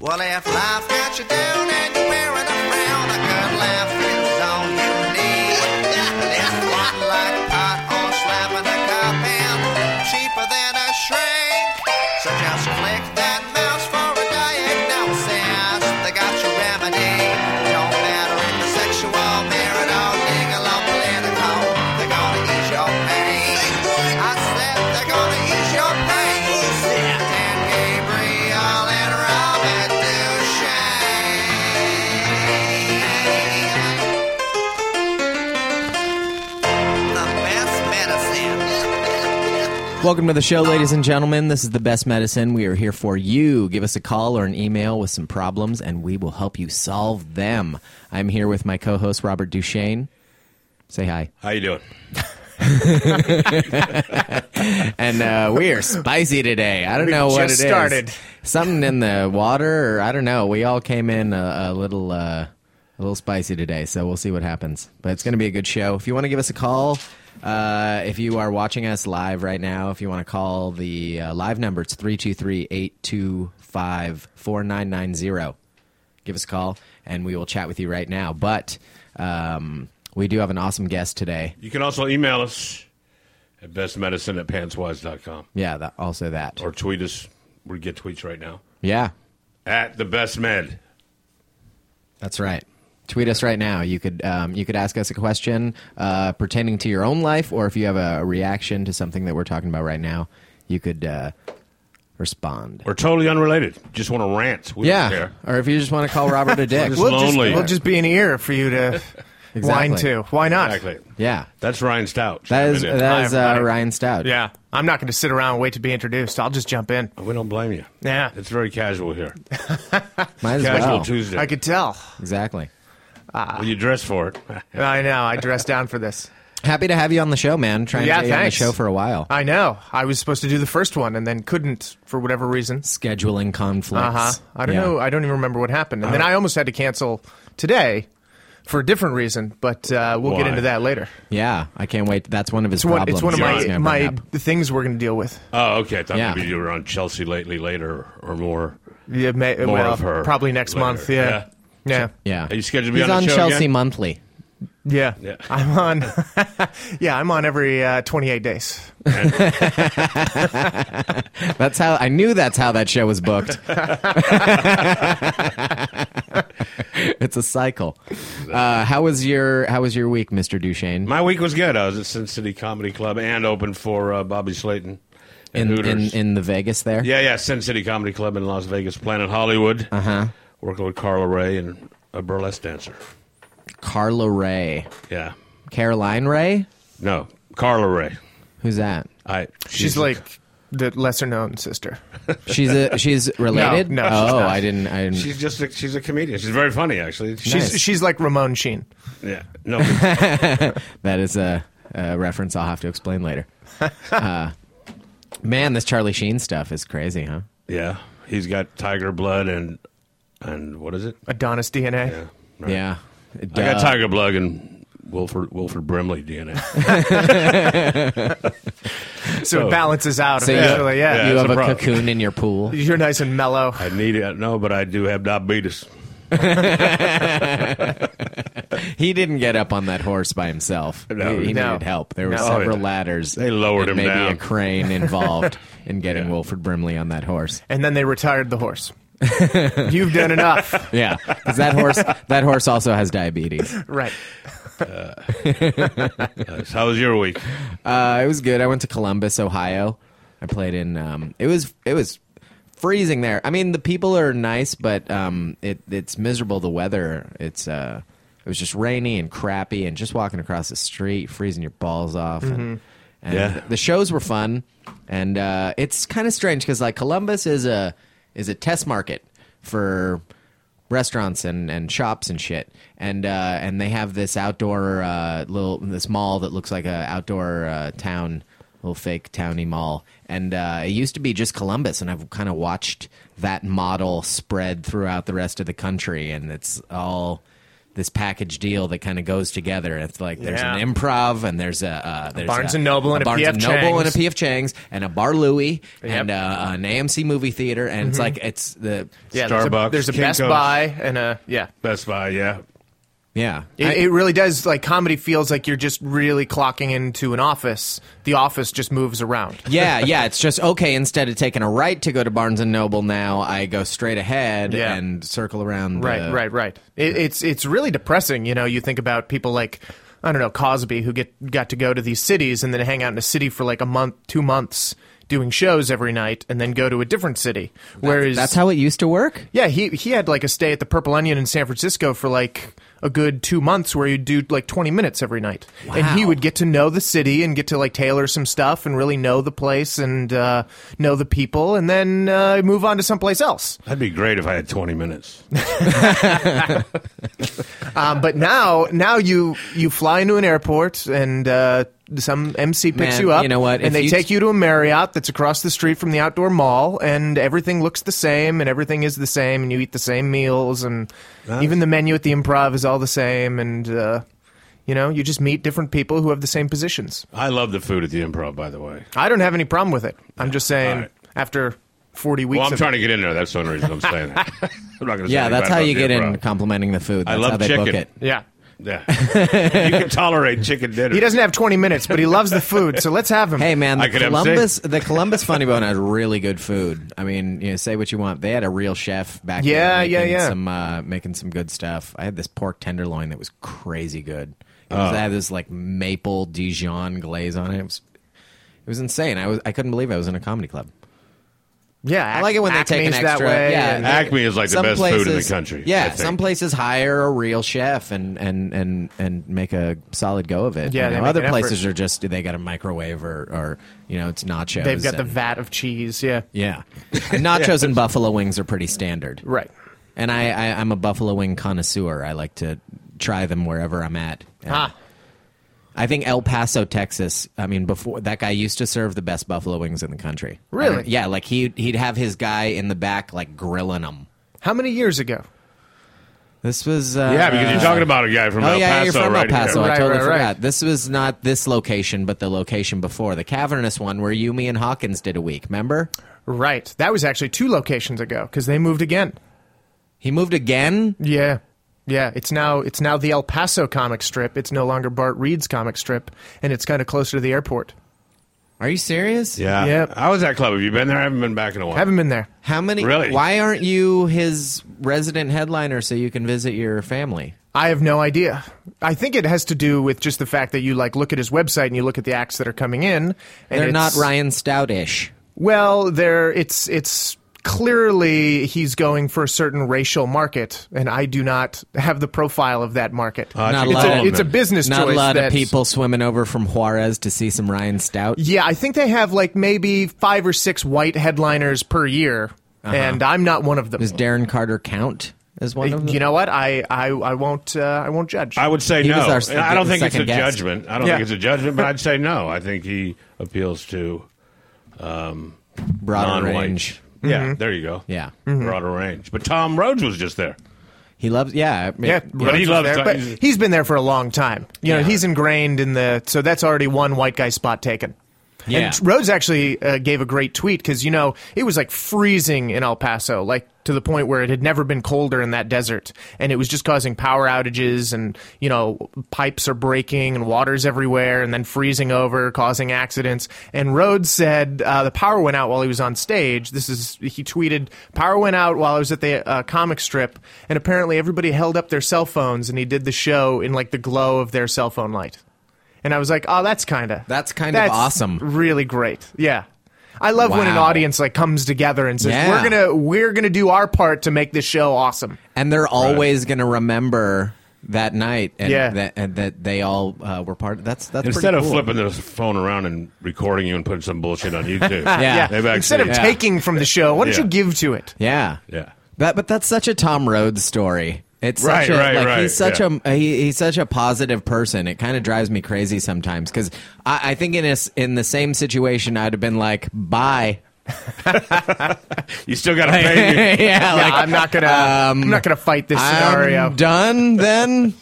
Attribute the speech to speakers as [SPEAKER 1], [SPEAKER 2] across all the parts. [SPEAKER 1] Well, if life got you down and you're wearing a frown, a good laugh is all you need. It's one like pot or slapping a cup and cheaper than a shrink. So just click that mouse for a diagnosis. They got your remedy. Don't matter if it's sexual, married or legal or political. They're gonna ease your pain. I said they're gonna ease your pain. Dan Gabriel and Robin Duchesne. The best medicine.
[SPEAKER 2] Welcome to the show, ladies and gentlemen. This is the best medicine. We are here for you. Give us a call or an email with some problems, and we will help you solve them. I'm here with my co-host Robert Duchesne. Say hi.
[SPEAKER 3] How you doing?
[SPEAKER 2] And uh, we are spicy today. I don't know what
[SPEAKER 4] just
[SPEAKER 2] it is.
[SPEAKER 4] started.
[SPEAKER 2] Something in the water, or I don't know. We all came in a, a little, uh, a little spicy today. So we'll see what happens. But it's going to be a good show. If you want to give us a call, uh, if you are watching us live right now, if you want to call the uh, live number, it's 323-825-4990. Give us a call, and we will chat with you right now. But um, we do have an awesome guest today.
[SPEAKER 3] You can also email us at bestmedicine at pantswise.com
[SPEAKER 2] Yeah, that, also that.
[SPEAKER 3] or tweet us. We get tweets right now
[SPEAKER 2] Yeah.
[SPEAKER 3] at the best med.
[SPEAKER 2] That's right. Tweet us right now. You could um, you could ask us a question uh, pertaining to your own life, or if you have a reaction to something that we're talking about right now, you could uh, respond.
[SPEAKER 3] We're totally unrelated. Just want to rant. We
[SPEAKER 2] yeah,
[SPEAKER 3] don't care.
[SPEAKER 2] or if you just want to call Robert a dick.
[SPEAKER 3] Just lonely.
[SPEAKER 4] Just, we'll just be an ear for you to whine to. Why not?
[SPEAKER 3] Exactly.
[SPEAKER 2] yeah,
[SPEAKER 3] That's Ryan Stout.
[SPEAKER 2] that is
[SPEAKER 3] chiming in.
[SPEAKER 2] that is uh,
[SPEAKER 4] Hi,
[SPEAKER 2] Ryan Stout.
[SPEAKER 4] Yeah. I'm not going to sit around and wait to be introduced. I'll just jump in.
[SPEAKER 3] we don't blame you.
[SPEAKER 4] Yeah.
[SPEAKER 3] It's very casual here.
[SPEAKER 2] might as
[SPEAKER 3] Casual
[SPEAKER 2] well.
[SPEAKER 3] Tuesday.
[SPEAKER 4] I could tell.
[SPEAKER 2] Exactly.
[SPEAKER 3] Well, you dress for it.
[SPEAKER 4] I know. I dressed down for this.
[SPEAKER 2] Happy to have you on the show, man. Trying
[SPEAKER 4] Yeah,
[SPEAKER 2] to get you on the
[SPEAKER 4] thanks.
[SPEAKER 2] show for a while.
[SPEAKER 4] I know. I was supposed to do the first one and then couldn't for whatever reason.
[SPEAKER 2] Scheduling conflicts.
[SPEAKER 4] Uh huh. I don't
[SPEAKER 2] Yeah.
[SPEAKER 4] know. I don't even remember what happened. And then
[SPEAKER 3] Uh-huh.
[SPEAKER 4] I almost had to cancel today for a different reason, but uh, we'll get
[SPEAKER 3] Why?
[SPEAKER 4] into that later.
[SPEAKER 2] Yeah, I can't wait. That's one of his
[SPEAKER 4] It's one,
[SPEAKER 2] problems.
[SPEAKER 4] it's one of
[SPEAKER 2] that he's
[SPEAKER 4] my,
[SPEAKER 2] gonna bring
[SPEAKER 4] my
[SPEAKER 2] up.
[SPEAKER 4] the things we're going to deal with.
[SPEAKER 3] Oh, okay. I thought
[SPEAKER 2] Yeah.
[SPEAKER 3] maybe you were on Chelsea lately, later or more.
[SPEAKER 4] Yeah, may,
[SPEAKER 3] More
[SPEAKER 4] well,
[SPEAKER 3] of her
[SPEAKER 4] probably next
[SPEAKER 3] later.
[SPEAKER 4] month. Yeah. Yeah.
[SPEAKER 2] Yeah,
[SPEAKER 3] Are you scheduled to be
[SPEAKER 2] He's
[SPEAKER 3] on the show
[SPEAKER 2] Chelsea
[SPEAKER 3] again?
[SPEAKER 2] Monthly.
[SPEAKER 4] Yeah.
[SPEAKER 3] Yeah.
[SPEAKER 4] I'm on. yeah, I'm on every uh, 28 days.
[SPEAKER 2] That's how I knew that's how that show was booked. it's a cycle. Uh, how was your How was your week, Mister Duchesne?
[SPEAKER 3] My week was good. I was at Sin City Comedy Club and open for uh, Bobby Slayton
[SPEAKER 2] in,
[SPEAKER 3] and
[SPEAKER 2] in
[SPEAKER 3] Hooters.
[SPEAKER 2] in the Vegas there.
[SPEAKER 3] Yeah, yeah, Sin City Comedy Club in Las Vegas, Planet Hollywood. Uh huh.
[SPEAKER 4] Uh-huh.
[SPEAKER 3] Working with Carla Ray and a burlesque dancer.
[SPEAKER 2] Carla Ray,
[SPEAKER 3] Yeah.
[SPEAKER 2] Caroline Ray.
[SPEAKER 3] No, Carla Ray.
[SPEAKER 2] Who's that?
[SPEAKER 3] I.
[SPEAKER 4] She's like the lesser known sister.
[SPEAKER 2] She's a she's related.
[SPEAKER 4] no,
[SPEAKER 2] oh,
[SPEAKER 4] she's not.
[SPEAKER 2] I didn't. I didn't.
[SPEAKER 3] She's just. A, she's a comedian. She's very funny, actually.
[SPEAKER 4] She's
[SPEAKER 3] She's.
[SPEAKER 2] Nice.
[SPEAKER 4] she's like Ramon Sheen.
[SPEAKER 3] Yeah. No.
[SPEAKER 2] that is a, a reference I'll have to explain later. Uh, man, this Charlie Sheen stuff is crazy, huh?
[SPEAKER 3] yeah. He's got tiger blood and and what is it?
[SPEAKER 4] Adonis DNA.
[SPEAKER 3] Yeah. Right.
[SPEAKER 2] Yeah.
[SPEAKER 3] I
[SPEAKER 2] Duh.
[SPEAKER 4] Uh,
[SPEAKER 3] got tiger blood and Wilford Wilford Brimley DNA.
[SPEAKER 4] So, it balances out
[SPEAKER 2] So you-
[SPEAKER 4] eventually. Yeah.
[SPEAKER 3] yeah.
[SPEAKER 2] you
[SPEAKER 3] it's
[SPEAKER 2] have
[SPEAKER 3] a
[SPEAKER 2] a
[SPEAKER 3] problem.
[SPEAKER 2] cocoon in your pool.
[SPEAKER 4] You're nice and mellow.
[SPEAKER 3] I need it. No, but I do have diabetes.
[SPEAKER 2] He didn't get up on that horse by himself.
[SPEAKER 3] No.
[SPEAKER 2] he, he
[SPEAKER 4] No.
[SPEAKER 2] needed help. There were
[SPEAKER 4] No.
[SPEAKER 2] several
[SPEAKER 3] Oh, yeah.
[SPEAKER 2] ladders.
[SPEAKER 3] They lowered
[SPEAKER 2] and
[SPEAKER 3] him
[SPEAKER 2] maybe
[SPEAKER 3] down.
[SPEAKER 2] a crane involved in getting Wilford Brimley on that horse.
[SPEAKER 4] And then they retired the horse. You've done enough.
[SPEAKER 2] Yeah, because that horse that horse also has diabetes.
[SPEAKER 4] Right.
[SPEAKER 3] Nice. How was your week?
[SPEAKER 2] Uh, it was good. I went to Columbus, Ohio. I played in. Um, it was it was freezing there. I mean, the people are nice, but um, it it's miserable. The weather. It's uh, it was just rainy and crappy, and just walking across the street, freezing your balls off. And, and
[SPEAKER 3] Mm-hmm. Yeah.
[SPEAKER 2] the shows were fun, and uh, it's kind of strange because like Columbus is a is a test market for restaurants and, and shops and shit and uh, and they have this outdoor uh, little this mall that looks like a outdoor uh, town little fake towny mall and uh, it used to be just Columbus and I've kind of watched that model spread throughout the rest of the country and it's all this package deal that kind of goes together. It's like there's
[SPEAKER 4] Yeah.
[SPEAKER 2] an improv and there's a, uh, there's
[SPEAKER 4] Barnes and Noble and a
[SPEAKER 2] Barnes
[SPEAKER 4] P.F.
[SPEAKER 2] and Noble and a PF
[SPEAKER 4] Chang's.
[SPEAKER 2] Chang's and a Bar Louie and
[SPEAKER 4] Yep. Mm-hmm.
[SPEAKER 2] uh, an AMC movie theater and it's like it's the
[SPEAKER 4] Yeah, there's a-
[SPEAKER 3] Starbucks,
[SPEAKER 4] There's a,
[SPEAKER 3] Kinko's.
[SPEAKER 4] Best Buy and a yeah.
[SPEAKER 3] Best Buy, yeah.
[SPEAKER 2] yeah.
[SPEAKER 4] It,
[SPEAKER 2] I-
[SPEAKER 4] it really does. Like comedy feels like you're just really clocking into an office. The office just moves around.
[SPEAKER 2] yeah, yeah. It's just okay. Instead of taking a right to go to Barnes and Noble, now I go straight ahead
[SPEAKER 4] Yeah.
[SPEAKER 2] and circle around.
[SPEAKER 4] Right,
[SPEAKER 2] the-
[SPEAKER 4] right, right. It, it's it's really depressing. You know, you think about people like I don't know Cosby who get got to go to these cities and then hang out in a city for like a month, two months, doing shows every night, and then go to a different city. Whereas
[SPEAKER 2] That's how it used to work.
[SPEAKER 4] yeah, he he had like a stay at the Purple Onion in San Francisco for like a good two months where you'd do like 20 minutes every night and he
[SPEAKER 2] Wow.
[SPEAKER 4] would get to know the city and get to like tailor some stuff and really know the place and uh, know the people and then uh, move on to someplace else
[SPEAKER 3] That'd be great if I had 20 minutes.
[SPEAKER 4] Um, but now, now you you fly into an airport and uh, some MC picks
[SPEAKER 2] Man,
[SPEAKER 4] you up.
[SPEAKER 2] you know what? If
[SPEAKER 4] And they
[SPEAKER 2] you-
[SPEAKER 4] take you to a Marriott that's across the street from the outdoor mall, and everything looks the same, and everything is the same, and you eat the same meals, and even the menu at the Improv is all the same, and uh, you know you just meet different people who have the same positions.
[SPEAKER 3] I love the food at the improv, by the way.
[SPEAKER 4] I don't have any problem with it. I'm just saying
[SPEAKER 3] All right.
[SPEAKER 4] after. 40 weeks
[SPEAKER 3] Well, I'm
[SPEAKER 4] of
[SPEAKER 3] trying to get in there. That's the only reason I'm saying that. I'm not gonna say
[SPEAKER 2] Yeah,
[SPEAKER 3] anything
[SPEAKER 2] that's
[SPEAKER 3] bad
[SPEAKER 2] how
[SPEAKER 3] about
[SPEAKER 2] you
[SPEAKER 3] the
[SPEAKER 2] get in
[SPEAKER 3] improv.
[SPEAKER 2] complimenting the food.
[SPEAKER 3] I
[SPEAKER 2] That's
[SPEAKER 3] love
[SPEAKER 2] how they book
[SPEAKER 3] chicken.
[SPEAKER 2] it.
[SPEAKER 4] Yeah.
[SPEAKER 3] Yeah. you can tolerate chicken dinner.
[SPEAKER 4] He doesn't have 20 minutes, but he loves the food, so let's have him.
[SPEAKER 2] Hey man,
[SPEAKER 3] I
[SPEAKER 2] the
[SPEAKER 3] could have
[SPEAKER 2] Columbus the Columbus Funny Bone had really good food. I mean, you know, say what you want. They had a real chef back
[SPEAKER 4] Yeah,
[SPEAKER 2] there
[SPEAKER 4] yeah,
[SPEAKER 2] making
[SPEAKER 4] yeah.
[SPEAKER 2] some uh, making some good stuff. I had this pork tenderloin that was crazy good. It was, I had this like maple Dijon glaze on it. It was it was insane. I was I couldn't believe I was in a comedy club.
[SPEAKER 4] Yeah,
[SPEAKER 2] I like it when they take an
[SPEAKER 4] Acme's that
[SPEAKER 2] extra.
[SPEAKER 4] way.
[SPEAKER 2] yeah,
[SPEAKER 4] and-
[SPEAKER 3] Acme is like the
[SPEAKER 2] some
[SPEAKER 3] best food in the
[SPEAKER 2] places-
[SPEAKER 3] country, I
[SPEAKER 2] Yeah,
[SPEAKER 3] think.
[SPEAKER 2] some places hire a real chef and and and and make a solid go of it.
[SPEAKER 4] Yeah,
[SPEAKER 2] you
[SPEAKER 4] they
[SPEAKER 2] know,
[SPEAKER 4] make
[SPEAKER 2] other
[SPEAKER 4] an effort.
[SPEAKER 2] places are just they got a microwave or or you know it's nachos.
[SPEAKER 4] They've got the
[SPEAKER 2] and-
[SPEAKER 4] vat of cheese. Yeah.
[SPEAKER 2] yeah, and nachos and buffalo wings are pretty standard.
[SPEAKER 4] Right.
[SPEAKER 2] And I, I I'm a buffalo wing connoisseur. I like to try them wherever I'm at. And
[SPEAKER 4] Ah.
[SPEAKER 2] I think El Paso, Texas. I mean, before that guy used to serve the best buffalo wings in the country.
[SPEAKER 4] Really?
[SPEAKER 2] I don't- Yeah, like he he'd have his guy in the back like grilling them.
[SPEAKER 4] How many years ago?
[SPEAKER 2] This was uh,
[SPEAKER 3] Yeah, because you're talking about a guy from
[SPEAKER 2] Oh
[SPEAKER 3] El
[SPEAKER 2] yeah,
[SPEAKER 3] Paso,
[SPEAKER 2] you're from
[SPEAKER 3] right?
[SPEAKER 2] El Paso.
[SPEAKER 3] Yeah.
[SPEAKER 2] I
[SPEAKER 4] Right,
[SPEAKER 2] totally
[SPEAKER 4] right,
[SPEAKER 2] forgot.
[SPEAKER 4] right.
[SPEAKER 2] This was not this location, but the location before the cavernous one where you, me, and Hawkins did a week. Remember?
[SPEAKER 4] Right. That was actually two locations ago because they moved again.
[SPEAKER 2] He moved again.
[SPEAKER 4] Yeah. Yeah, it's now it's now the El Paso comic strip. It's no longer Bart Reed's comic strip, and it's kind of closer to the airport.
[SPEAKER 2] Are you serious?
[SPEAKER 3] Yeah.
[SPEAKER 4] Yep.
[SPEAKER 3] How was that club? Have you been there? I haven't been back in a while.
[SPEAKER 4] Haven't been there.
[SPEAKER 2] How many?
[SPEAKER 3] Really?
[SPEAKER 2] Why aren't you his resident headliner so you can visit your family?
[SPEAKER 4] I have no idea. I think it has to do with just the fact that you like look at his website and you look at the acts that are coming in. And
[SPEAKER 2] They're not
[SPEAKER 4] it's-
[SPEAKER 2] Ryan Stoutish.
[SPEAKER 4] Well, there it's it's clearly he's going for a certain racial market, and I do not have the profile of that market.
[SPEAKER 2] Not
[SPEAKER 3] I
[SPEAKER 2] a
[SPEAKER 3] think it's
[SPEAKER 2] lot
[SPEAKER 3] all
[SPEAKER 2] of-
[SPEAKER 3] of
[SPEAKER 4] it's a
[SPEAKER 3] them.
[SPEAKER 4] business
[SPEAKER 2] Not a
[SPEAKER 4] choice.
[SPEAKER 2] lot of
[SPEAKER 4] that's-
[SPEAKER 2] people swimming over from Juarez to see some Ryan Stout.
[SPEAKER 4] Yeah, I think they have like maybe five or six white headliners per year,
[SPEAKER 3] Uh-huh.
[SPEAKER 4] and I'm not one of them.
[SPEAKER 2] Does Darren Carter count as one of them?
[SPEAKER 4] you know what? I I, I won't uh, I won't judge.
[SPEAKER 3] I would say
[SPEAKER 2] He
[SPEAKER 3] no.
[SPEAKER 2] was our
[SPEAKER 3] I don't think it's a
[SPEAKER 2] second guest.
[SPEAKER 3] judgment. I don't
[SPEAKER 4] Yeah.
[SPEAKER 3] think it's a judgment, but I'd say no. I think he appeals to
[SPEAKER 2] broader
[SPEAKER 3] non-white.
[SPEAKER 2] range.
[SPEAKER 3] Yeah,
[SPEAKER 4] Mm-hmm.
[SPEAKER 3] there you go.
[SPEAKER 2] Yeah.
[SPEAKER 3] broader range. But Tom Rhodes was just there.
[SPEAKER 2] He loves. Yeah, I mean-
[SPEAKER 4] yeah,
[SPEAKER 3] but he
[SPEAKER 4] Rhodes was
[SPEAKER 3] loves
[SPEAKER 4] there,
[SPEAKER 3] to-
[SPEAKER 4] but
[SPEAKER 3] he's-
[SPEAKER 4] he's been there for a long time. You know,
[SPEAKER 2] Yeah.
[SPEAKER 4] he's ingrained in the so that's already one white guy spot taken.
[SPEAKER 2] Yeah.
[SPEAKER 4] And Rhodes actually uh, gave a great tweet because you know it was like freezing in El Paso, like to the point where it had never been colder in that desert, and it was just causing power outages, and you know pipes are breaking, and water's everywhere, and then freezing over, causing accidents. And Rhodes said uh, the power went out while he was on stage. This is he tweeted, "Power went out while I was at the uh, comic strip, and apparently everybody held up their cell phones, and he did the show in like the glow of their cell phone light." And I was like, "Oh, that's kind of
[SPEAKER 2] That's kind of awesome.
[SPEAKER 4] really great. Yeah. I love when an
[SPEAKER 2] Wow.
[SPEAKER 4] audience like comes together and says,
[SPEAKER 2] Yeah.
[SPEAKER 4] "We're gonna we're gonna do our part to make this show awesome."
[SPEAKER 2] and they're always going to remember that night. And
[SPEAKER 4] Yeah.
[SPEAKER 2] that, and that they all uh, were part. of That's that's
[SPEAKER 3] Instead
[SPEAKER 2] pretty
[SPEAKER 3] of
[SPEAKER 2] cool.
[SPEAKER 3] flipping the phone around and recording you and putting some bullshit on YouTube.
[SPEAKER 2] Yeah.
[SPEAKER 3] They've actually-
[SPEAKER 4] Instead of
[SPEAKER 3] yeah.
[SPEAKER 4] taking from the show, why don't
[SPEAKER 3] Yeah.
[SPEAKER 4] you give to it?
[SPEAKER 2] Yeah,
[SPEAKER 3] Yeah.
[SPEAKER 2] That, but that's such a Tom Rhodes story. It's
[SPEAKER 3] Right,
[SPEAKER 2] such a,
[SPEAKER 3] right,
[SPEAKER 2] like,
[SPEAKER 3] right,
[SPEAKER 2] He's such
[SPEAKER 3] yeah.
[SPEAKER 2] a he, he's such a positive person. It kind of drives me crazy sometimes because I, I think in a s in the same situation I'd have been like, bye.
[SPEAKER 3] You still got to pay me.
[SPEAKER 2] yeah,
[SPEAKER 4] Yeah,
[SPEAKER 2] like um,
[SPEAKER 4] I'm not gonna. I'm not gonna fight this scenario.
[SPEAKER 2] I'm done then.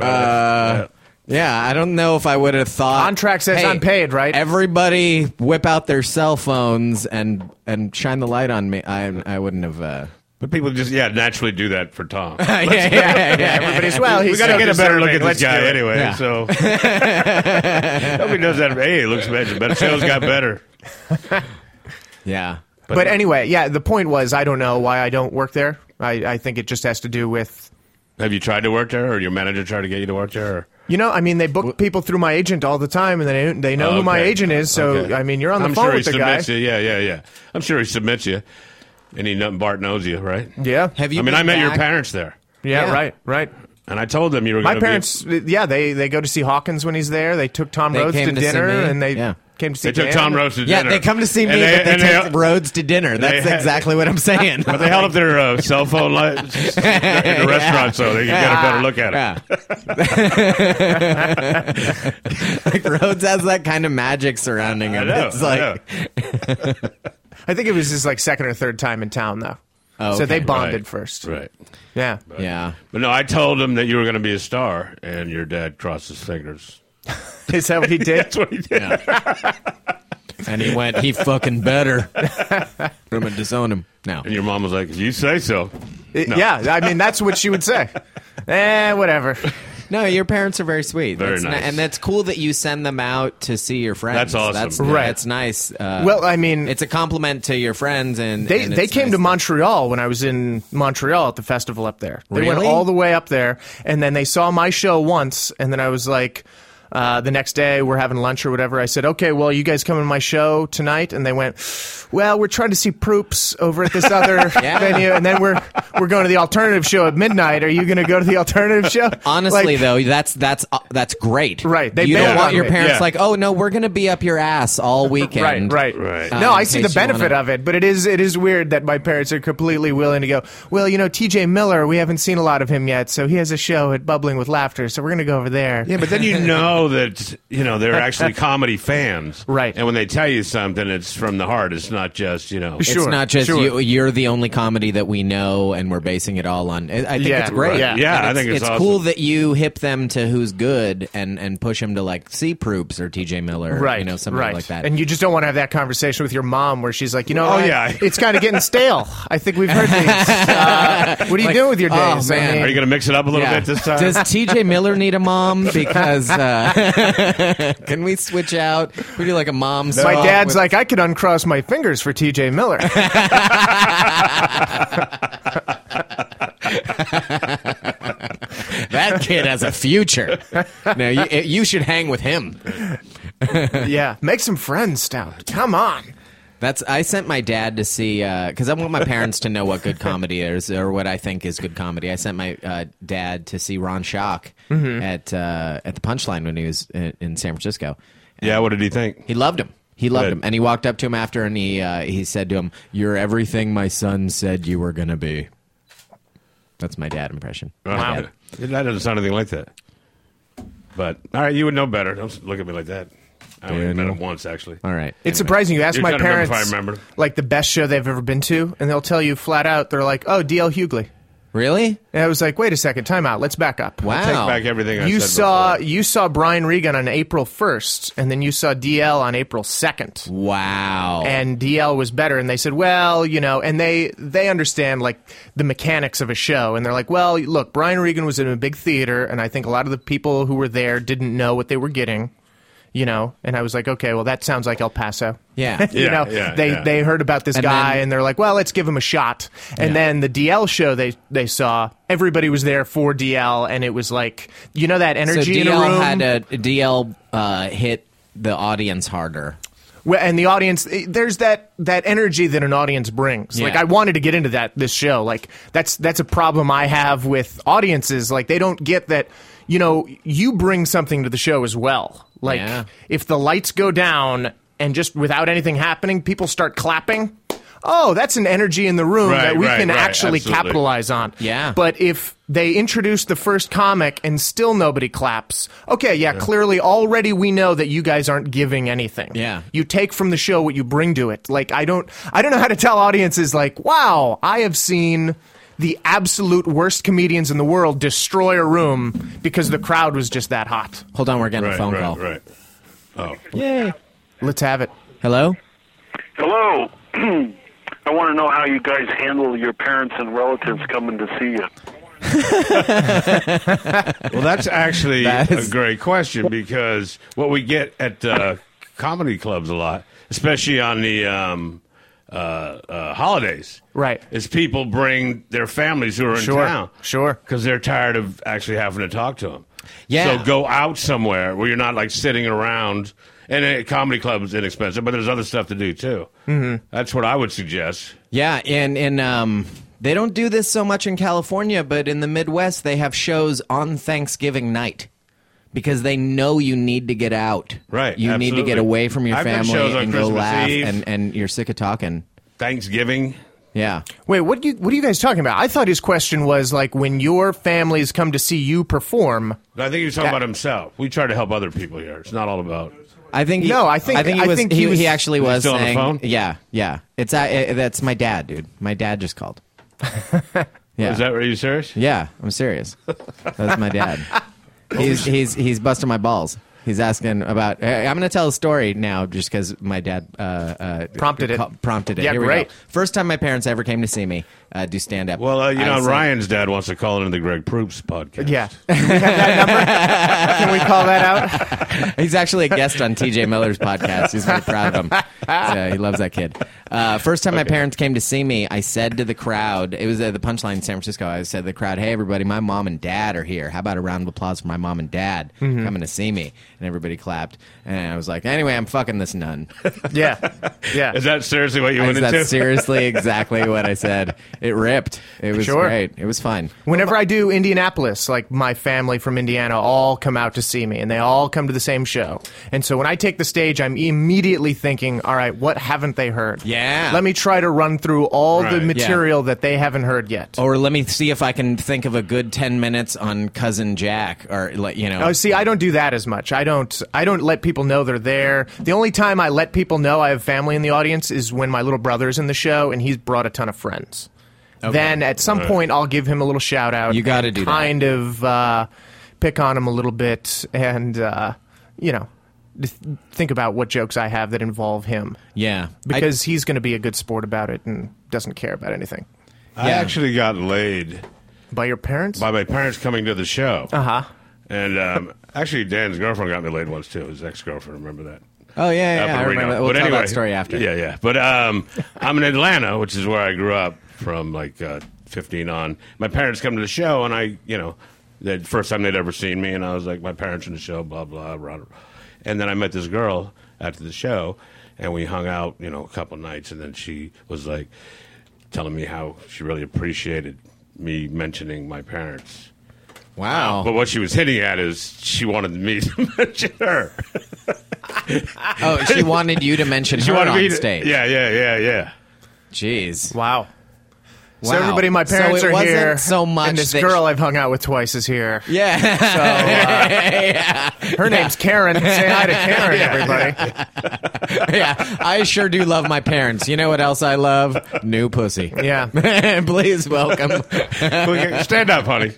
[SPEAKER 2] uh, yeah, I don't know if I would have thought.
[SPEAKER 4] Contract says unpaid, right?
[SPEAKER 2] Everybody whip out their cell phones and and shine the light on me. I I wouldn't have. Uh,
[SPEAKER 3] But people just, yeah, naturally do that for Tom.
[SPEAKER 2] yeah, yeah, yeah, yeah.
[SPEAKER 4] Everybody's well.
[SPEAKER 3] we
[SPEAKER 4] he's
[SPEAKER 3] got to
[SPEAKER 4] so
[SPEAKER 3] get a better look at
[SPEAKER 4] deserving.
[SPEAKER 3] this
[SPEAKER 4] Let's
[SPEAKER 3] guy
[SPEAKER 4] do it.
[SPEAKER 3] anyway.
[SPEAKER 2] Yeah.
[SPEAKER 3] So nobody does that. Hey, it looks better. Better sales got better.
[SPEAKER 2] Yeah.
[SPEAKER 4] But, anyway, yeah. The point was, I don't know why I don't work there. I, I think it just has to do with.
[SPEAKER 3] Have you tried to work there, or your manager tried to get you to work there? Or?
[SPEAKER 4] You know, I mean, they book people through my agent all the time, and they they know
[SPEAKER 3] Oh,
[SPEAKER 4] who my
[SPEAKER 3] okay.
[SPEAKER 4] agent is. So
[SPEAKER 3] Okay.
[SPEAKER 4] I mean, you're on the
[SPEAKER 3] I'm
[SPEAKER 4] phone
[SPEAKER 3] sure
[SPEAKER 4] with
[SPEAKER 3] he
[SPEAKER 4] the guy.
[SPEAKER 3] submits you. Yeah, yeah, yeah. I'm sure he submits you, and he kn- Bart knows you, right?
[SPEAKER 4] Yeah.
[SPEAKER 2] Have you?
[SPEAKER 3] I mean,
[SPEAKER 2] been
[SPEAKER 3] I met your
[SPEAKER 2] back-
[SPEAKER 3] parents there,
[SPEAKER 4] yeah,
[SPEAKER 2] Yeah.
[SPEAKER 4] Right. Right.
[SPEAKER 3] and I told them you were.
[SPEAKER 4] My
[SPEAKER 3] gonna be-
[SPEAKER 4] parents, yeah, they they go to see Hawkins when he's there. They took Tom
[SPEAKER 2] They
[SPEAKER 4] Rhodes
[SPEAKER 2] came
[SPEAKER 4] to,
[SPEAKER 2] to see
[SPEAKER 4] dinner,
[SPEAKER 2] me.
[SPEAKER 4] and they
[SPEAKER 2] Yeah.
[SPEAKER 4] came to see.
[SPEAKER 3] they took
[SPEAKER 4] Dan.
[SPEAKER 3] Tom Rose to
[SPEAKER 2] Yeah,
[SPEAKER 3] dinner.
[SPEAKER 2] they come to see me,
[SPEAKER 3] And
[SPEAKER 2] but they
[SPEAKER 3] and
[SPEAKER 2] take Rhodes to dinner. That's
[SPEAKER 3] had-
[SPEAKER 2] exactly what I'm saying.
[SPEAKER 3] But they held up their uh, cell phone lights in the restaurant so they could get a better look at it.
[SPEAKER 2] Yeah. like Rhodes has that kind of magic surrounding him.
[SPEAKER 3] I know,
[SPEAKER 2] it's
[SPEAKER 3] I
[SPEAKER 2] like
[SPEAKER 3] know.
[SPEAKER 4] I think it was his like second or third time in town though.
[SPEAKER 2] Oh,
[SPEAKER 4] So
[SPEAKER 2] okay.
[SPEAKER 4] they bonded
[SPEAKER 3] Right.
[SPEAKER 4] first.
[SPEAKER 3] Right.
[SPEAKER 4] Yeah.
[SPEAKER 2] yeah.
[SPEAKER 3] But no, I told him that you were going to be a star, and your dad crossed his fingers.
[SPEAKER 4] Is that what he did?
[SPEAKER 3] That's what he did.
[SPEAKER 2] And he went, he fucking better. I'm gonna disown him now.
[SPEAKER 3] And your mom was like, if you say so.
[SPEAKER 4] It- Uh, Yeah. I mean, that's what she would say. eh, whatever.
[SPEAKER 2] No, your parents are very sweet.
[SPEAKER 3] Very
[SPEAKER 2] That's ni-
[SPEAKER 3] nice.
[SPEAKER 2] and that's cool that you send them out to see your friends.
[SPEAKER 3] That's awesome.
[SPEAKER 2] That's,
[SPEAKER 4] Right.
[SPEAKER 2] that's nice. Uh,
[SPEAKER 4] Well, I mean-
[SPEAKER 2] it's a compliment to your friends, and
[SPEAKER 4] They
[SPEAKER 2] and
[SPEAKER 4] they
[SPEAKER 2] it's
[SPEAKER 4] came
[SPEAKER 2] nice
[SPEAKER 4] to Montreal when I was in Montreal at the festival up there. They went
[SPEAKER 2] Really?
[SPEAKER 4] all the way up there, and then they saw my show once, and then I was like. Uh, the next day, we're having lunch or whatever. I said, "Okay, well, you guys come to my show tonight?" And they went, "Well, we're trying to see Proops over at this other
[SPEAKER 2] Yeah.
[SPEAKER 4] venue, and then we're we're going to the alternative show at midnight. Are you going to go to the alternative show?"
[SPEAKER 2] Honestly,
[SPEAKER 4] Like,
[SPEAKER 2] though, that's that's uh, that's great.
[SPEAKER 4] Right, they
[SPEAKER 2] They you don't
[SPEAKER 4] bailed
[SPEAKER 2] want
[SPEAKER 4] on
[SPEAKER 2] your
[SPEAKER 4] me.
[SPEAKER 2] parents
[SPEAKER 3] Yeah.
[SPEAKER 2] like, oh no, we're gonna be up your ass all weekend.
[SPEAKER 3] Right.
[SPEAKER 4] Right, right,
[SPEAKER 3] Uh,
[SPEAKER 4] no, I
[SPEAKER 2] Um, in
[SPEAKER 4] see the
[SPEAKER 2] case you
[SPEAKER 4] benefit
[SPEAKER 2] wanna-
[SPEAKER 4] of it, but it is it is weird that my parents are completely willing to go. Well, you know, T.J. Miller, we haven't seen a lot of him yet, so he has a show at Bubbling with Laughter, so we're gonna go over there.
[SPEAKER 3] Yeah, but then you know that, you know, they're actually comedy fans.
[SPEAKER 4] Right.
[SPEAKER 3] And when they tell you something, it's from the heart. It's not just, you know.
[SPEAKER 4] Sure.
[SPEAKER 2] It's not just
[SPEAKER 4] sure.
[SPEAKER 2] you, you're the only comedy that we know, and we're basing it all on. I I think
[SPEAKER 4] Yeah,
[SPEAKER 2] it's great.
[SPEAKER 4] right. Yeah.
[SPEAKER 3] Yeah,
[SPEAKER 2] And
[SPEAKER 3] I think it's
[SPEAKER 2] cool
[SPEAKER 3] awesome.
[SPEAKER 2] that you hip them to who's good and and push them to like see Proops or T.J. Miller,
[SPEAKER 4] Right,
[SPEAKER 2] You know, somebody
[SPEAKER 4] right.
[SPEAKER 2] like that.
[SPEAKER 4] and you just don't want to have that conversation with your mom, where she's like, you know,
[SPEAKER 3] Oh,
[SPEAKER 4] what?
[SPEAKER 3] yeah.
[SPEAKER 4] it's kind of getting stale. I think we've heard these. Uh, what are you doing with your
[SPEAKER 2] oh,
[SPEAKER 4] days?
[SPEAKER 2] man.
[SPEAKER 4] I mean,
[SPEAKER 3] Are you going to mix it up a little bit this time?
[SPEAKER 2] Does TJ Miller need a mom? Because uh, can we switch out? We do like a mom.
[SPEAKER 4] my dad's like, I could uncross my fingers for T.J. Miller.
[SPEAKER 2] that kid has a future. No, you, you should hang with him.
[SPEAKER 4] yeah, make some friends, Stout. Come on.
[SPEAKER 2] That's I sent my dad to see because I want my parents to know what good comedy is or what I think is good comedy. I sent my uh, dad to see Ron Schock at uh, at the Punchline when he was in, in San Francisco.
[SPEAKER 3] yeah, what did he think?
[SPEAKER 2] He loved him. He loved
[SPEAKER 3] Good.
[SPEAKER 2] him, and he walked up to him after, and he uh, he said to him, "You're everything my son said you were gonna be." That's my dad impression. My
[SPEAKER 3] Wow.
[SPEAKER 2] dad.
[SPEAKER 3] That doesn't sound anything like that. But, all right, you would know better. Don't look at me like that. I only met
[SPEAKER 2] Daniel.
[SPEAKER 3] him once, actually.
[SPEAKER 2] All right.
[SPEAKER 4] It's surprising. You ask
[SPEAKER 3] You're
[SPEAKER 4] my
[SPEAKER 3] trying to remember if
[SPEAKER 4] parents,
[SPEAKER 3] I remember.
[SPEAKER 4] like the best show they've ever been to, and they'll tell you flat out, they're like, "Oh, D.L. Hughley."
[SPEAKER 2] Really?
[SPEAKER 4] And I was like, "Wait a second, time out. Let's back up."
[SPEAKER 2] Wow.
[SPEAKER 3] Take back everything I
[SPEAKER 4] You
[SPEAKER 3] said
[SPEAKER 4] saw
[SPEAKER 3] before.
[SPEAKER 4] you saw Brian Regan on April first, and then you saw DL on April second,
[SPEAKER 2] Wow.
[SPEAKER 4] and DL was better. And they said, "Well, you know," and they they understand like the mechanics of a show, and they're like, "Well, look, Brian Regan was in a big theater, and I think a lot of the people who were there didn't know what they were getting." You know, and I was like, okay, well, that sounds like El Paso.
[SPEAKER 2] yeah.
[SPEAKER 4] you
[SPEAKER 3] Yeah,
[SPEAKER 4] know
[SPEAKER 3] yeah,
[SPEAKER 4] they
[SPEAKER 3] yeah.
[SPEAKER 4] they heard about this
[SPEAKER 2] And
[SPEAKER 4] guy
[SPEAKER 2] then-
[SPEAKER 4] and they're like well let's give him a shot and
[SPEAKER 2] Yeah.
[SPEAKER 4] then the dl show they they saw everybody was there for dl and it was like you know that
[SPEAKER 2] So
[SPEAKER 4] energy in a
[SPEAKER 2] DL
[SPEAKER 4] room
[SPEAKER 2] had a DL uh, hit the audience harder.
[SPEAKER 4] Well, and the audience eh, there's that that energy that an audience brings like
[SPEAKER 2] Yeah.
[SPEAKER 4] i wanted to get into that this show like that's that's a problem i have with audiences like they don't get that you know you bring something to the show as well like
[SPEAKER 2] Yeah.
[SPEAKER 4] if the lights go down and just without anything happening people start clapping oh, that's an energy in the room
[SPEAKER 3] Right,
[SPEAKER 4] that we
[SPEAKER 3] right,
[SPEAKER 4] can
[SPEAKER 3] right,
[SPEAKER 4] actually
[SPEAKER 3] absolutely.
[SPEAKER 4] capitalize on.
[SPEAKER 2] Yeah.
[SPEAKER 4] But if they introduce the first comic and still nobody claps, okay, yeah, clearly already we know that you guys aren't giving anything.
[SPEAKER 2] Yeah.
[SPEAKER 4] You take from the show what you bring to it. Like I don't I don't know how to tell audiences like, wow, I have seen the absolute worst comedians in the world destroy a room because the crowd was just that hot.
[SPEAKER 2] Hold on, we're getting
[SPEAKER 3] Right,
[SPEAKER 2] a phone
[SPEAKER 3] right,
[SPEAKER 2] call.
[SPEAKER 3] right.
[SPEAKER 2] Yay.
[SPEAKER 4] Let's have it.
[SPEAKER 2] Hello?
[SPEAKER 5] Hello. I want to know how you guys handle your parents and relatives coming to see you.
[SPEAKER 3] Well, that's actually
[SPEAKER 2] That is-
[SPEAKER 3] a great question because what we get at uh, comedy clubs a lot, especially on the um, uh, uh, holidays,
[SPEAKER 4] Right.
[SPEAKER 3] is people bring their families who are in
[SPEAKER 4] Sure,
[SPEAKER 3] town,
[SPEAKER 4] sure.
[SPEAKER 3] because they're tired of actually having to talk to them.
[SPEAKER 2] Yeah.
[SPEAKER 3] So go out somewhere where you're not like sitting around. And a comedy club is inexpensive, but there's other stuff to do too. Mm-hmm. That's what I would suggest.
[SPEAKER 2] Yeah, and and um, they don't do this so much in California, but in the Midwest they have shows on Thanksgiving night because they know you need to get out.
[SPEAKER 3] Right,
[SPEAKER 2] you need to
[SPEAKER 3] absolutely.
[SPEAKER 2] get away from your
[SPEAKER 3] I've done
[SPEAKER 2] family
[SPEAKER 3] shows on
[SPEAKER 2] and go
[SPEAKER 3] Christmas
[SPEAKER 2] laugh,
[SPEAKER 3] Eve.
[SPEAKER 2] and and you're sick of talking.
[SPEAKER 3] Thanksgiving,
[SPEAKER 2] Yeah,
[SPEAKER 4] Wait, what do you what are you guys talking about? I thought his question was like when your families come to see you perform.
[SPEAKER 3] I think he was talking about himself. We try to help other people here. It's not all about.
[SPEAKER 2] I think he-
[SPEAKER 4] No, I think-
[SPEAKER 2] I think he
[SPEAKER 4] I
[SPEAKER 2] was,
[SPEAKER 4] think
[SPEAKER 2] he,
[SPEAKER 4] he was-
[SPEAKER 2] he actually
[SPEAKER 3] Is he
[SPEAKER 2] was
[SPEAKER 3] still on the
[SPEAKER 2] saying
[SPEAKER 3] phone?
[SPEAKER 2] yeah yeah it's uh, uh, that's my dad, dude. My dad just called. Yeah,
[SPEAKER 3] Is that? Are you serious?
[SPEAKER 2] yeah, I'm serious. That's my dad. He's he's he's busting my balls. He's asking about. uh, I'm going to tell a story now, just because my dad uh, uh,
[SPEAKER 4] Prompted it.
[SPEAKER 2] co- Prompted it.
[SPEAKER 4] Yeah,
[SPEAKER 2] Here we
[SPEAKER 4] great.
[SPEAKER 2] go. First time my parents ever came to see me uh, do stand up.
[SPEAKER 3] Well, uh, you know,
[SPEAKER 2] I said-
[SPEAKER 3] Ryan's dad wants to call into the Greg Proops podcast.
[SPEAKER 4] Yeah. Do we have that number? Can we call that out?
[SPEAKER 2] He's actually a guest on TJ Miller's podcast. He's very proud of him. So he loves that kid. Uh, first time my parents came to see me, I said to the crowd, it was at the punchline in San Francisco. I said to the crowd, hey, everybody, my mom and dad are here. How about a round of applause for my mom and dad
[SPEAKER 4] Mm-hmm.
[SPEAKER 2] coming to see me? And everybody clapped. And I was like, anyway, I'm fucking this nun.
[SPEAKER 4] Yeah. Yeah.
[SPEAKER 3] Is that seriously what you
[SPEAKER 2] Is
[SPEAKER 3] went
[SPEAKER 2] that
[SPEAKER 3] into?
[SPEAKER 2] seriously exactly what I said? It ripped. It was
[SPEAKER 4] Sure.
[SPEAKER 2] great. It was fun.
[SPEAKER 4] Whenever I do Indianapolis, like my family from Indiana all come out to see me and they all come to the same show. And so when I take the stage, I'm immediately thinking, all right, what haven't they heard?
[SPEAKER 2] Yeah.
[SPEAKER 4] Let me try to run through all
[SPEAKER 3] Right.
[SPEAKER 4] the material that they haven't heard yet.
[SPEAKER 2] Or let me see if I can think of a good 10 minutes on Cousin Jack or, like, you know.
[SPEAKER 4] Oh, see, I don't do that as much. I don't. I don't let people know they're there. The only time I let people know I have family in the audience is when my little brother's in the show and he's brought a ton of friends. Then at some point I'll give him a little shout out.
[SPEAKER 2] You gotta
[SPEAKER 4] and
[SPEAKER 2] do that.
[SPEAKER 4] kind of uh, pick on him a little bit and uh, you know th- think about what jokes I have that involve him
[SPEAKER 2] yeah. I-
[SPEAKER 4] because he's going to be a good sport about it and doesn't care about anything.
[SPEAKER 3] I
[SPEAKER 2] Yeah.
[SPEAKER 3] actually got laid
[SPEAKER 4] By your parents?
[SPEAKER 3] by my parents coming to the show.
[SPEAKER 4] uh
[SPEAKER 2] Uh-huh.
[SPEAKER 4] huh.
[SPEAKER 3] And um, actually, Dan's girlfriend got me laid once too. His ex girlfriend, remember that?
[SPEAKER 2] Oh yeah, yeah,
[SPEAKER 3] Up
[SPEAKER 2] yeah, I
[SPEAKER 3] in Reno.
[SPEAKER 2] remember. That. We'll
[SPEAKER 3] but
[SPEAKER 2] tell
[SPEAKER 3] anyway,
[SPEAKER 2] that story after.
[SPEAKER 3] Yeah, yeah. But um, I'm in Atlanta, which is where I grew up from like uh, 15 on. My parents come to the show, and I, you know, the first time they'd ever seen me, and I was like, my parents in the show, blah blah. blah, blah. And then I met this girl after the show, and we hung out, you know, a couple nights, and then she was like telling me how she really appreciated me mentioning my parents.
[SPEAKER 2] Wow.
[SPEAKER 3] But what she was hitting at is she wanted me to mention her.
[SPEAKER 2] oh, she wanted you to mention
[SPEAKER 3] She
[SPEAKER 2] her
[SPEAKER 3] wanted
[SPEAKER 2] on
[SPEAKER 3] me to,
[SPEAKER 2] stage.
[SPEAKER 3] Yeah, yeah, yeah, yeah.
[SPEAKER 2] Jeez.
[SPEAKER 4] Wow. So
[SPEAKER 2] Wow.
[SPEAKER 4] everybody, my
[SPEAKER 2] So
[SPEAKER 4] parents
[SPEAKER 2] it
[SPEAKER 4] are
[SPEAKER 2] wasn't
[SPEAKER 4] here.
[SPEAKER 2] so much
[SPEAKER 4] and this
[SPEAKER 2] that-
[SPEAKER 4] girl I've hung out with twice is here.
[SPEAKER 2] Yeah.
[SPEAKER 4] So, uh, her name's Karen. Say hi to Karen, everybody.
[SPEAKER 2] yeah. I sure do love my parents. You know what else I love? New pussy.
[SPEAKER 4] Yeah,
[SPEAKER 2] Please welcome.
[SPEAKER 3] Click- Stand up, honey.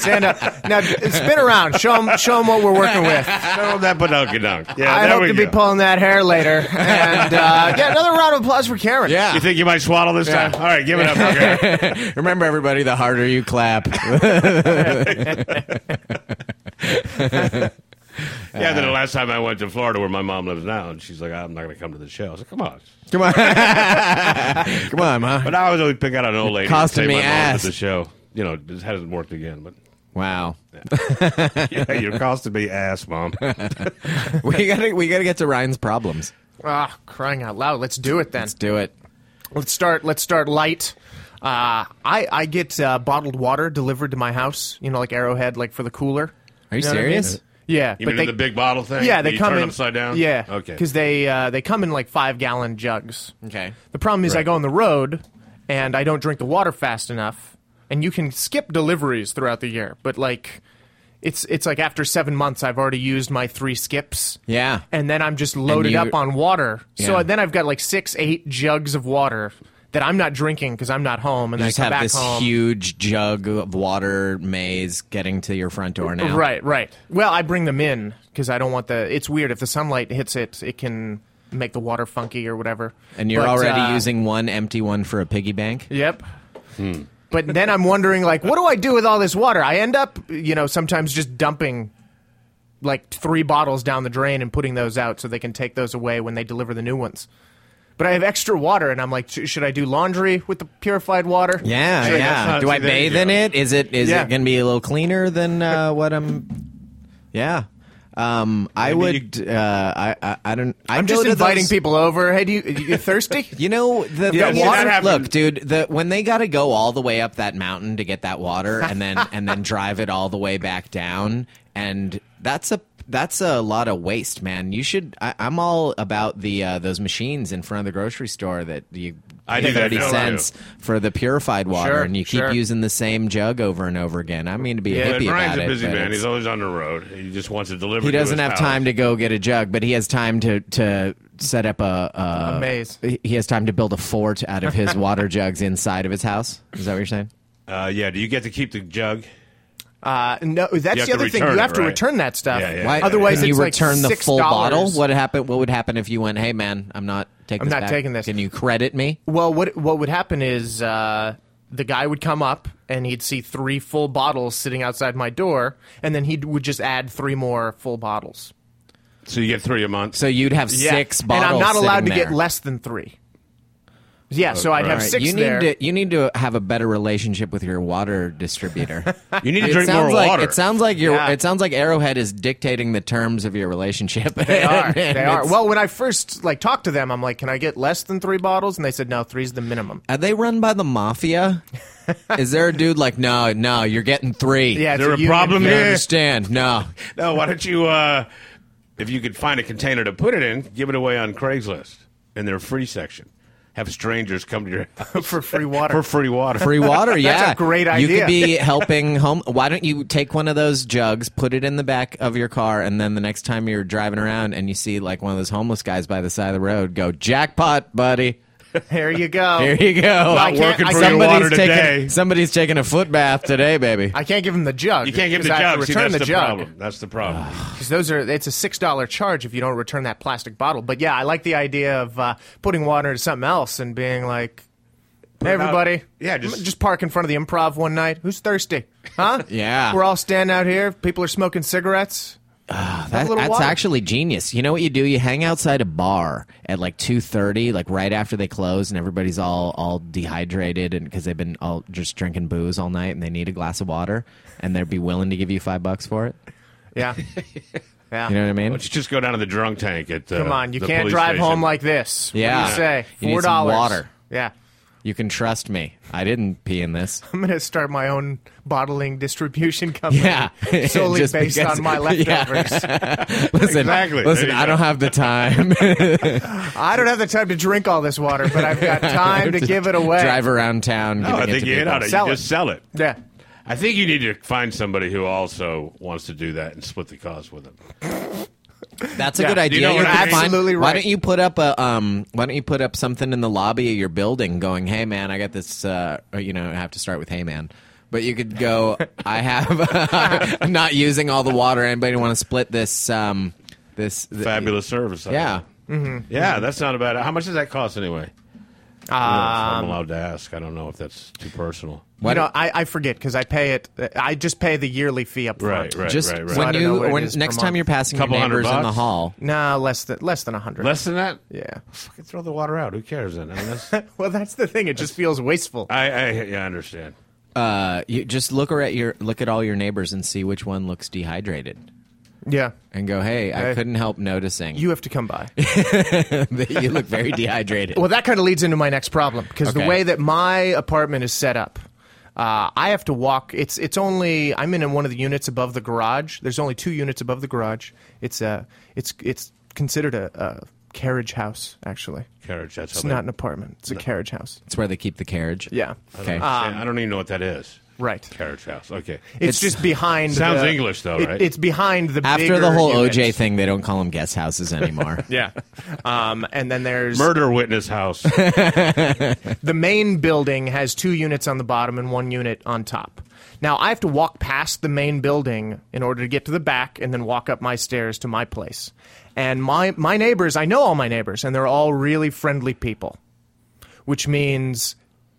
[SPEAKER 4] stand up. Now spin around. Show them. what we're working with.
[SPEAKER 3] Settle that badonka dunk. Yeah,
[SPEAKER 4] I
[SPEAKER 3] there
[SPEAKER 4] hope
[SPEAKER 3] we
[SPEAKER 4] to
[SPEAKER 3] go.
[SPEAKER 4] be pulling that hair later. And uh, yeah, another round of applause for Karen.
[SPEAKER 2] Yeah.
[SPEAKER 3] you think you might swaddle this time? All right, give it up. Okay.
[SPEAKER 2] Remember, everybody, the harder you clap.
[SPEAKER 3] yeah, then the last time I went to Florida where my mom lives now, and she's like, I'm not going to come to the show. I was like, come on.
[SPEAKER 2] Come on. Come on, huh?
[SPEAKER 3] But I always always pick out an old lady.
[SPEAKER 2] Costing
[SPEAKER 3] and say
[SPEAKER 2] me
[SPEAKER 3] my mom was
[SPEAKER 2] ass.
[SPEAKER 3] at the show. You know, this hasn't worked again, but
[SPEAKER 2] Wow.
[SPEAKER 3] yeah, you're costing me ass, mom.
[SPEAKER 2] We gotta we gotta get to Ryan's problems.
[SPEAKER 4] Ah, crying out loud. Let's do it then.
[SPEAKER 2] Let's do it.
[SPEAKER 4] Let's start. Let's start light. Uh, I I get uh, bottled water delivered to my house. You know, like Arrowhead, like for the cooler.
[SPEAKER 2] Are you
[SPEAKER 4] know what I mean?
[SPEAKER 2] serious?
[SPEAKER 4] Yeah,
[SPEAKER 3] You
[SPEAKER 4] but
[SPEAKER 3] mean
[SPEAKER 4] they-
[SPEAKER 3] the big bottle thing?
[SPEAKER 4] Yeah, they
[SPEAKER 3] you
[SPEAKER 4] come
[SPEAKER 3] turn
[SPEAKER 4] in
[SPEAKER 3] upside down.
[SPEAKER 4] Yeah,
[SPEAKER 3] Okay.
[SPEAKER 4] because they uh, they come in like five gallon jugs.
[SPEAKER 2] Okay.
[SPEAKER 4] The problem is I
[SPEAKER 3] Right.
[SPEAKER 4] go on the road and I don't drink the water fast enough, and you can skip deliveries throughout the year, but like. It's it's like after seven months, I've already used my three skips.
[SPEAKER 2] Yeah.
[SPEAKER 4] and then I'm just loaded
[SPEAKER 2] you-
[SPEAKER 4] up on water.
[SPEAKER 2] Yeah.
[SPEAKER 4] So then I've got like six, eight jugs of water that I'm not drinking because I'm not home, and
[SPEAKER 2] You
[SPEAKER 4] I
[SPEAKER 2] just
[SPEAKER 4] come
[SPEAKER 2] have
[SPEAKER 4] back
[SPEAKER 2] this
[SPEAKER 4] home.
[SPEAKER 2] huge jug of water maze getting to your front door now.
[SPEAKER 4] Right, right. Well, I bring them in because I don't want the. It's weird if the sunlight hits it, it can make the water funky or whatever.
[SPEAKER 2] And you're
[SPEAKER 4] But,
[SPEAKER 2] already
[SPEAKER 4] uh,
[SPEAKER 2] using Hmm. one empty one for a piggy bank.
[SPEAKER 4] Yep. But then I'm wondering, like, what do I do with all this water? I end up, you know, sometimes just dumping like three bottles down the drain and putting those out so they can take those away when they deliver the new ones. But I have extra water, and I'm like, "Sh- should I do laundry with the purified water?
[SPEAKER 2] Yeah,
[SPEAKER 3] Sure, that's
[SPEAKER 2] yeah.
[SPEAKER 3] not-
[SPEAKER 2] Do I
[SPEAKER 3] see, there you
[SPEAKER 2] bathe in
[SPEAKER 3] go.
[SPEAKER 2] it? Is it is
[SPEAKER 4] Yeah.
[SPEAKER 2] it gonna be a little cleaner than uh, what I'm? Yeah. Um, I would. uh, I, I I don't. I
[SPEAKER 4] I'm
[SPEAKER 2] go
[SPEAKER 4] just
[SPEAKER 2] to
[SPEAKER 4] inviting
[SPEAKER 2] those-
[SPEAKER 4] people over. Hey, do you you thirsty?
[SPEAKER 2] You know the,
[SPEAKER 3] Yeah,
[SPEAKER 2] the
[SPEAKER 3] see, that
[SPEAKER 2] water.
[SPEAKER 3] happened.
[SPEAKER 2] Look, dude, the when they got to go all the way up that mountain to get that water, and then and then drive it all the way back down, and that's a that's a lot of waste, man. You should. I, I'm all about the uh, those machines in front of the grocery store that you.
[SPEAKER 3] I
[SPEAKER 2] pay
[SPEAKER 3] do that
[SPEAKER 2] thirty
[SPEAKER 3] now, too.
[SPEAKER 2] cents for the purified water,
[SPEAKER 4] Sure,
[SPEAKER 2] and you keep
[SPEAKER 4] sure.
[SPEAKER 2] using the same jug over and over again. I mean to be
[SPEAKER 4] Yeah,
[SPEAKER 2] a
[SPEAKER 3] But
[SPEAKER 2] hippie
[SPEAKER 3] Brian's
[SPEAKER 2] about
[SPEAKER 3] a busy
[SPEAKER 2] it, but
[SPEAKER 3] man. He's
[SPEAKER 2] it's-
[SPEAKER 3] always on the road. He just wants to deliver.
[SPEAKER 2] he
[SPEAKER 3] to
[SPEAKER 2] doesn't
[SPEAKER 3] his
[SPEAKER 2] have
[SPEAKER 3] house.
[SPEAKER 2] time to go get a jug, but he has time to to set up a, a
[SPEAKER 4] A maze.
[SPEAKER 2] He he has time to build a fort out of his water jugs inside of his house. Is that what you're saying?
[SPEAKER 3] Uh, yeah. Do you get to keep the jug?
[SPEAKER 4] Uh, no, that's
[SPEAKER 3] have
[SPEAKER 4] the
[SPEAKER 3] to
[SPEAKER 4] other thing.
[SPEAKER 3] return
[SPEAKER 4] You
[SPEAKER 3] it,
[SPEAKER 4] have to
[SPEAKER 3] right?
[SPEAKER 4] return that stuff.
[SPEAKER 3] Yeah, yeah.
[SPEAKER 2] Why,
[SPEAKER 4] Otherwise,
[SPEAKER 2] can
[SPEAKER 4] it's
[SPEAKER 2] you
[SPEAKER 4] like
[SPEAKER 2] return the
[SPEAKER 4] $6.
[SPEAKER 2] full bottle? What happened? What would happen if you went, "Hey, man, I'm not taking.
[SPEAKER 4] I'm
[SPEAKER 2] this
[SPEAKER 4] not
[SPEAKER 2] back.
[SPEAKER 4] taking this."
[SPEAKER 2] Can you credit me?
[SPEAKER 4] Well, what what would happen is uh, the guy would come up and he'd see three full bottles sitting outside my door, and then he would just add three more full bottles.
[SPEAKER 3] So you get three a month.
[SPEAKER 2] So you'd have six bottles.
[SPEAKER 4] and I'm not allowed to
[SPEAKER 2] sitting
[SPEAKER 4] get
[SPEAKER 2] there.
[SPEAKER 4] less than three. Yeah, so
[SPEAKER 3] right.
[SPEAKER 4] I'd have
[SPEAKER 2] All right,
[SPEAKER 4] six
[SPEAKER 2] you need
[SPEAKER 4] there.
[SPEAKER 2] to you need to have a better relationship with your water distributor.
[SPEAKER 3] you need to
[SPEAKER 2] It
[SPEAKER 3] drink
[SPEAKER 2] sounds
[SPEAKER 3] more
[SPEAKER 2] like,
[SPEAKER 3] water.
[SPEAKER 2] It sounds like your.
[SPEAKER 4] Yeah.
[SPEAKER 2] It sounds like Arrowhead is dictating the terms of your relationship.
[SPEAKER 4] they are.
[SPEAKER 2] And
[SPEAKER 4] They are.
[SPEAKER 2] it's-
[SPEAKER 4] Well, when I first like talked to them, I'm like, "Can I get less than three bottles?" And they said, "No, three's the minimum."
[SPEAKER 2] Are they run by the mafia? Is there a dude like, no, no, you're getting three.
[SPEAKER 4] Yeah, it's
[SPEAKER 3] there a
[SPEAKER 4] union.
[SPEAKER 3] problem
[SPEAKER 2] You
[SPEAKER 3] here?
[SPEAKER 2] understand? No.
[SPEAKER 3] no. Why don't you? Uh, if you could find a container to put it in, give it away on Craigslist in their free section. Have strangers come to your house
[SPEAKER 4] for free water.
[SPEAKER 3] for free water.
[SPEAKER 2] Free water, yeah.
[SPEAKER 4] a great
[SPEAKER 2] You could
[SPEAKER 4] idea.
[SPEAKER 2] be helping home. Why don't you take one of those jugs, put it in the back of your car, and then the next time you're driving around and you see like one of those homeless guys by the side of the road, go, jackpot, buddy.
[SPEAKER 4] Here you go.
[SPEAKER 2] Here you go.
[SPEAKER 4] I can't-
[SPEAKER 3] working
[SPEAKER 4] I-
[SPEAKER 3] for your
[SPEAKER 4] somebody's
[SPEAKER 3] water
[SPEAKER 2] taking,
[SPEAKER 3] today.
[SPEAKER 2] Somebody's taking a foot bath today, baby.
[SPEAKER 4] I can't give them the jug.
[SPEAKER 3] You can't give
[SPEAKER 4] 'cause
[SPEAKER 3] the
[SPEAKER 4] I have
[SPEAKER 3] jug.
[SPEAKER 4] to
[SPEAKER 3] See,
[SPEAKER 4] return
[SPEAKER 3] that's the,
[SPEAKER 4] jug.
[SPEAKER 3] problem. That's the problem.
[SPEAKER 4] Because those are it's a six dollar charge if you don't return that plastic bottle. But yeah, I like the idea of uh, putting water into something else and being like,
[SPEAKER 3] it
[SPEAKER 4] "Hey,
[SPEAKER 3] out-
[SPEAKER 4] everybody,
[SPEAKER 3] Yeah, just-
[SPEAKER 4] just park in front of the improv one night. Who's thirsty? Huh?
[SPEAKER 2] Yeah. Ah,
[SPEAKER 4] we're all standing out here. People are smoking cigarettes.
[SPEAKER 2] That-
[SPEAKER 4] little
[SPEAKER 2] that's
[SPEAKER 4] water.
[SPEAKER 2] actually genius. You know what you do? You hang outside a bar at like two thirty, like right after they close, and everybody's all all dehydrated, and because they've been all just drinking booze all night, and they need a glass of water, and they'd be willing to give you five bucks for it.
[SPEAKER 4] Yeah, yeah.
[SPEAKER 2] You know what I mean?
[SPEAKER 3] Why don't you just go down to the drunk tank at uh,
[SPEAKER 4] Come on, you
[SPEAKER 3] the
[SPEAKER 4] can't
[SPEAKER 3] police
[SPEAKER 4] drive
[SPEAKER 3] station.
[SPEAKER 4] home like this.
[SPEAKER 2] Yeah.
[SPEAKER 4] what do you say
[SPEAKER 2] You need
[SPEAKER 4] four
[SPEAKER 2] some
[SPEAKER 4] dollars?
[SPEAKER 2] water.
[SPEAKER 4] Yeah,
[SPEAKER 2] You can trust me. I didn't pee in this.
[SPEAKER 4] I'm gonna start my own bottling distribution company.
[SPEAKER 2] Yeah,
[SPEAKER 4] solely
[SPEAKER 2] Just
[SPEAKER 4] based
[SPEAKER 2] because-
[SPEAKER 4] on my
[SPEAKER 2] Yeah.
[SPEAKER 4] leftovers.
[SPEAKER 2] Listen,
[SPEAKER 3] Exactly. There
[SPEAKER 2] Listen,
[SPEAKER 3] you
[SPEAKER 2] I
[SPEAKER 3] go.
[SPEAKER 2] don't have the time.
[SPEAKER 4] I don't have the time to drink all this water, but I've got time to give it away.
[SPEAKER 2] Drive around town.
[SPEAKER 3] No,
[SPEAKER 2] giving
[SPEAKER 3] I
[SPEAKER 2] it
[SPEAKER 3] think
[SPEAKER 2] to
[SPEAKER 3] you hit
[SPEAKER 2] people.
[SPEAKER 3] on it.
[SPEAKER 4] Sell
[SPEAKER 3] you
[SPEAKER 4] it.
[SPEAKER 3] just sell it.
[SPEAKER 4] Yeah.
[SPEAKER 3] I think you need to find somebody who also wants to do that and split the cost with them.
[SPEAKER 2] That's a
[SPEAKER 4] Yeah.
[SPEAKER 2] good idea.
[SPEAKER 3] You know what
[SPEAKER 2] You're
[SPEAKER 3] I mean?
[SPEAKER 2] fine.
[SPEAKER 4] Absolutely
[SPEAKER 2] Why
[SPEAKER 4] right.
[SPEAKER 2] don't you put up a um? Why don't you put up something in the lobby of your building, going, "Hey man, I got this." Uh, or, you know, I have to start with "Hey man," but you could go, "I have. I'm not using all the water. Anybody want to split this? Um, this th-
[SPEAKER 3] Fabulous service. I
[SPEAKER 2] Yeah,
[SPEAKER 3] think. yeah, that's not a bad. How much does that cost anyway?
[SPEAKER 2] Uh,
[SPEAKER 3] I don't know if I'm allowed to ask. I don't know if that's too personal.
[SPEAKER 2] Why
[SPEAKER 4] you know,
[SPEAKER 2] don't-
[SPEAKER 4] I, I forget because I pay it. I just pay the yearly fee up front.
[SPEAKER 3] Right, right,
[SPEAKER 2] just
[SPEAKER 3] right,
[SPEAKER 2] when
[SPEAKER 3] right.
[SPEAKER 4] I don't know
[SPEAKER 2] you
[SPEAKER 4] what it
[SPEAKER 2] when
[SPEAKER 4] is per
[SPEAKER 2] next time
[SPEAKER 4] month.
[SPEAKER 2] you're passing your
[SPEAKER 3] Couple hundred
[SPEAKER 2] neighbors in the
[SPEAKER 3] bucks?
[SPEAKER 2] hall.
[SPEAKER 4] No, less than less than a hundred.
[SPEAKER 3] Less than that?
[SPEAKER 4] Yeah.
[SPEAKER 3] Fucking throw the water out. Who cares then? I mean, that's,
[SPEAKER 4] Well, that's the thing. It just feels wasteful.
[SPEAKER 3] I, I, yeah, I understand.
[SPEAKER 2] Uh, you just look at your look at all your neighbors and see which one looks dehydrated,
[SPEAKER 4] yeah.
[SPEAKER 2] and go, "Hey, I
[SPEAKER 4] Hey.
[SPEAKER 2] couldn't help noticing
[SPEAKER 4] You have to come by.
[SPEAKER 2] that you look very dehydrated."
[SPEAKER 4] well, that kind of leads into my next problem because
[SPEAKER 2] Okay.
[SPEAKER 4] the way that my apartment is set up, Uh, I have to walk. It's it's only I'm in one of the units above the garage. There's only two units above the garage. It's a it's it's considered a, a carriage house actually.
[SPEAKER 3] Carriage. That's
[SPEAKER 4] It's
[SPEAKER 3] how they-
[SPEAKER 4] not an apartment. It's a carriage house.
[SPEAKER 2] It's where they keep the carriage.
[SPEAKER 4] Yeah.
[SPEAKER 2] Okay.
[SPEAKER 3] I don't even know what that is.
[SPEAKER 4] Right.
[SPEAKER 3] Carriage house. Okay.
[SPEAKER 4] It's,
[SPEAKER 2] It's-
[SPEAKER 4] just behind.
[SPEAKER 3] Sounds
[SPEAKER 4] the-
[SPEAKER 3] English, though,
[SPEAKER 4] it-
[SPEAKER 3] right?
[SPEAKER 4] It's behind the
[SPEAKER 2] After the
[SPEAKER 4] bigger
[SPEAKER 2] whole
[SPEAKER 4] unit.
[SPEAKER 2] OJ thing, they don't call them guest houses anymore.
[SPEAKER 4] Yeah. Um, and then there's
[SPEAKER 3] Murder witness house.
[SPEAKER 4] the main building has two units on the bottom and one unit on top. Now I have to walk past the main building in order to get to the back and then walk up my stairs to my place. And my my neighbors, I know all my neighbors and they're all really friendly people. Which means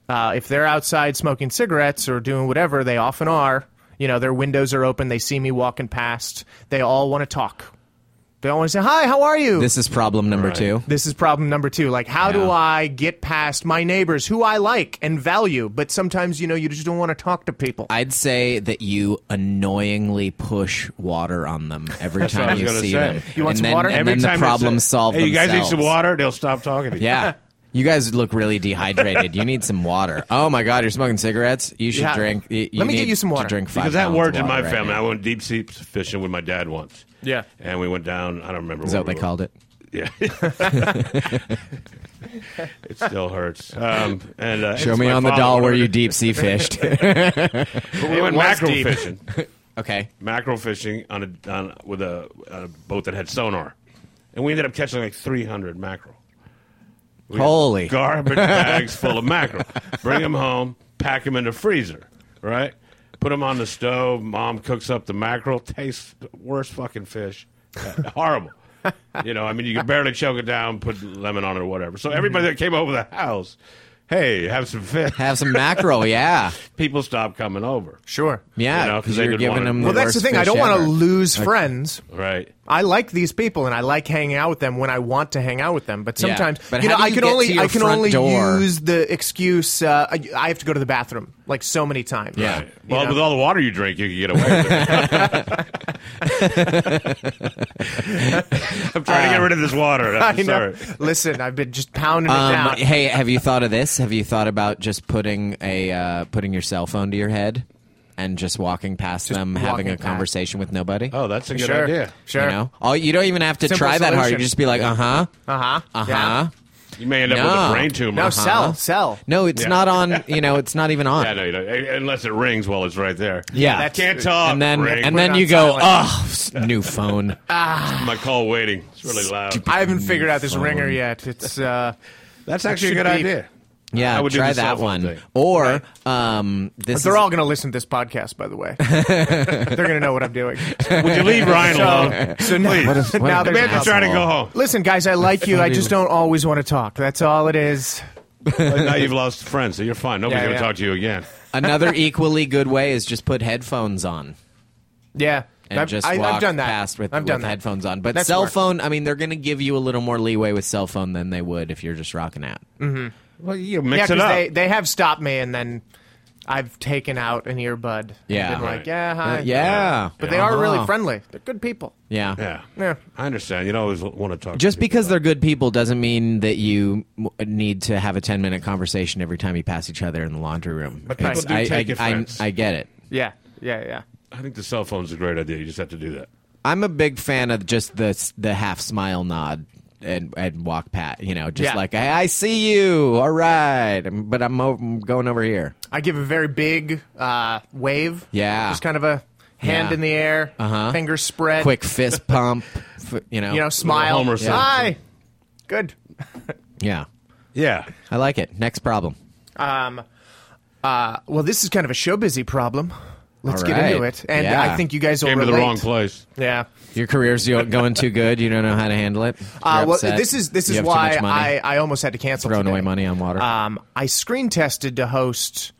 [SPEAKER 4] uh, if they're outside smoking cigarettes or doing whatever, they often are. You know, their windows are open. They see me walking past. They all want to talk. They all want to say, "Hi, how are you?"
[SPEAKER 2] this is problem number two.
[SPEAKER 4] This is problem number two. Like, how
[SPEAKER 2] Yeah.
[SPEAKER 4] do I get past my neighbors who I like and value? But sometimes, you know, you just don't want to talk to people.
[SPEAKER 2] I'd say that you annoyingly push water on them every
[SPEAKER 3] what I
[SPEAKER 2] time
[SPEAKER 3] was
[SPEAKER 2] you
[SPEAKER 3] gonna
[SPEAKER 2] see
[SPEAKER 3] say.
[SPEAKER 2] them.
[SPEAKER 4] You want
[SPEAKER 2] and
[SPEAKER 4] some
[SPEAKER 2] then,
[SPEAKER 4] water?
[SPEAKER 2] And
[SPEAKER 3] Every
[SPEAKER 2] then
[SPEAKER 3] time
[SPEAKER 2] the
[SPEAKER 3] it's
[SPEAKER 2] problems
[SPEAKER 3] a-
[SPEAKER 2] solve
[SPEAKER 3] Hey, you guys need
[SPEAKER 2] themselves.
[SPEAKER 3] some water? They'll stop talking to you.
[SPEAKER 2] Yeah. You guys look really dehydrated. You need some water. Oh my God, you're smoking cigarettes. You should
[SPEAKER 4] Yeah.
[SPEAKER 2] drink. You, you
[SPEAKER 4] Let me get
[SPEAKER 2] need
[SPEAKER 4] you some
[SPEAKER 2] to
[SPEAKER 4] water.
[SPEAKER 2] drink five
[SPEAKER 3] Because that
[SPEAKER 2] gallons
[SPEAKER 3] word's
[SPEAKER 2] of
[SPEAKER 3] in my
[SPEAKER 2] water right
[SPEAKER 3] family. I
[SPEAKER 2] now.
[SPEAKER 3] went deep sea fishing with my dad once.
[SPEAKER 4] Yeah.
[SPEAKER 3] And we went down. I don't remember
[SPEAKER 2] Is that what they called it?
[SPEAKER 3] Yeah. it still hurts. Um, and uh,
[SPEAKER 2] Show
[SPEAKER 3] it's
[SPEAKER 2] me
[SPEAKER 3] my
[SPEAKER 2] on the
[SPEAKER 3] father,
[SPEAKER 2] doll where
[SPEAKER 3] whatever.
[SPEAKER 2] you deep sea fished.
[SPEAKER 3] But We went
[SPEAKER 4] was
[SPEAKER 3] mackerel
[SPEAKER 4] deep.
[SPEAKER 3] fishing.
[SPEAKER 2] okay.
[SPEAKER 3] mackerel fishing on a on, with a, a boat that had sonar, and we ended up catching like 300 mackerel. We had
[SPEAKER 2] Holy.
[SPEAKER 3] garbage bags full of mackerel. Bring them home, pack them in the freezer, right? Put them on the stove. Mom cooks up the mackerel. Tastes the worst fucking fish. Uh, Horrible. You know, I mean, you could barely choke it down, put lemon on it or whatever. So everybody that came over the house, hey, have some fish.
[SPEAKER 2] Have some mackerel. Yeah.
[SPEAKER 3] People stopped coming over.
[SPEAKER 4] Sure.
[SPEAKER 3] You know,
[SPEAKER 2] Yeah.
[SPEAKER 3] 'cause
[SPEAKER 2] Because
[SPEAKER 3] they
[SPEAKER 2] you are
[SPEAKER 3] didn't
[SPEAKER 2] giving
[SPEAKER 3] want it.
[SPEAKER 2] them.
[SPEAKER 4] Well, that's the
[SPEAKER 2] worst
[SPEAKER 4] thing. I
[SPEAKER 2] fish
[SPEAKER 4] don't want to
[SPEAKER 2] ever.
[SPEAKER 4] lose friends.
[SPEAKER 3] Right.
[SPEAKER 4] I like these people and I like hanging out with them when I want to hang out with them. But
[SPEAKER 2] Yeah.
[SPEAKER 4] sometimes,
[SPEAKER 2] But
[SPEAKER 4] you
[SPEAKER 2] how
[SPEAKER 4] know,
[SPEAKER 2] do
[SPEAKER 4] I
[SPEAKER 2] you
[SPEAKER 4] can
[SPEAKER 2] get to
[SPEAKER 4] only
[SPEAKER 2] your
[SPEAKER 4] I can
[SPEAKER 2] front
[SPEAKER 4] only
[SPEAKER 2] door?
[SPEAKER 4] use the excuse uh, I, I have to go to the bathroom like so many times.
[SPEAKER 2] Yeah.
[SPEAKER 4] You
[SPEAKER 3] Well,
[SPEAKER 4] know?
[SPEAKER 3] with all the water you drink, you can get away with it. I'm trying to get rid of this water. I'm
[SPEAKER 4] I know.
[SPEAKER 3] sorry.
[SPEAKER 4] Listen, I've been just pounding it
[SPEAKER 2] Um,
[SPEAKER 4] down.
[SPEAKER 2] hey, have you thought of this? Have you thought about just putting a uh, putting your cell phone to your head and just walking past them, having
[SPEAKER 4] walking
[SPEAKER 2] a
[SPEAKER 4] past.
[SPEAKER 2] conversation with nobody?
[SPEAKER 3] Oh, that's a good
[SPEAKER 4] sure.
[SPEAKER 3] idea.
[SPEAKER 4] Sure.
[SPEAKER 2] You know, oh, you don't even have to
[SPEAKER 4] Simple
[SPEAKER 2] try that hard. You
[SPEAKER 4] solution.
[SPEAKER 2] just be like, uh huh,
[SPEAKER 4] Uh huh.
[SPEAKER 2] uh huh.
[SPEAKER 3] You may end up with
[SPEAKER 2] No.
[SPEAKER 3] a brain tumor.
[SPEAKER 4] No,
[SPEAKER 2] Huh?
[SPEAKER 4] sell, sell.
[SPEAKER 2] Uh-huh. No, it's
[SPEAKER 3] Yeah.
[SPEAKER 2] not on. You know, it's not even on.
[SPEAKER 3] Yeah, no, you don't. Unless it rings while it's right there.
[SPEAKER 2] Yeah.
[SPEAKER 3] I can't talk.
[SPEAKER 2] and then
[SPEAKER 3] Ring.
[SPEAKER 2] and then
[SPEAKER 4] Put it
[SPEAKER 2] you
[SPEAKER 4] on
[SPEAKER 2] go,
[SPEAKER 4] silent.
[SPEAKER 2] oh, s- new phone.
[SPEAKER 3] my call waiting. It's really loud.
[SPEAKER 4] I haven't figured out this
[SPEAKER 2] Phone.
[SPEAKER 4] ringer yet. It's uh,
[SPEAKER 3] That's
[SPEAKER 4] should be-
[SPEAKER 2] Yeah,
[SPEAKER 3] I would do
[SPEAKER 2] try
[SPEAKER 3] the cell
[SPEAKER 2] that
[SPEAKER 3] phone
[SPEAKER 2] one.
[SPEAKER 3] thing.
[SPEAKER 2] Or um, this
[SPEAKER 4] they're
[SPEAKER 2] is-
[SPEAKER 4] all going to listen to this podcast, by the way. they're going to know what I'm doing.
[SPEAKER 3] Would you leave Ryan alone?
[SPEAKER 4] So now,
[SPEAKER 2] what
[SPEAKER 3] What is-
[SPEAKER 4] now
[SPEAKER 2] is-
[SPEAKER 4] there's
[SPEAKER 3] The man's
[SPEAKER 4] an
[SPEAKER 2] Possible.
[SPEAKER 3] trying to go home.
[SPEAKER 4] out- Listen, guys, I like you. I just
[SPEAKER 2] Unbelievable.
[SPEAKER 4] don't always want to talk. That's all it is.
[SPEAKER 3] But now you've lost friends, so you're fine. Nobody's
[SPEAKER 4] Yeah,
[SPEAKER 3] going
[SPEAKER 4] yeah.
[SPEAKER 3] to talk to you again.
[SPEAKER 2] another equally good way is just put headphones on.
[SPEAKER 4] Yeah,
[SPEAKER 2] and
[SPEAKER 4] I've,
[SPEAKER 2] just
[SPEAKER 4] I,
[SPEAKER 2] walk
[SPEAKER 4] I've done that.
[SPEAKER 2] past with,
[SPEAKER 4] I've done
[SPEAKER 2] with
[SPEAKER 4] that.
[SPEAKER 2] headphones on. But
[SPEAKER 4] That's
[SPEAKER 2] cell
[SPEAKER 4] smart.
[SPEAKER 2] phone, I mean, they're going to give you a little more leeway with cell phone than they would if you're just rocking out.
[SPEAKER 4] Mm-hmm.
[SPEAKER 3] Well, you
[SPEAKER 4] Yeah,
[SPEAKER 3] mix it
[SPEAKER 4] because
[SPEAKER 3] up.
[SPEAKER 4] they, they have stopped me, and then I've taken out an earbud.
[SPEAKER 2] Yeah.
[SPEAKER 4] and been like
[SPEAKER 3] Right.
[SPEAKER 4] yeah, hi.
[SPEAKER 2] Uh, yeah,
[SPEAKER 4] but they are really
[SPEAKER 2] Uh-huh.
[SPEAKER 4] friendly. They're good people.
[SPEAKER 2] Yeah.
[SPEAKER 3] yeah.
[SPEAKER 4] Yeah.
[SPEAKER 3] I understand. You don't always want to talk.
[SPEAKER 2] Just
[SPEAKER 3] to people.
[SPEAKER 2] because they're good people doesn't mean that you m- need to have a 10 minute conversation every time you pass each other in the laundry room. But
[SPEAKER 3] people do
[SPEAKER 2] I,
[SPEAKER 3] take
[SPEAKER 2] I, I,
[SPEAKER 3] offense.
[SPEAKER 2] I get it.
[SPEAKER 4] Yeah, yeah, yeah.
[SPEAKER 3] I think the cell phone's a great idea. You just have to do that.
[SPEAKER 2] I'm a big fan of just the s- the half smile nod and and walk pat. You know, just
[SPEAKER 4] Yeah.
[SPEAKER 2] like I, I see you, all right, um, but I'm, o am going over here.
[SPEAKER 4] I give a very big uh, wave.
[SPEAKER 2] Yeah.
[SPEAKER 4] Just kind of a hand
[SPEAKER 2] Yeah.
[SPEAKER 4] in the air,
[SPEAKER 2] Uh-huh.
[SPEAKER 4] fingers spread.
[SPEAKER 2] Quick fist pump. f- you know,
[SPEAKER 4] You know, smile.
[SPEAKER 3] Homer
[SPEAKER 4] yeah.
[SPEAKER 3] Simpson.
[SPEAKER 4] Hi. Good.
[SPEAKER 2] yeah,
[SPEAKER 3] Yeah.
[SPEAKER 2] I like it. Next problem.
[SPEAKER 4] Um, uh, well, this is kind of a show busy problem. Let's
[SPEAKER 2] All
[SPEAKER 4] get into
[SPEAKER 2] right.
[SPEAKER 4] it. And
[SPEAKER 2] Yeah.
[SPEAKER 4] I think you guys will
[SPEAKER 3] Came to
[SPEAKER 4] relate.
[SPEAKER 3] the wrong place.
[SPEAKER 4] Yeah.
[SPEAKER 2] Your career's yo- going too good. You don't know how to handle it.
[SPEAKER 4] Uh,
[SPEAKER 2] You're
[SPEAKER 4] well,
[SPEAKER 2] upset.
[SPEAKER 4] this is this
[SPEAKER 2] You
[SPEAKER 4] is
[SPEAKER 2] have too
[SPEAKER 4] why
[SPEAKER 2] much money.
[SPEAKER 4] I, I almost had to cancel.
[SPEAKER 2] throwing
[SPEAKER 4] today.
[SPEAKER 2] away money on water.
[SPEAKER 4] Um, I screen tested to host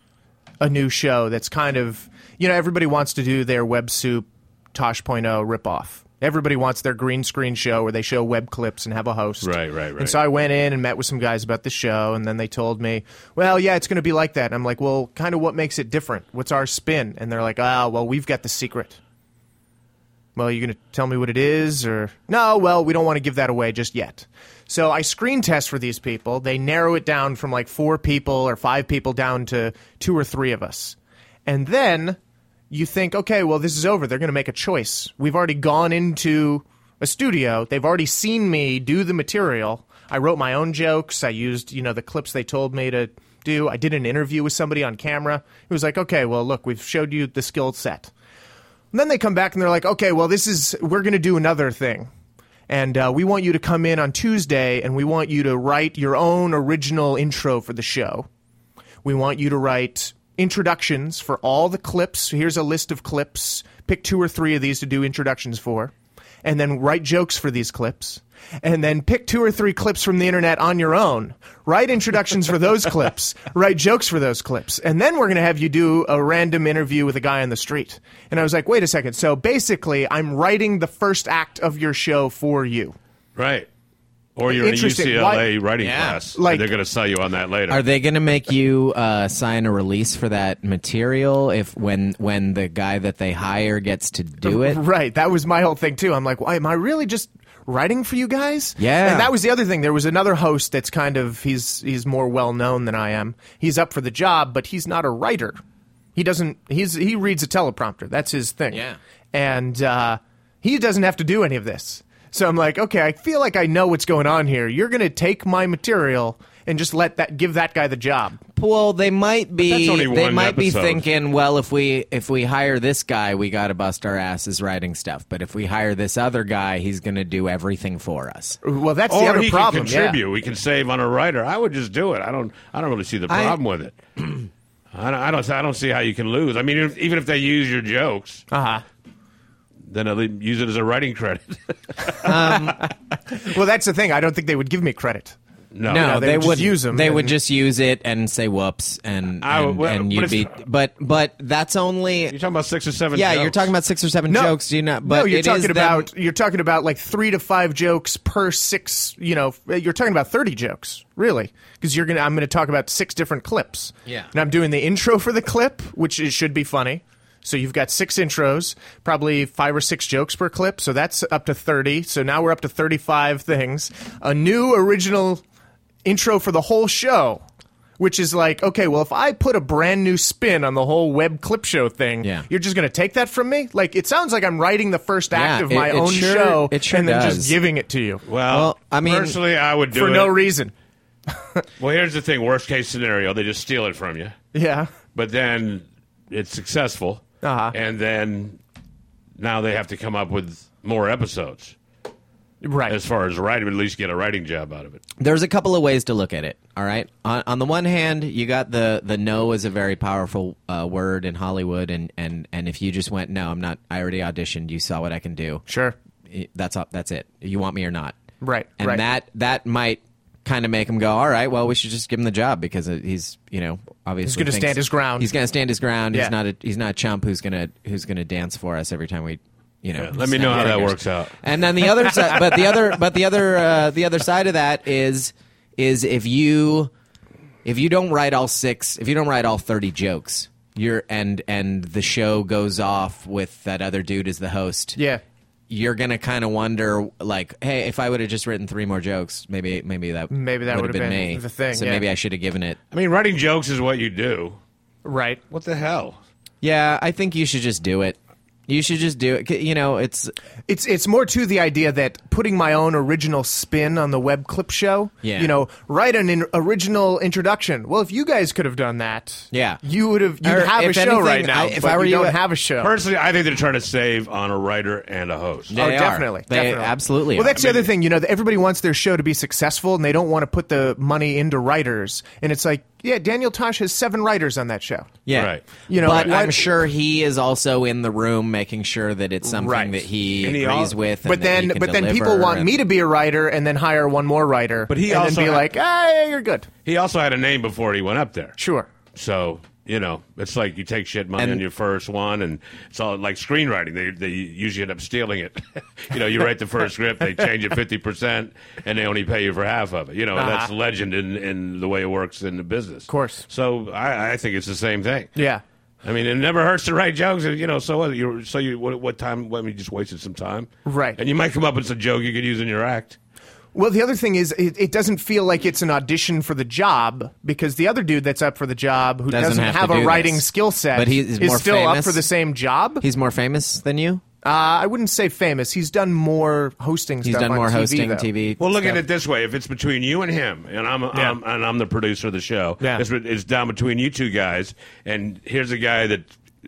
[SPEAKER 4] a new show that's kind of you know everybody wants to do their web soup Tosh.0 ripoff. Everybody wants their green screen show where they show web clips and have a host.
[SPEAKER 3] Right, right, right.
[SPEAKER 4] And so I went in and met with some guys about the show, and then they told me, "Well, yeah, it's going to be like that." And I'm like, "Well, kind of what makes it different? What's our spin?" And they're like, "Ah, well, we've got the secret." Well, you going to tell me what it is or No, well, we don't want to give that away just yet. So I screen test for these people. They narrow it down from like 4 people or 5 people down to 2 or 3 of us. And then you think, okay, well, this is over. They're going to make a choice. We've already gone into a studio. They've already seen me do the material. I wrote my own jokes. I used, you know, the clips they told me to do. I did an interview with somebody on camera. It was like, okay, well, look, we've showed you the skill set. And then they come back and they're like, okay, well, this is, we're going to do another thing. And uh, we want you to come in on Tuesday and we want you to write your own original intro for the show. We want you to write introductions for all the clips. Here's a list of clips. Pick two or three of these to do introductions for. And then write jokes for these clips. And then pick two or three clips from the internet on your own. Write introductions for those clips. Write jokes for those clips. And then we're going to have you do a random interview with a guy on the street. And I was like, wait a second. So basically, I'm writing the first act of your show for you.
[SPEAKER 3] Right. Or you're in a
[SPEAKER 4] Interesting.
[SPEAKER 3] UCLA writing
[SPEAKER 2] Yeah.
[SPEAKER 3] class.
[SPEAKER 4] Like-
[SPEAKER 3] Like, they're going to sell you on that later.
[SPEAKER 2] Are they going to make you uh, sign a release for that material if when when the guy that they hire gets to do it?
[SPEAKER 4] Right. That was my whole thing too. I'm like, why am I really just writing for you guys?
[SPEAKER 2] Yeah.
[SPEAKER 4] And that was the other thing. There was another host that's kind of he's he's more well known than I am. He's up for the job, but he's not a writer. He doesn't he's he reads a teleprompter. That's his thing.
[SPEAKER 2] Yeah.
[SPEAKER 4] And uh, he doesn't have to do any of this. So I'm like, okay, I feel like I know what's going on here. You're gonna take my material and just let that give that guy the job.
[SPEAKER 2] Well, they might be.
[SPEAKER 3] that's only
[SPEAKER 2] they
[SPEAKER 3] one
[SPEAKER 2] might be
[SPEAKER 3] episode.
[SPEAKER 2] thinking, well, if we if we hire this guy, we got to bust our asses writing stuff. But if we hire this other guy, he's going to do everything for us.
[SPEAKER 4] Well, that's the
[SPEAKER 3] or
[SPEAKER 4] other
[SPEAKER 3] he
[SPEAKER 4] problem.
[SPEAKER 3] can
[SPEAKER 4] yeah.
[SPEAKER 3] contribute. We can save on a writer. I would just do it. I don't. I don't really see the
[SPEAKER 2] I-
[SPEAKER 3] problem with it. I don't, I don't. I don't see how you can lose. I mean, if, even if they use your jokes,
[SPEAKER 4] Uh-huh.
[SPEAKER 3] then at least use it as a writing credit.
[SPEAKER 4] Well, that's the thing. I don't think they would give me credit.
[SPEAKER 3] no,
[SPEAKER 2] No,
[SPEAKER 4] Oh, Yeah,
[SPEAKER 2] they,
[SPEAKER 4] they would just
[SPEAKER 2] would
[SPEAKER 4] use 'em
[SPEAKER 2] They would
[SPEAKER 4] and-
[SPEAKER 2] just use it and say whoops, and
[SPEAKER 3] I-
[SPEAKER 2] and,
[SPEAKER 3] well,
[SPEAKER 2] and
[SPEAKER 3] but
[SPEAKER 2] you'd be.
[SPEAKER 3] it's-
[SPEAKER 2] But but that's
[SPEAKER 3] You're
[SPEAKER 2] only.
[SPEAKER 3] talking about six or seven.
[SPEAKER 2] Yeah, you're
[SPEAKER 3] jokes.
[SPEAKER 2] talking about six or seven
[SPEAKER 4] No.
[SPEAKER 2] jokes. Do you not? But
[SPEAKER 4] no,
[SPEAKER 2] it
[SPEAKER 4] you're
[SPEAKER 2] is
[SPEAKER 4] talking
[SPEAKER 2] them-
[SPEAKER 4] about you're talking about like three to five jokes per six. You know, you're talking about thirty jokes, really, because you're gonna. I'm gonna talk about six different clips.
[SPEAKER 2] Yeah.
[SPEAKER 4] and I'm doing the intro for the clip, which is, should be funny. So you've got six intros, probably five or six jokes per clip. So that's up to thirty. So now we're up to thirty-five things. A new original intro for the whole show. Which is like, okay, well, if I put a brand new spin on the whole web clip show thing,
[SPEAKER 2] Yeah.
[SPEAKER 4] you're just going to take that from me? Like, it sounds like I'm writing the first act
[SPEAKER 2] Yeah,
[SPEAKER 4] of my
[SPEAKER 2] it- it
[SPEAKER 4] own
[SPEAKER 2] sure-
[SPEAKER 4] show
[SPEAKER 2] it sure
[SPEAKER 4] and then
[SPEAKER 2] does.
[SPEAKER 4] just giving it to you
[SPEAKER 3] Well,
[SPEAKER 2] Well, I
[SPEAKER 3] I
[SPEAKER 2] mean-
[SPEAKER 3] mean, personally, I would do
[SPEAKER 4] for
[SPEAKER 3] it.
[SPEAKER 4] no reason.
[SPEAKER 3] well, here's the thing: worst case scenario, they just steal it from you.
[SPEAKER 4] Yeah.
[SPEAKER 3] But then it's successful,
[SPEAKER 4] Uh-huh.
[SPEAKER 3] and then now they have to come up with more episodes
[SPEAKER 4] Right.
[SPEAKER 3] as far as writing. At least get a writing job out of it.
[SPEAKER 2] there's a couple of ways to look at it. All right. On, on the one hand, you got the the no is a very powerful uh, word in Hollywood, and and and if you just went no, I'm not. I already auditioned. You saw what I can do.
[SPEAKER 4] Sure.
[SPEAKER 2] Eh, That's up. That's it. You want me or not?
[SPEAKER 4] Right,
[SPEAKER 2] And
[SPEAKER 4] right.
[SPEAKER 2] that that might kind of make him go. All right. Well, we should just give him the job because uh, he's you know obviously
[SPEAKER 4] gonna
[SPEAKER 2] thinks-
[SPEAKER 4] stand his ground.
[SPEAKER 2] He's going to stand his ground.
[SPEAKER 4] Yeah.
[SPEAKER 2] He's not a he's not a chump who's gonna who's gonna dance for us every time we. You know,
[SPEAKER 3] Let me
[SPEAKER 2] snap
[SPEAKER 3] know how that
[SPEAKER 2] fingers.
[SPEAKER 3] works out.
[SPEAKER 2] And then the other side, but the other, but the other, uh, the other side of that is, is if you, if you don't write all six, if you don't write all thirty jokes, you're and and the show goes off with that other dude as the host.
[SPEAKER 4] Yeah.
[SPEAKER 2] You're gonna kind of wonder, like, hey, if I would have just written three more jokes, maybe, maybe that,
[SPEAKER 4] Maybe that
[SPEAKER 2] would've
[SPEAKER 4] would've been
[SPEAKER 2] me.
[SPEAKER 4] the thing,
[SPEAKER 2] So
[SPEAKER 4] yeah.
[SPEAKER 2] maybe I should have given it.
[SPEAKER 3] I mean, writing jokes is what you do.
[SPEAKER 4] Right.
[SPEAKER 3] What the hell?
[SPEAKER 2] Yeah, I think you should just do it. You should just do it. C- You know, it's
[SPEAKER 4] It's it's more to the idea that putting my own original spin on the web clip show.
[SPEAKER 2] Yeah.
[SPEAKER 4] You know, write an in- original introduction. Well, if you guys could have done that,
[SPEAKER 2] Yeah.
[SPEAKER 4] you would have. You
[SPEAKER 2] Or
[SPEAKER 4] would have a
[SPEAKER 2] if
[SPEAKER 4] show
[SPEAKER 2] anything,
[SPEAKER 4] right now.
[SPEAKER 2] I- if
[SPEAKER 4] but
[SPEAKER 2] I were
[SPEAKER 4] you,
[SPEAKER 2] you, uh, I-
[SPEAKER 4] don't have a show.
[SPEAKER 3] Personally, I think they're trying to save on a writer and a host.
[SPEAKER 2] Yeah. They
[SPEAKER 4] oh,
[SPEAKER 2] are.
[SPEAKER 4] definitely.
[SPEAKER 2] They
[SPEAKER 4] definitely.
[SPEAKER 2] absolutely
[SPEAKER 4] Well,
[SPEAKER 2] are.
[SPEAKER 4] that's the other thing. You know, that everybody wants their show to be successful, and they don't want to put the money into writers. And it's like, yeah, Daniel Tosh has seven writers on that show.
[SPEAKER 2] Yeah.
[SPEAKER 3] Right.
[SPEAKER 4] You know,
[SPEAKER 2] but
[SPEAKER 4] what-
[SPEAKER 2] I'm sure he is also in the room making sure that it's something
[SPEAKER 4] Right.
[SPEAKER 2] that he
[SPEAKER 3] And he
[SPEAKER 2] agrees
[SPEAKER 3] al-
[SPEAKER 2] with. and
[SPEAKER 4] But
[SPEAKER 2] that he
[SPEAKER 4] then,
[SPEAKER 2] can
[SPEAKER 4] but then people
[SPEAKER 2] deliver
[SPEAKER 4] want
[SPEAKER 2] and-
[SPEAKER 4] me to be a writer, and then hire one more writer.
[SPEAKER 3] But he
[SPEAKER 4] and
[SPEAKER 3] also
[SPEAKER 4] then be
[SPEAKER 3] had-
[SPEAKER 4] like, ah, yeah, you're good.
[SPEAKER 3] He also had a name before he went up there.
[SPEAKER 4] Sure.
[SPEAKER 3] So, you know, it's like you take shit money
[SPEAKER 2] And-
[SPEAKER 3] on your first one, and it's all like screenwriting. They, they usually end up stealing it. you know, you write the first script, they change it 50%, and they only pay you for half of it. You know, that's legend in, in the way it works in the business. Of
[SPEAKER 4] Uh-huh. course.
[SPEAKER 3] So I, I think it's the same thing.
[SPEAKER 4] Yeah.
[SPEAKER 3] I mean, it never hurts to write jokes. and, You know, so what? You so you what, what time? What, you just wasted some time,
[SPEAKER 4] Right.
[SPEAKER 3] And you might come up with some joke you could use in your act.
[SPEAKER 4] Well, the other thing is, it, it doesn't feel like it's an audition for the job because the other dude that's up for the job who
[SPEAKER 2] Doesn't
[SPEAKER 4] doesn't,
[SPEAKER 2] have
[SPEAKER 4] have,
[SPEAKER 2] to do
[SPEAKER 4] a writing
[SPEAKER 2] this.
[SPEAKER 4] skill set
[SPEAKER 2] But he's
[SPEAKER 4] is
[SPEAKER 2] more
[SPEAKER 4] still
[SPEAKER 2] famous?
[SPEAKER 4] up for the same job.
[SPEAKER 2] He's more famous than you.
[SPEAKER 4] Uh, I wouldn't say famous. He's done more hosting
[SPEAKER 2] He's
[SPEAKER 4] stuff
[SPEAKER 2] done
[SPEAKER 4] on
[SPEAKER 2] more
[SPEAKER 4] TV,
[SPEAKER 2] hosting
[SPEAKER 4] though.
[SPEAKER 2] TV.
[SPEAKER 3] Well, look at
[SPEAKER 2] stuff.
[SPEAKER 3] it this way: if it's between you and him, and I'm, I'm and I'm the producer of the show,
[SPEAKER 4] Yeah.
[SPEAKER 3] it's, it's down between you two guys. And here's a guy that,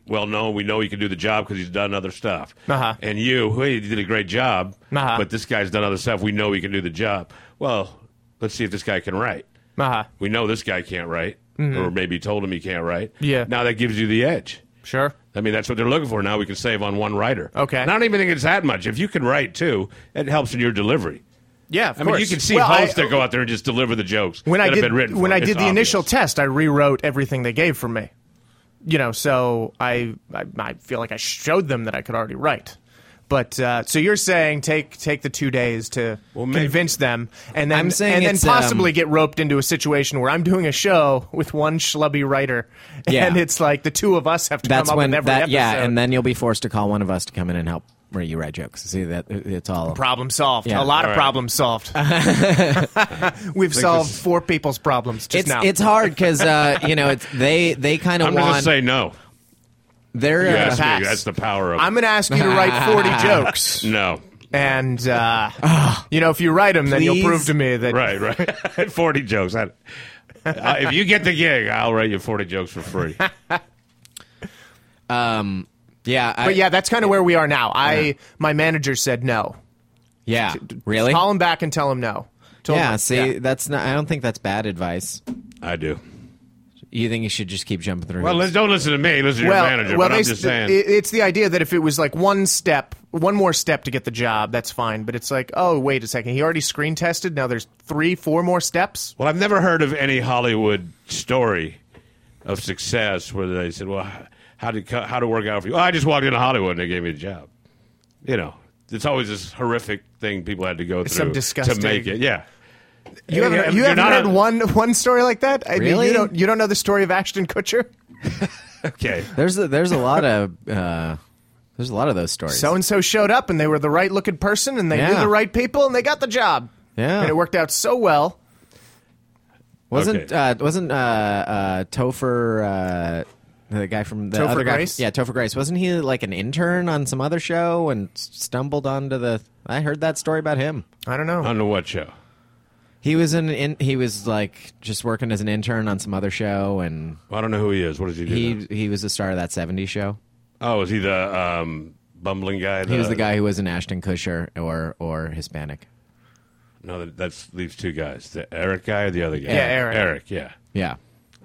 [SPEAKER 3] well known, we know he can do the job because he's done other stuff.
[SPEAKER 4] Uh-huh.
[SPEAKER 3] And you, hey, you did a great job,
[SPEAKER 4] Uh-huh.
[SPEAKER 3] but this guy's done other stuff. We know he can do the job. Well, let's see if this guy can write.
[SPEAKER 4] Uh-huh.
[SPEAKER 3] We know this guy can't write, or maybe told him he can't write.
[SPEAKER 4] Mm-hmm. Yeah.
[SPEAKER 3] Now that gives you the edge.
[SPEAKER 4] Sure.
[SPEAKER 3] I mean, that's what they're looking for. Now we can save on one writer.
[SPEAKER 4] Okay.
[SPEAKER 3] And I don't even think it's that much. If you can write too, it helps in your delivery.
[SPEAKER 4] Yeah, of
[SPEAKER 3] I mean, you
[SPEAKER 4] course.
[SPEAKER 3] can see
[SPEAKER 4] Well, I-
[SPEAKER 3] hosts that go out there and just deliver the jokes
[SPEAKER 4] when
[SPEAKER 3] that
[SPEAKER 4] I
[SPEAKER 3] have
[SPEAKER 4] did
[SPEAKER 3] been written. for
[SPEAKER 4] when
[SPEAKER 3] them.
[SPEAKER 4] I did
[SPEAKER 3] It's
[SPEAKER 4] the
[SPEAKER 3] obvious.
[SPEAKER 4] initial test, I rewrote everything they gave for me. You know, so I I, I feel like I showed them that I could already write. But uh, so you're saying take take the two days to
[SPEAKER 3] maybe-
[SPEAKER 4] convince them, and then
[SPEAKER 2] I'm saying
[SPEAKER 4] and then
[SPEAKER 2] it's, um,
[SPEAKER 4] possibly get roped into a situation where I'm doing a show with one schlubby writer,
[SPEAKER 2] Yeah.
[SPEAKER 4] and it's like the two of us have to
[SPEAKER 2] That's
[SPEAKER 4] come up
[SPEAKER 2] when
[SPEAKER 4] with every
[SPEAKER 2] that
[SPEAKER 4] episode.
[SPEAKER 2] yeah, and then you'll be forced to call one of us to come in and help where you write jokes. See that it's all
[SPEAKER 4] problem solved.
[SPEAKER 2] Yeah.
[SPEAKER 4] a lot
[SPEAKER 3] All
[SPEAKER 4] of
[SPEAKER 3] right.
[SPEAKER 4] problems solved. We've solved
[SPEAKER 3] is-
[SPEAKER 4] four people's problems just
[SPEAKER 2] it's
[SPEAKER 4] now.
[SPEAKER 2] it's hard because uh, you know it's they they kind of
[SPEAKER 3] I'm going to
[SPEAKER 2] want
[SPEAKER 3] say no.
[SPEAKER 2] they're
[SPEAKER 3] You
[SPEAKER 2] uh,
[SPEAKER 3] asked
[SPEAKER 4] pass.
[SPEAKER 3] me. That's the power of
[SPEAKER 4] I'm going to ask you to write 40 jokes.
[SPEAKER 3] no.
[SPEAKER 4] And, uh, you know, if you write them, then
[SPEAKER 2] Please?
[SPEAKER 4] you'll prove to me that.
[SPEAKER 3] Right, right. forty jokes. I, I- if you get the gig, I'll write you forty jokes for free.
[SPEAKER 2] um, yeah I,
[SPEAKER 4] But yeah, that's kind of where we are now. I My manager said no.
[SPEAKER 2] yeah really
[SPEAKER 4] Call him back and tell him no. Told
[SPEAKER 2] yeah
[SPEAKER 4] him-
[SPEAKER 2] see that's not I don't think that's bad advice.
[SPEAKER 3] I do.
[SPEAKER 2] You think you should just keep jumping through?
[SPEAKER 3] Well,
[SPEAKER 2] hoops?
[SPEAKER 3] let's- don't listen to me. Listen to
[SPEAKER 4] Well,
[SPEAKER 3] your manager.
[SPEAKER 4] well
[SPEAKER 3] but I'm
[SPEAKER 4] they-
[SPEAKER 3] just saying.
[SPEAKER 4] it- it's the idea that if it was like one step, one more step to get the job, that's fine. But it's like, oh, wait a second. He already screen tested. Now there's three, four more steps.
[SPEAKER 3] Well, I've never heard of any Hollywood story of success where they said, "Well, how did co- how to work out for you?" Well, I just walked into Hollywood and they gave me the job. You know, it's always this horrific thing people had to go through
[SPEAKER 4] Some disgusting-
[SPEAKER 3] to make it. Yeah,
[SPEAKER 4] You
[SPEAKER 3] Yeah,
[SPEAKER 4] haven't,
[SPEAKER 3] yeah,
[SPEAKER 4] you
[SPEAKER 3] you're
[SPEAKER 4] haven't
[SPEAKER 3] not
[SPEAKER 4] heard
[SPEAKER 3] a-
[SPEAKER 4] one, one story like that? I mean,
[SPEAKER 2] Really?
[SPEAKER 4] you, don't, you don't know the story of Ashton Kutcher?
[SPEAKER 3] okay.
[SPEAKER 2] there's a, there's a lot of uh, there's a lot of those stories.
[SPEAKER 4] so and so showed up and they were the right looking person and they knew
[SPEAKER 2] Yeah.
[SPEAKER 4] the right people and they got the job.
[SPEAKER 2] Yeah.
[SPEAKER 4] And it worked out so well.
[SPEAKER 2] Wasn't
[SPEAKER 3] Okay.
[SPEAKER 2] uh, wasn't uh, uh, Topher uh, the guy from the
[SPEAKER 4] Topher
[SPEAKER 2] other guy?
[SPEAKER 4] Grace?
[SPEAKER 2] Yeah, Topher Grace. Wasn't he like an intern on some other show and s- stumbled onto the? I heard that story about him.
[SPEAKER 4] I don't know.
[SPEAKER 3] On the what show?
[SPEAKER 2] He was an in, he was like just working as an intern on some other show, and
[SPEAKER 3] Well, I don't know who he is. What does he do? now?
[SPEAKER 2] he he was the star of that '70s show.
[SPEAKER 3] Oh, is he the um, bumbling guy?
[SPEAKER 2] He was the guy who was an Ashton Kutcher or or Hispanic.
[SPEAKER 3] No, that, that's these two guys. The Eric guy or the other guy?
[SPEAKER 4] Yeah, Eric.
[SPEAKER 3] Eric. Yeah.
[SPEAKER 2] Yeah.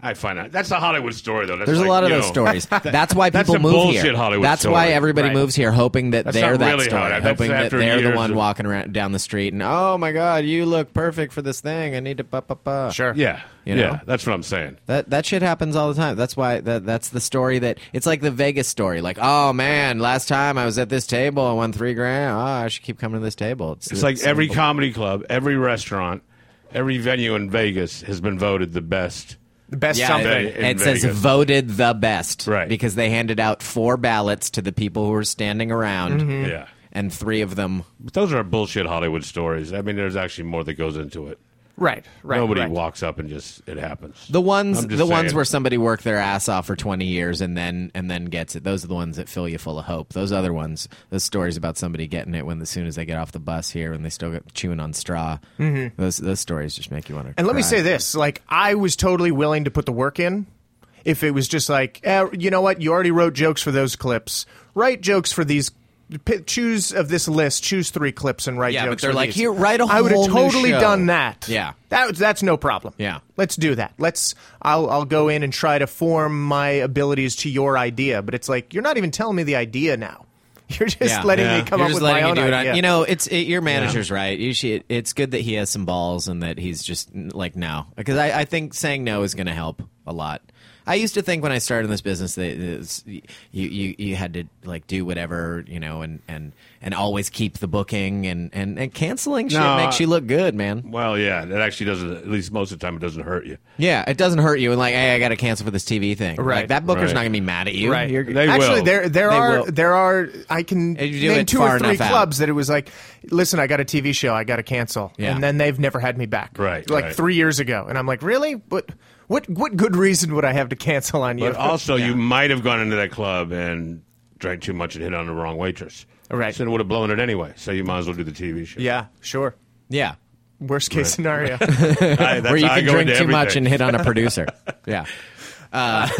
[SPEAKER 3] I find out. That's a Hollywood story, though. That's
[SPEAKER 2] There's
[SPEAKER 3] like,
[SPEAKER 2] a lot of
[SPEAKER 3] you
[SPEAKER 2] those
[SPEAKER 3] know,
[SPEAKER 2] stories. That's why
[SPEAKER 3] that's
[SPEAKER 2] people
[SPEAKER 3] a
[SPEAKER 2] move
[SPEAKER 3] bullshit
[SPEAKER 2] here.
[SPEAKER 3] Hollywood
[SPEAKER 2] that's
[SPEAKER 3] story.
[SPEAKER 2] why everybody
[SPEAKER 4] Right.
[SPEAKER 2] moves here, hoping that they're
[SPEAKER 3] not
[SPEAKER 2] that
[SPEAKER 3] really
[SPEAKER 2] story,
[SPEAKER 3] how it- that's
[SPEAKER 2] hoping that
[SPEAKER 3] after
[SPEAKER 2] they're the
[SPEAKER 3] years
[SPEAKER 2] one
[SPEAKER 3] of-
[SPEAKER 2] walking around down the street and oh my god, you look perfect for this thing. I need to pa pa pa.
[SPEAKER 4] sure.
[SPEAKER 3] Yeah.
[SPEAKER 2] You
[SPEAKER 3] yeah.
[SPEAKER 2] know?
[SPEAKER 3] That's what I'm saying.
[SPEAKER 2] That that shit happens all the time. That's why that that's the story that it's like the Vegas story. Like, oh man, last time I was at this table, I won three grand. Oh, I should keep coming to this table.
[SPEAKER 3] It's like every
[SPEAKER 2] simple.
[SPEAKER 3] comedy club, every restaurant, every venue in Vegas has been voted the best.
[SPEAKER 4] The best
[SPEAKER 2] Yeah,
[SPEAKER 4] something.
[SPEAKER 2] it,
[SPEAKER 3] in
[SPEAKER 2] it says
[SPEAKER 3] Vegas.
[SPEAKER 2] voted the best,
[SPEAKER 3] Right.
[SPEAKER 2] Because they handed out four ballots to the people who were standing around,
[SPEAKER 3] Yeah.
[SPEAKER 2] and three of them
[SPEAKER 3] But those are bullshit Hollywood stories. I mean, there's actually more that goes into it.
[SPEAKER 4] Right, right.
[SPEAKER 3] Nobody
[SPEAKER 4] right.
[SPEAKER 3] walks up and just it happens.
[SPEAKER 2] The ones,
[SPEAKER 3] I'm
[SPEAKER 2] the
[SPEAKER 3] just
[SPEAKER 2] ones
[SPEAKER 3] saying.
[SPEAKER 2] where somebody worked their ass off for twenty years and then and then gets it. Those are the ones that fill you full of hope. Those other ones, those stories about somebody getting it when as soon as they get off the bus here and they still get chewing on straw. Mm-hmm. Those those stories just make you want to.
[SPEAKER 4] And let me say this like, I was totally willing to put the work in if it was just like, eh, you know what? You already wrote jokes for those clips. Write jokes for these. P- choose of this list, choose three clips and write
[SPEAKER 2] Yeah, but
[SPEAKER 4] jokes.
[SPEAKER 2] they're
[SPEAKER 4] for
[SPEAKER 2] like,
[SPEAKER 4] these.
[SPEAKER 2] "Here, write a
[SPEAKER 4] I would have
[SPEAKER 2] whole new
[SPEAKER 4] totally
[SPEAKER 2] show."
[SPEAKER 4] done that.
[SPEAKER 2] Yeah.
[SPEAKER 4] that that's no problem.
[SPEAKER 2] Yeah.
[SPEAKER 4] let's do that. Let's. I'll I'll go in and try to form my abilities to your idea. But it's like you're not even telling me the idea now. You're just letting me come
[SPEAKER 2] You're
[SPEAKER 4] up
[SPEAKER 2] just
[SPEAKER 4] with
[SPEAKER 2] letting you
[SPEAKER 4] my own
[SPEAKER 2] do it on-
[SPEAKER 4] idea.
[SPEAKER 2] you know, it's it, your manager's right. You should, it's good that he has some balls and that he's just n- like no, because I, I think saying no is going to help a lot. I used to think when I started in this business that it's- you, you you had to like do whatever you know and and and always keep the booking and and, and canceling shit
[SPEAKER 3] No,
[SPEAKER 2] makes
[SPEAKER 3] I-
[SPEAKER 2] you look good, man.
[SPEAKER 3] Well, yeah, it actually doesn't. At least most of the time, it doesn't hurt you.
[SPEAKER 2] Yeah, it doesn't hurt you and like hey, I got to cancel for this TV thing.
[SPEAKER 4] Right.
[SPEAKER 2] Like, that booker's
[SPEAKER 3] Right.
[SPEAKER 2] not gonna be mad at you.
[SPEAKER 4] Right.
[SPEAKER 2] You're-
[SPEAKER 3] They
[SPEAKER 4] Actually,
[SPEAKER 3] will.
[SPEAKER 4] there there
[SPEAKER 2] They
[SPEAKER 4] are
[SPEAKER 2] will.
[SPEAKER 4] there are I can
[SPEAKER 2] And you do
[SPEAKER 4] name
[SPEAKER 2] it
[SPEAKER 4] two or
[SPEAKER 2] far
[SPEAKER 4] three
[SPEAKER 2] enough out.
[SPEAKER 4] clubs that it was like, listen, I got a TV show, I got to cancel,
[SPEAKER 2] Yeah.
[SPEAKER 4] and then they've never had me back.
[SPEAKER 3] Right,
[SPEAKER 4] like
[SPEAKER 3] right.
[SPEAKER 4] three years ago, and I'm like, really? But what what good reason would I have to cancel on you?
[SPEAKER 3] But also, you might have gone into that club and drank too much and hit on the wrong waitress.
[SPEAKER 4] Right.
[SPEAKER 3] So it would have blown it anyway. So you might as well do the TV show.
[SPEAKER 4] yeah, sure.
[SPEAKER 2] yeah.
[SPEAKER 4] Worst case scenario.
[SPEAKER 3] I, that's
[SPEAKER 2] Where you
[SPEAKER 3] how I
[SPEAKER 2] can
[SPEAKER 3] go
[SPEAKER 2] drink
[SPEAKER 3] into
[SPEAKER 2] too much
[SPEAKER 3] everything.
[SPEAKER 2] and hit on a producer. yeah.
[SPEAKER 3] well,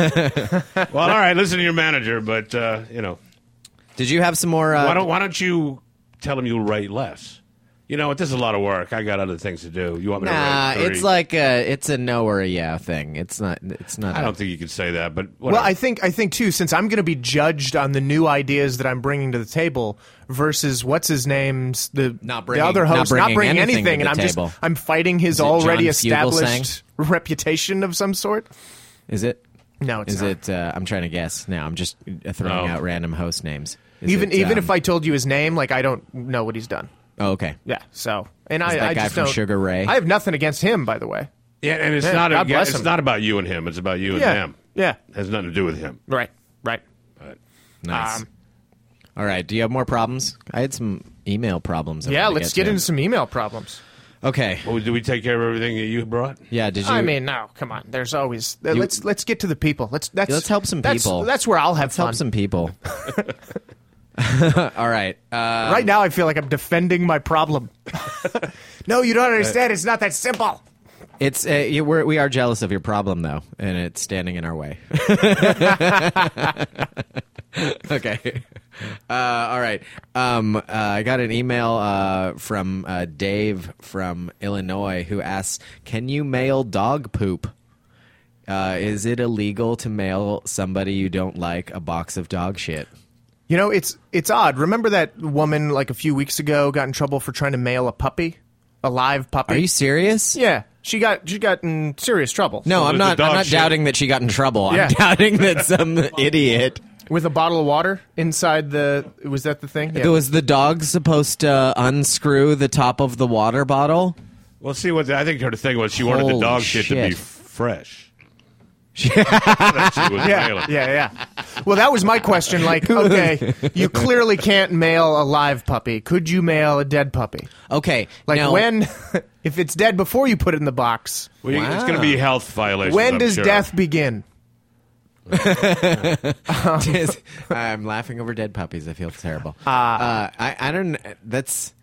[SPEAKER 3] all right, listen to your manager, but uh, you know,
[SPEAKER 2] Did you have some more? Uh,
[SPEAKER 3] why don't why don't you tell him you'll write less? You know what? This is a lot of work. I got other things to do. You want me
[SPEAKER 2] Nah,
[SPEAKER 3] to write? 30?
[SPEAKER 2] it's like a, it's a no or a yeah thing. It's not. It's not.
[SPEAKER 3] I
[SPEAKER 2] a-
[SPEAKER 3] don't think you could say that, but
[SPEAKER 4] Well,
[SPEAKER 3] whatever.
[SPEAKER 4] I think I think too, since I'm going to be judged on the new ideas that I'm bringing to the table versus what's his name's the
[SPEAKER 2] Not
[SPEAKER 4] the
[SPEAKER 2] bringing-
[SPEAKER 4] other
[SPEAKER 2] not
[SPEAKER 4] host
[SPEAKER 2] bringing anything to
[SPEAKER 4] and
[SPEAKER 2] the
[SPEAKER 4] I'm
[SPEAKER 2] table.
[SPEAKER 4] just I'm fighting his
[SPEAKER 2] it
[SPEAKER 4] already
[SPEAKER 2] John Fugelsang?
[SPEAKER 4] established reputation of some sort.
[SPEAKER 2] Is it?
[SPEAKER 4] No, it's
[SPEAKER 2] Is
[SPEAKER 4] not. Oh.
[SPEAKER 2] it? Uh, I'm trying to guess now. I'm just uh, throwing
[SPEAKER 3] No.
[SPEAKER 2] out random host names. Is
[SPEAKER 4] even
[SPEAKER 2] it,
[SPEAKER 4] even
[SPEAKER 2] um,
[SPEAKER 4] if I told you his name, like I don't know what he's done.
[SPEAKER 2] Oh, okay.
[SPEAKER 4] Yeah, so and I
[SPEAKER 2] that
[SPEAKER 4] I
[SPEAKER 2] guy
[SPEAKER 4] just
[SPEAKER 2] from
[SPEAKER 4] don't-
[SPEAKER 2] Sugar Ray?
[SPEAKER 4] I have nothing against him, by the way.
[SPEAKER 3] yeah, and it's
[SPEAKER 4] Yeah,
[SPEAKER 3] not
[SPEAKER 4] God
[SPEAKER 3] a,
[SPEAKER 4] bless
[SPEAKER 3] it's
[SPEAKER 4] him.
[SPEAKER 3] not about you and him. It's about you and
[SPEAKER 4] Yeah,
[SPEAKER 3] him.
[SPEAKER 4] yeah,
[SPEAKER 3] It has nothing to do with him.
[SPEAKER 4] right, right.
[SPEAKER 3] But
[SPEAKER 2] Nice.
[SPEAKER 4] Um,
[SPEAKER 2] All right. Do you have more problems? I had some email problems. I
[SPEAKER 4] yeah,
[SPEAKER 2] wanted to
[SPEAKER 4] let's get
[SPEAKER 2] to.
[SPEAKER 4] into some email problems.
[SPEAKER 2] Okay.
[SPEAKER 3] well, did we take care of everything that you brought?
[SPEAKER 2] Yeah. Did you?
[SPEAKER 4] I mean, no, come on. There's always uh, let's let's get to the people. Let's that's,
[SPEAKER 2] Let's help some
[SPEAKER 4] that's-
[SPEAKER 2] people.
[SPEAKER 4] That's where I'll have
[SPEAKER 2] let's
[SPEAKER 4] fun.
[SPEAKER 2] help some people. All right. Uh,
[SPEAKER 4] right now, I feel like I'm defending my problem. no, you don't understand. It's not that simple.
[SPEAKER 2] it's uh, you- we're, we are jealous of your problem though, and it's standing in our way. okay. Uh, all right. Um, uh, I got an email uh, from uh, Dave from Illinois who asks, "Can you mail dog poop? Uh, is it illegal to mail somebody you don't like a box of dog shit?"
[SPEAKER 4] You know, it's it's odd. Remember that woman like a few weeks ago got in trouble for trying to mail a puppy, a live puppy.
[SPEAKER 2] Are you serious?
[SPEAKER 4] Yeah, she got she got in serious trouble.
[SPEAKER 2] No,
[SPEAKER 3] Well,
[SPEAKER 2] I'm
[SPEAKER 3] there's
[SPEAKER 2] not.
[SPEAKER 3] the dog
[SPEAKER 2] I'm not
[SPEAKER 3] shit.
[SPEAKER 2] doubting that she got in trouble.
[SPEAKER 4] Yeah.
[SPEAKER 2] I'm doubting that some idiot.
[SPEAKER 4] with a bottle of water inside the was that the thing? Yeah.
[SPEAKER 2] Was the dog supposed to unscrew the top of the water bottle?
[SPEAKER 3] Well, see what the, I think her thing was. She wanted
[SPEAKER 2] Holy
[SPEAKER 3] the dog shit, to be
[SPEAKER 2] shit.
[SPEAKER 3] fresh. That's what she was
[SPEAKER 4] yeah,
[SPEAKER 3] mailing.
[SPEAKER 4] yeah, yeah. Well, that was my question. Like, okay, you clearly can't mail a live puppy. Could you mail a dead puppy?
[SPEAKER 2] Okay,
[SPEAKER 4] Like
[SPEAKER 2] now-
[SPEAKER 4] when, if it's dead before you put it in the box,
[SPEAKER 3] Well, you- It's
[SPEAKER 2] Wow.
[SPEAKER 3] going to be health violations.
[SPEAKER 4] when
[SPEAKER 3] I'm
[SPEAKER 4] does
[SPEAKER 3] sure.
[SPEAKER 4] death begin?
[SPEAKER 2] Just- I'm laughing over dead puppies. I feel terrible. Uh,
[SPEAKER 4] Ah.
[SPEAKER 2] I, I don't. That's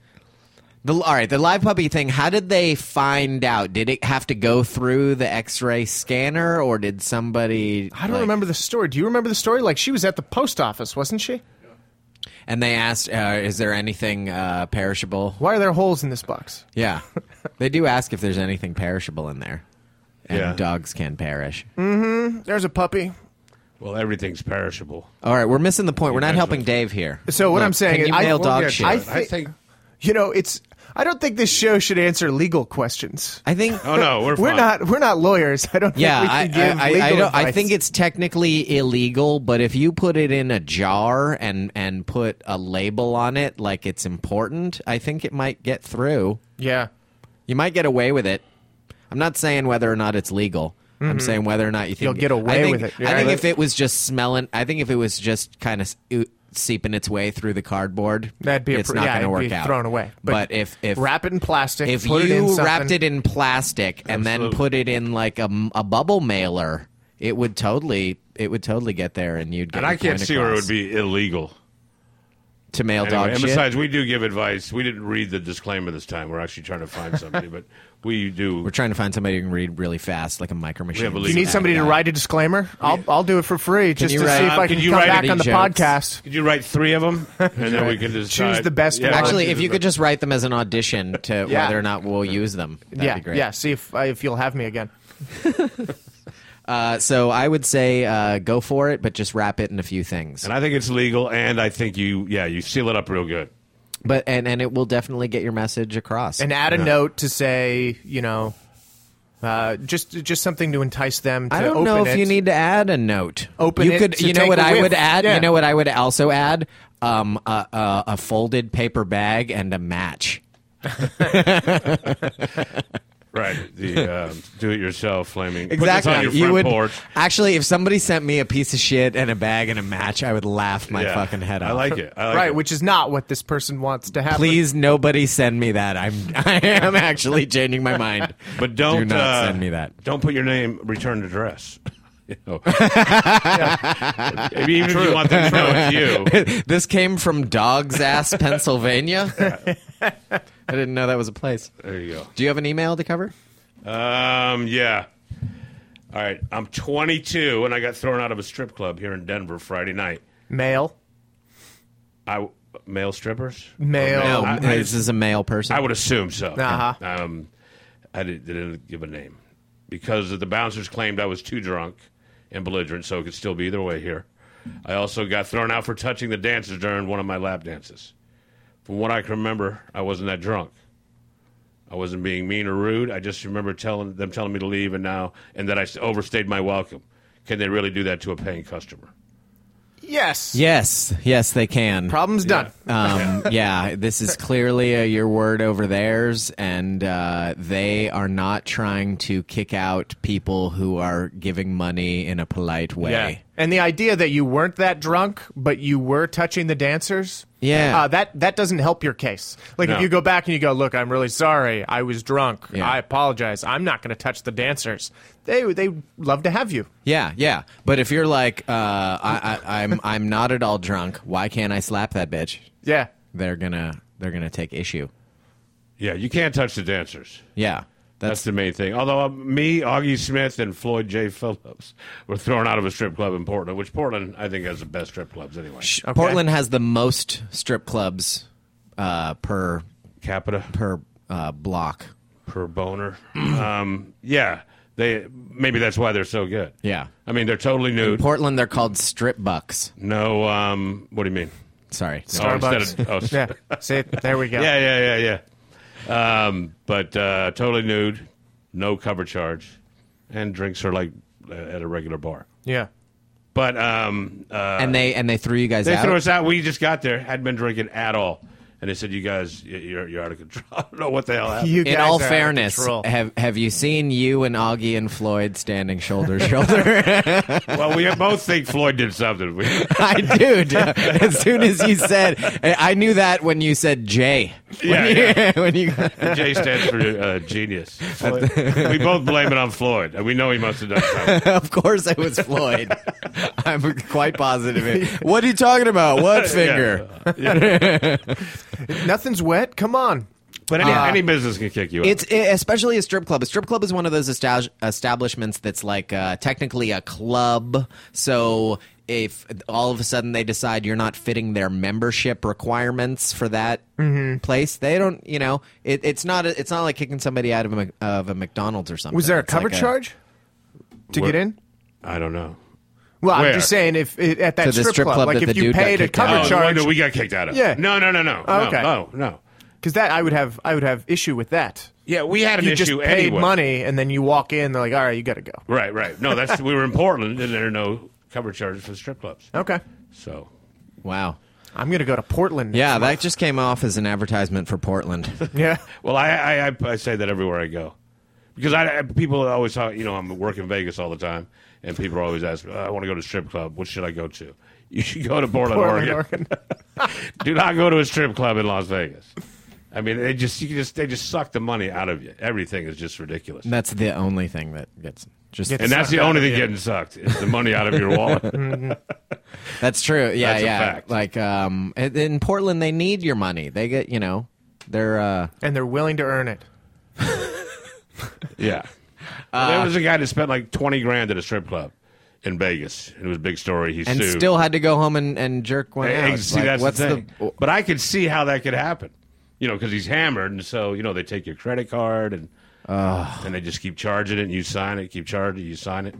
[SPEAKER 2] the all right. The live puppy thing. How did they find out? Did it have to go through the X-ray scanner, or did somebody?
[SPEAKER 4] I don't
[SPEAKER 2] like-
[SPEAKER 4] remember the story. Do you remember the story? Like she was at the post office, wasn't she?
[SPEAKER 2] And they asked, uh, "Is there anything uh, perishable?"
[SPEAKER 4] Why are there holes in this box?
[SPEAKER 2] Yeah, they do ask if there's anything perishable in there, and
[SPEAKER 3] Yeah.
[SPEAKER 2] dogs can perish.
[SPEAKER 4] There's a puppy.
[SPEAKER 3] Well, everything's perishable.
[SPEAKER 2] All right, we're missing the point. We're not
[SPEAKER 3] Eventually.
[SPEAKER 2] helping Dave here.
[SPEAKER 4] So what
[SPEAKER 2] Look,
[SPEAKER 4] I'm saying
[SPEAKER 2] can
[SPEAKER 4] is,
[SPEAKER 2] you
[SPEAKER 4] I-
[SPEAKER 2] mail
[SPEAKER 4] we'll
[SPEAKER 2] dog
[SPEAKER 4] get
[SPEAKER 2] shit?
[SPEAKER 4] to
[SPEAKER 2] I,
[SPEAKER 4] it. I think- You know, it's. I don't think this show should answer legal questions.
[SPEAKER 2] think.
[SPEAKER 3] Oh no, we're
[SPEAKER 4] We're
[SPEAKER 3] fine.
[SPEAKER 4] not. We're not lawyers. I don't.
[SPEAKER 2] Yeah,
[SPEAKER 4] think
[SPEAKER 2] I,
[SPEAKER 4] we
[SPEAKER 2] I,
[SPEAKER 4] can give
[SPEAKER 2] I, I,
[SPEAKER 4] legal
[SPEAKER 2] don't, I
[SPEAKER 4] advice.
[SPEAKER 2] think it's technically illegal, but if you put it in a jar and and put a label on it, like it's important, I think it might get through.
[SPEAKER 4] Yeah.
[SPEAKER 2] You might get away with it. I'm not saying whether or not it's legal. I'm saying whether or not you think
[SPEAKER 4] Mm-hmm. You'll get away
[SPEAKER 2] I think,
[SPEAKER 4] with it.
[SPEAKER 2] I
[SPEAKER 4] Yeah.
[SPEAKER 2] think if it was just smelling, I think if it was just kind of seeping its way through the cardboard,
[SPEAKER 4] That'd be a
[SPEAKER 2] it's
[SPEAKER 4] pr-
[SPEAKER 2] not
[SPEAKER 4] yeah,
[SPEAKER 2] going to
[SPEAKER 4] it'd
[SPEAKER 2] work
[SPEAKER 4] be
[SPEAKER 2] out.
[SPEAKER 4] thrown away. But
[SPEAKER 2] But, if if
[SPEAKER 4] Wrap it in plastic.
[SPEAKER 2] if
[SPEAKER 4] put it in
[SPEAKER 2] you
[SPEAKER 4] something.
[SPEAKER 2] wrapped it in plastic and then
[SPEAKER 3] Absolutely.
[SPEAKER 2] put it in like a, m- a bubble mailer, it would totally it would totally get there, and you'd get.
[SPEAKER 3] And I
[SPEAKER 2] your
[SPEAKER 3] can't
[SPEAKER 2] point
[SPEAKER 3] see where it
[SPEAKER 2] across.
[SPEAKER 3] would be illegal.
[SPEAKER 2] to mail
[SPEAKER 3] Anyway,
[SPEAKER 2] dog
[SPEAKER 3] and
[SPEAKER 2] shit.
[SPEAKER 3] besides, we do give advice. We didn't read the disclaimer this time. We're actually trying to find somebody, but we do.
[SPEAKER 2] We're trying to find somebody who can read really fast, like a micro machine.
[SPEAKER 3] have a
[SPEAKER 2] or
[SPEAKER 3] legal-
[SPEAKER 4] You need
[SPEAKER 2] something
[SPEAKER 4] somebody
[SPEAKER 2] like
[SPEAKER 4] to
[SPEAKER 2] that.
[SPEAKER 4] write a disclaimer. I'll I'll do it for free just
[SPEAKER 2] you
[SPEAKER 4] to
[SPEAKER 2] write-
[SPEAKER 4] see if I
[SPEAKER 2] Um,
[SPEAKER 4] can,
[SPEAKER 3] can you
[SPEAKER 4] come
[SPEAKER 3] write
[SPEAKER 4] back
[SPEAKER 2] any
[SPEAKER 4] on the
[SPEAKER 2] jokes?
[SPEAKER 4] podcast.
[SPEAKER 3] Could you write three of them, and then we can decide.
[SPEAKER 4] Choose the best one.
[SPEAKER 2] Actually,
[SPEAKER 4] Yeah.
[SPEAKER 2] if you could just write them as an audition to
[SPEAKER 4] Yeah.
[SPEAKER 2] whether or not we'll use them, that'd
[SPEAKER 4] yeah,
[SPEAKER 2] be great.
[SPEAKER 4] yeah. See if I if you'll have me again.
[SPEAKER 2] Uh, so I would say uh, go for it, but just wrap it in a few things.
[SPEAKER 3] and I think it's legal, and I think you, yeah, you seal it up real good.
[SPEAKER 2] But and, and it will definitely get your message across.
[SPEAKER 4] And add a note to say, you know, Uh, just just something to entice them. To
[SPEAKER 2] I don't
[SPEAKER 4] open
[SPEAKER 2] know if
[SPEAKER 4] it.
[SPEAKER 2] you need to add a note.
[SPEAKER 4] Open
[SPEAKER 2] you
[SPEAKER 4] it
[SPEAKER 2] Could,
[SPEAKER 4] to
[SPEAKER 2] you know
[SPEAKER 4] take
[SPEAKER 2] what
[SPEAKER 4] a
[SPEAKER 2] I
[SPEAKER 4] whiff.
[SPEAKER 2] would add.
[SPEAKER 4] Yeah.
[SPEAKER 2] You know what I would also add. Um, a, a, a folded paper bag and a match.
[SPEAKER 3] Right. The uh, do it yourself flaming.
[SPEAKER 2] Exactly.
[SPEAKER 3] Put this on your
[SPEAKER 2] you
[SPEAKER 3] front
[SPEAKER 2] would
[SPEAKER 3] porch.
[SPEAKER 2] actually, if somebody sent me a piece of shit and a bag and a match, I would laugh my
[SPEAKER 3] Yeah.
[SPEAKER 2] fucking head off.
[SPEAKER 3] I like it. I like
[SPEAKER 4] right,
[SPEAKER 3] it.
[SPEAKER 4] which is not what this person wants to happen.
[SPEAKER 2] Please, nobody send me that. I'm I am actually changing my mind.
[SPEAKER 3] But don't
[SPEAKER 2] Do not
[SPEAKER 3] uh,
[SPEAKER 2] send me that.
[SPEAKER 3] Don't put your name return address. You know. I mean, Even if you want them to know it's you.
[SPEAKER 2] this came from Dog's Ass, Pennsylvania. I didn't know that was a place.
[SPEAKER 3] There you go.
[SPEAKER 2] Do you have an email to cover?
[SPEAKER 3] Um, yeah. All right. I'm 22 and I got thrown out of a strip club here in Denver Friday night.
[SPEAKER 4] Male.
[SPEAKER 3] I male strippers?
[SPEAKER 4] Male.
[SPEAKER 3] Or
[SPEAKER 2] No,
[SPEAKER 3] I, I
[SPEAKER 2] this is a male person.
[SPEAKER 3] I would assume so.
[SPEAKER 4] Uh-huh.
[SPEAKER 3] Um, I didn't, they didn't give a name because the bouncers claimed I was too drunk and belligerent, so it could still be either way here. I also got thrown out for touching the dancers during one of my lap dances. From what I can remember, I wasn't that drunk. I wasn't being mean or rude. I just remember telling them telling me to leave, and now and that I s- overstayed my welcome. Can they really do that to a paying customer?
[SPEAKER 4] Yes.
[SPEAKER 2] yes, yes, they can.
[SPEAKER 4] Problem's done.
[SPEAKER 2] Um, yeah, this is clearly a your word over theirs, and uh, they are not trying to kick out people who are giving money in a polite way.
[SPEAKER 4] And the idea that you weren't that drunk, but you were touching the dancers.
[SPEAKER 2] Yeah.
[SPEAKER 4] Uh, that that doesn't help your case. Like
[SPEAKER 3] No.
[SPEAKER 4] if you go back and you go, look, I'm really sorry. I was drunk.
[SPEAKER 2] Yeah.
[SPEAKER 4] I apologize. I'm not going to touch the dancers. They they love to have you.
[SPEAKER 2] Yeah, yeah. But if you're like, uh, I, I, I'm, I'm not at all drunk. Why can't I slap that bitch?
[SPEAKER 4] Yeah.
[SPEAKER 2] They're gonna, they're gonna take issue.
[SPEAKER 3] Yeah, you can't touch the dancers.
[SPEAKER 2] Yeah,
[SPEAKER 3] That's
[SPEAKER 2] that's,
[SPEAKER 3] the main thing. Although uh, me, Augie Smith, and Floyd J. Phillips were thrown out of a strip club in Portland, which Portland I think has the best strip clubs anyway.
[SPEAKER 2] Portland has the most strip clubs uh, per
[SPEAKER 3] Capita
[SPEAKER 2] per uh, block.
[SPEAKER 3] per boner. um, yeah, they maybe that's why they're so good.
[SPEAKER 2] Yeah.
[SPEAKER 3] I mean they're totally nude.
[SPEAKER 2] Portland, they're called strip bucks.
[SPEAKER 3] no, um, what do you mean?
[SPEAKER 2] Sorry,
[SPEAKER 3] Oh, instead
[SPEAKER 4] Starbucks.
[SPEAKER 3] of- oh, s-
[SPEAKER 4] Yeah. See, there we go.
[SPEAKER 3] yeah, yeah, yeah, yeah. Um, but uh, totally nude, no cover charge, and drinks are like uh, at a regular bar.
[SPEAKER 4] Yeah.
[SPEAKER 3] But um,
[SPEAKER 2] and they and they threw you guys
[SPEAKER 3] They
[SPEAKER 2] out.
[SPEAKER 3] threw us out. We just got there, hadn't been drinking at all, and they said, "You guys, y- you're you're out of control. I don't know what the hell happened."
[SPEAKER 4] You
[SPEAKER 2] in
[SPEAKER 4] guys
[SPEAKER 2] all
[SPEAKER 4] are out of
[SPEAKER 2] fairness,
[SPEAKER 4] control.
[SPEAKER 2] have have you seen you and Augie and Floyd standing shoulder to shoulder?
[SPEAKER 3] well, we both think Floyd did something. We,
[SPEAKER 2] I do. dude. As soon as you said, I I knew that when you said Jay. When
[SPEAKER 3] Yeah,
[SPEAKER 2] you-
[SPEAKER 3] yeah.
[SPEAKER 2] when you-
[SPEAKER 3] J stands for uh, genius. Floyd- we both blame it on Floyd, and we know he must have done something.
[SPEAKER 2] of course, it was Floyd. I'm quite positive. it- What are you talking about? What finger?
[SPEAKER 4] Nothing's wet. Come on.
[SPEAKER 3] But
[SPEAKER 4] Uh,
[SPEAKER 3] any, any business can kick you out.
[SPEAKER 2] It's it, especially a strip club. A strip club is one of those establish, establishments that's like uh, technically a club. So if all of a sudden they decide you're not fitting their membership requirements for that
[SPEAKER 4] Mm-hmm.
[SPEAKER 2] place, they don't. You know, it, it's not. A, it's not like kicking somebody out of a, Mc- of a McDonald's or something.
[SPEAKER 4] Was there a
[SPEAKER 2] It's
[SPEAKER 4] cover
[SPEAKER 2] like
[SPEAKER 4] charge to
[SPEAKER 3] What-
[SPEAKER 4] get in?
[SPEAKER 3] I don't know.
[SPEAKER 4] Well,
[SPEAKER 3] Where?
[SPEAKER 4] I'm just saying if it, at that
[SPEAKER 2] To the
[SPEAKER 4] strip,
[SPEAKER 2] strip
[SPEAKER 4] club,
[SPEAKER 2] club
[SPEAKER 4] like
[SPEAKER 2] that the
[SPEAKER 4] if you
[SPEAKER 2] dude got
[SPEAKER 4] paid a
[SPEAKER 2] kicked out
[SPEAKER 4] cover
[SPEAKER 3] Oh, the one
[SPEAKER 4] charge,
[SPEAKER 3] that we got kicked out of.
[SPEAKER 4] Yeah.
[SPEAKER 3] No, no, no, no.
[SPEAKER 4] Oh,
[SPEAKER 3] no,
[SPEAKER 4] okay.
[SPEAKER 3] No, no.
[SPEAKER 4] because that I would have I would have issue with that.
[SPEAKER 3] Yeah, we had an
[SPEAKER 4] you
[SPEAKER 3] issue
[SPEAKER 4] just paid
[SPEAKER 3] anyway.
[SPEAKER 4] money and then you walk in, they're like, all right, you got to go.
[SPEAKER 3] Right, right. No, that's we were in Portland, and there are no cover charges for strip clubs.
[SPEAKER 4] Okay,
[SPEAKER 3] So
[SPEAKER 2] a- Wow.
[SPEAKER 4] I'm gonna go to Portland. next
[SPEAKER 2] Yeah,
[SPEAKER 4] month.
[SPEAKER 2] that just came off as an advertisement for Portland.
[SPEAKER 4] yeah.
[SPEAKER 3] Well, I, I, I, I say that everywhere I go. Because I, I- people always talk, you know, I'm working in Vegas all the time, and people always ask, "Uh, I want to go to strip club. What should I go to? You should go to Portland,
[SPEAKER 4] Portland,
[SPEAKER 3] Oregon.
[SPEAKER 4] Oregon.
[SPEAKER 3] Do not go to a strip club in Las Vegas. I mean, they just you can just they just suck the money out of you. Everything is just ridiculous,
[SPEAKER 2] that's the only thing that gets just.
[SPEAKER 3] and that's the
[SPEAKER 4] Sucked out
[SPEAKER 3] only
[SPEAKER 4] of
[SPEAKER 3] thing
[SPEAKER 4] you.
[SPEAKER 3] getting sucked is the money out of your wallet.
[SPEAKER 2] That's true. Yeah,
[SPEAKER 3] That's a
[SPEAKER 2] yeah.
[SPEAKER 3] fact.
[SPEAKER 2] Like um, in- in Portland, they need your money. They get you know, they're. uh
[SPEAKER 4] and they're willing to earn it.
[SPEAKER 3] yeah,
[SPEAKER 4] Uh,
[SPEAKER 3] there was a guy that spent like twenty grand at a strip club in Vegas. It was a big story. He
[SPEAKER 2] and
[SPEAKER 3] sued.
[SPEAKER 2] still had to go home and, and jerk one
[SPEAKER 3] Hey,
[SPEAKER 2] out.
[SPEAKER 3] see,
[SPEAKER 2] Like,
[SPEAKER 3] that's
[SPEAKER 2] what's
[SPEAKER 3] the thing. but I could see how that could happen, you know, because he's hammered, and so you know they take your credit card and and they just keep charging it, and you sign it, keep charging it, you sign it.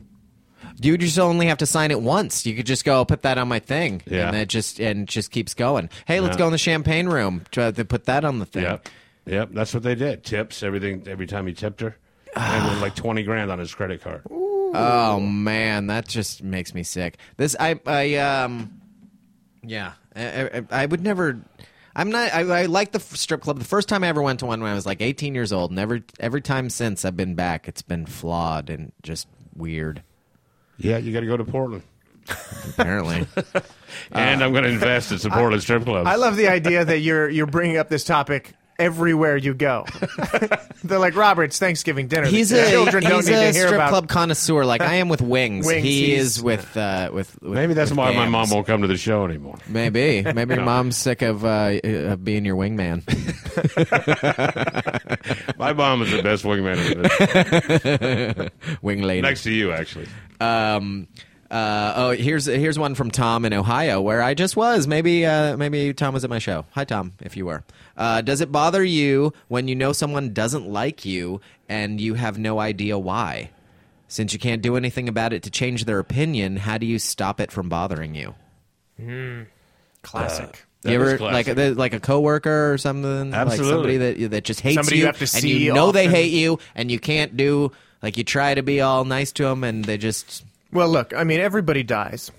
[SPEAKER 2] you would just only have to sign it once. You could just go put that on my thing,
[SPEAKER 3] Yeah.
[SPEAKER 2] and it just and it just keeps going. Hey, let's
[SPEAKER 3] Yeah.
[SPEAKER 2] go in the champagne room. Try to put that on the thing.
[SPEAKER 3] Yep, yep, that's what they did. Tips, everything, every time he tipped her, and with like twenty grand on his credit card.
[SPEAKER 2] Oh man, that just makes me sick. This I I um yeah, I, I, I would never. I'm not. I, I like the f- strip club. The first time I ever went to one when I was like 18 years old, and every every time since I've been back, it's been flawed and just weird.
[SPEAKER 3] Yeah, you got to go to Portland,
[SPEAKER 2] Apparently,
[SPEAKER 3] and I'm going to invest in some Portland strip clubs.
[SPEAKER 4] I love the idea that you're you're bringing up this topic everywhere you go. They're like Robert's Thanksgiving dinner.
[SPEAKER 2] he's
[SPEAKER 4] the
[SPEAKER 2] a
[SPEAKER 4] children
[SPEAKER 2] he's
[SPEAKER 4] don't need
[SPEAKER 2] a
[SPEAKER 4] to hear
[SPEAKER 2] strip
[SPEAKER 4] about.
[SPEAKER 2] club connoisseur. Like I am with wings.
[SPEAKER 4] Wings,
[SPEAKER 2] he
[SPEAKER 4] he's-
[SPEAKER 2] is with uh, with, with.
[SPEAKER 3] Maybe that's
[SPEAKER 2] with
[SPEAKER 3] why my
[SPEAKER 2] bands.
[SPEAKER 3] mom won't come to the show anymore.
[SPEAKER 2] Maybe maybe your mom's sick of uh, of being your wingman.
[SPEAKER 3] My mom is the best wingman in the business.
[SPEAKER 2] Wing lady.
[SPEAKER 3] next to you, actually.
[SPEAKER 2] Um, uh, oh, here's here's one from Tom in Ohio, where I just was. Maybe uh, maybe Tom was at my show. Hi, Tom, if you were. Uh, does it bother you when you know someone doesn't like you and you have no idea why? Since you can't do anything about it to change their opinion, how do you stop it from bothering you? Uh,
[SPEAKER 4] Classic.
[SPEAKER 3] That
[SPEAKER 2] you
[SPEAKER 3] is
[SPEAKER 2] ever like
[SPEAKER 3] classic.
[SPEAKER 2] a, like a coworker or something,
[SPEAKER 3] Absolutely.
[SPEAKER 2] like somebody that that just hates
[SPEAKER 4] Somebody
[SPEAKER 2] you,
[SPEAKER 4] you have to
[SPEAKER 2] and
[SPEAKER 4] see
[SPEAKER 2] you know they
[SPEAKER 4] often.
[SPEAKER 2] hate you, and you can't do like you try to be all nice to them, and they just
[SPEAKER 4] well, look, I mean, everybody dies.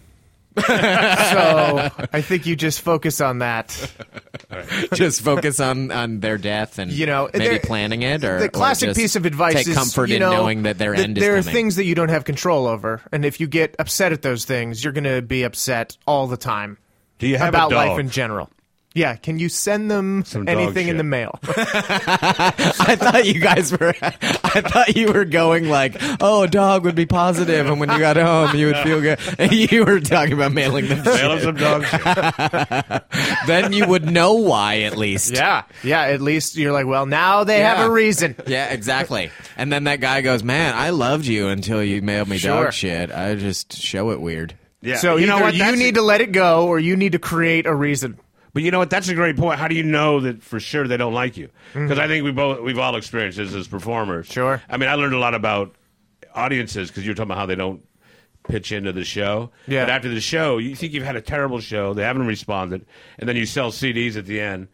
[SPEAKER 4] so I think you just focus on that.
[SPEAKER 2] just focus on on their death and
[SPEAKER 4] You know,
[SPEAKER 2] maybe
[SPEAKER 4] there-
[SPEAKER 2] planning it or
[SPEAKER 4] the
[SPEAKER 2] or
[SPEAKER 4] classic
[SPEAKER 2] just
[SPEAKER 4] piece of advice
[SPEAKER 2] take
[SPEAKER 4] is
[SPEAKER 2] comfort
[SPEAKER 4] you
[SPEAKER 2] in
[SPEAKER 4] know,
[SPEAKER 2] knowing that their end is
[SPEAKER 4] there are
[SPEAKER 2] coming.
[SPEAKER 4] things that you don't have control over, and if you get upset at those things, you're going to be upset all the time
[SPEAKER 3] Do you have
[SPEAKER 4] about
[SPEAKER 3] a dog?
[SPEAKER 4] life in general. Yeah, can you send them
[SPEAKER 3] Some dog
[SPEAKER 4] anything in
[SPEAKER 3] shit.
[SPEAKER 4] the mail?
[SPEAKER 2] I thought you guys were I thought you were going like oh a dog would be positive and when you got home you would feel good and you were talking about mailing them
[SPEAKER 3] Mail him
[SPEAKER 2] shit.
[SPEAKER 3] some dog shit.
[SPEAKER 2] then you would know why at least
[SPEAKER 4] yeah, yeah. At least you're like, well, now they
[SPEAKER 2] Yeah.
[SPEAKER 4] have a reason.
[SPEAKER 2] yeah exactly and then that guy goes man I loved you until you mailed me
[SPEAKER 4] Sure.
[SPEAKER 2] dog shit I just show it weird
[SPEAKER 3] Yeah.
[SPEAKER 4] So
[SPEAKER 3] you know
[SPEAKER 4] either
[SPEAKER 3] what?
[SPEAKER 4] You
[SPEAKER 3] That's-
[SPEAKER 4] need to let it go, or you need to create a reason.
[SPEAKER 3] But you know what? That's a great point. How do you know that for sure they don't like you? Because I think we both we've all experienced this as performers.
[SPEAKER 4] Mm-hmm. Sure.
[SPEAKER 3] I mean, I learned a lot about audiences because you were talking about how they don't pitch into the show.
[SPEAKER 4] Yeah.
[SPEAKER 3] But after the show, you think you've had a terrible show. They haven't responded, and then you sell CDs at the end.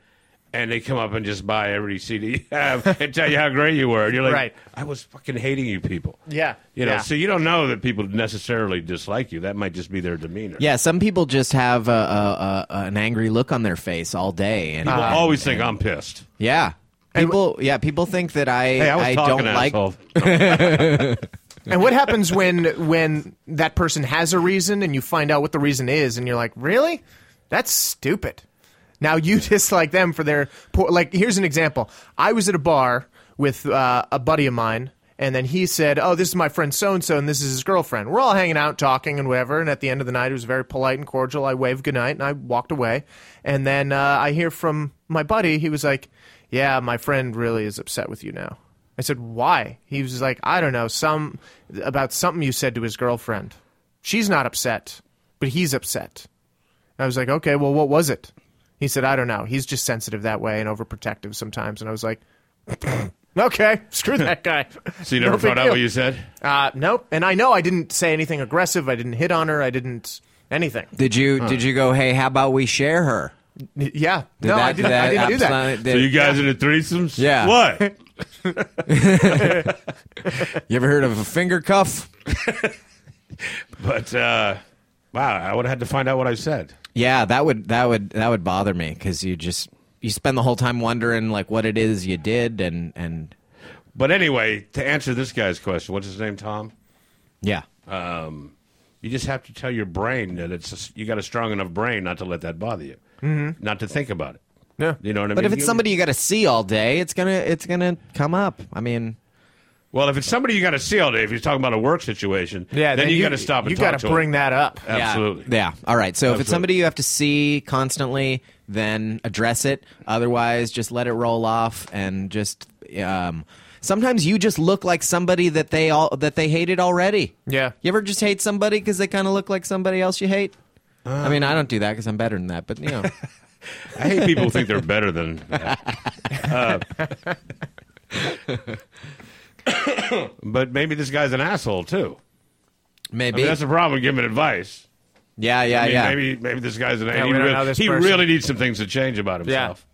[SPEAKER 3] And they come up and just buy every CD you have and tell you how great you were. And you're like,
[SPEAKER 4] Right.
[SPEAKER 3] I was fucking hating you people.
[SPEAKER 4] Yeah,
[SPEAKER 3] You know,
[SPEAKER 4] yeah.
[SPEAKER 3] so you don't know that people necessarily dislike you. That might just be their demeanor.
[SPEAKER 2] yeah some people just have a, a, a, an angry look on their face all day and
[SPEAKER 4] Ah,
[SPEAKER 3] People always think I'm pissed.
[SPEAKER 2] Yeah. People, yeah, people think that I
[SPEAKER 3] Hey, I was
[SPEAKER 2] I,
[SPEAKER 3] talking
[SPEAKER 2] don't like.
[SPEAKER 3] asshole.
[SPEAKER 4] And what happens when when that person has a reason and you find out what the reason is and you're like, "Really? That's stupid." Now you dislike them for their poor like here's an example. I was at a bar with uh, a buddy of mine and then he said, "Oh, this is my friend so and so and this is his girlfriend." We're all hanging out talking and whatever and at the end of the night it was very polite and cordial. I waved goodnight and I walked away. And then uh, I hear from my buddy, he was like, "Yeah, my friend really is upset with you now." I said, "Why?" He was like, "I don't know, some about something you said to his girlfriend. She's not upset, but he's upset." And I was like, "Okay, well, what was it?" He said, "I don't know. He's just sensitive that way and overprotective sometimes." And I was like, "Okay, screw that guy."
[SPEAKER 3] So you never
[SPEAKER 4] No big
[SPEAKER 3] found out
[SPEAKER 4] deal.
[SPEAKER 3] what you said?
[SPEAKER 4] Uh, nope. And I know I didn't say anything aggressive. I didn't hit on her. I didn't anything.
[SPEAKER 2] Did you did you go? Hey, how about we share her?
[SPEAKER 4] Yeah.
[SPEAKER 2] Did
[SPEAKER 4] no,
[SPEAKER 2] that-
[SPEAKER 4] I
[SPEAKER 2] did
[SPEAKER 4] didn't. I didn't do that.
[SPEAKER 2] absolutely-
[SPEAKER 3] So you
[SPEAKER 2] did-
[SPEAKER 3] guys in a threesomes?
[SPEAKER 2] Yeah.
[SPEAKER 3] What?
[SPEAKER 2] you ever heard of a finger cuff?
[SPEAKER 3] But uh, wow, I would have had to find out what I said.
[SPEAKER 2] Yeah, that would that would that would bother me because you just you spend the whole time wondering like what it is you did and and
[SPEAKER 3] But anyway, to answer this guy's question, what's his name? Tom.
[SPEAKER 2] yeah.
[SPEAKER 3] You just have to tell your brain that it's you got a strong enough brain not to let that bother you, mm-hmm. not to think about it.
[SPEAKER 4] Yeah.
[SPEAKER 3] You know what I mean?
[SPEAKER 2] But if
[SPEAKER 3] You-
[SPEAKER 2] it's somebody you got to see all day, it's gonna it's gonna come up. I mean,
[SPEAKER 3] well, if it's somebody you got to see all day, if you're talking about a work situation,
[SPEAKER 4] Yeah.
[SPEAKER 3] then, you, got to stop and
[SPEAKER 4] you
[SPEAKER 3] talk
[SPEAKER 4] gotta
[SPEAKER 3] to
[SPEAKER 4] bring
[SPEAKER 3] them.
[SPEAKER 4] that up.
[SPEAKER 2] Yeah.
[SPEAKER 3] Absolutely.
[SPEAKER 2] Yeah. All right. So if it's somebody you have to see constantly, then address it. Otherwise, just let it roll off and just. Um, sometimes you just look like somebody that they all that they hated already.
[SPEAKER 4] Yeah.
[SPEAKER 2] You ever just hate somebody because they kind of look like somebody else you hate? I mean, I don't do that because I'm better than that. But you know,
[SPEAKER 3] I hate people who think they're better than. That. Uh, but maybe this guy's an asshole too. I
[SPEAKER 2] maybe.
[SPEAKER 3] mean, that's the problem. with Giving advice.
[SPEAKER 2] yeah. Yeah.
[SPEAKER 3] I mean,
[SPEAKER 2] Uh, yeah.
[SPEAKER 3] Maybe maybe this guy's an
[SPEAKER 4] Yeah,
[SPEAKER 3] he,
[SPEAKER 4] we don't
[SPEAKER 3] really,
[SPEAKER 4] know this
[SPEAKER 3] he
[SPEAKER 4] person.
[SPEAKER 3] really needs some things to change about himself.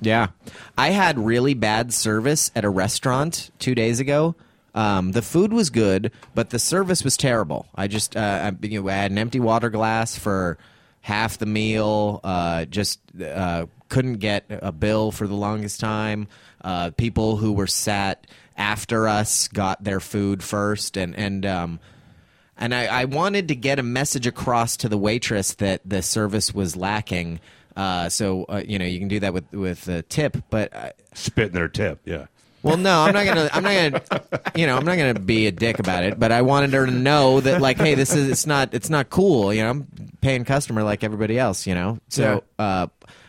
[SPEAKER 2] Yeah. I had really bad service at a restaurant two days ago Um, the food was good, but the service was terrible. I just, uh, I, you know, I had an empty water glass for half the meal. Uh, just uh, couldn't get a bill for the longest time. Uh, people who were sat after us got their food first, and and um, and I, I wanted to get a message across to the waitress that the service was lacking. Uh, so uh, you know you can do that with with a tip, but uh,
[SPEAKER 3] Spit in their tip. Yeah.
[SPEAKER 2] well, no, I'm not gonna. I'm not gonna. You know, I'm not gonna be a dick about it. But I wanted her to know that, like, hey, this is it's not it's not cool. You know, I'm paying customer like everybody else. You know, so uh,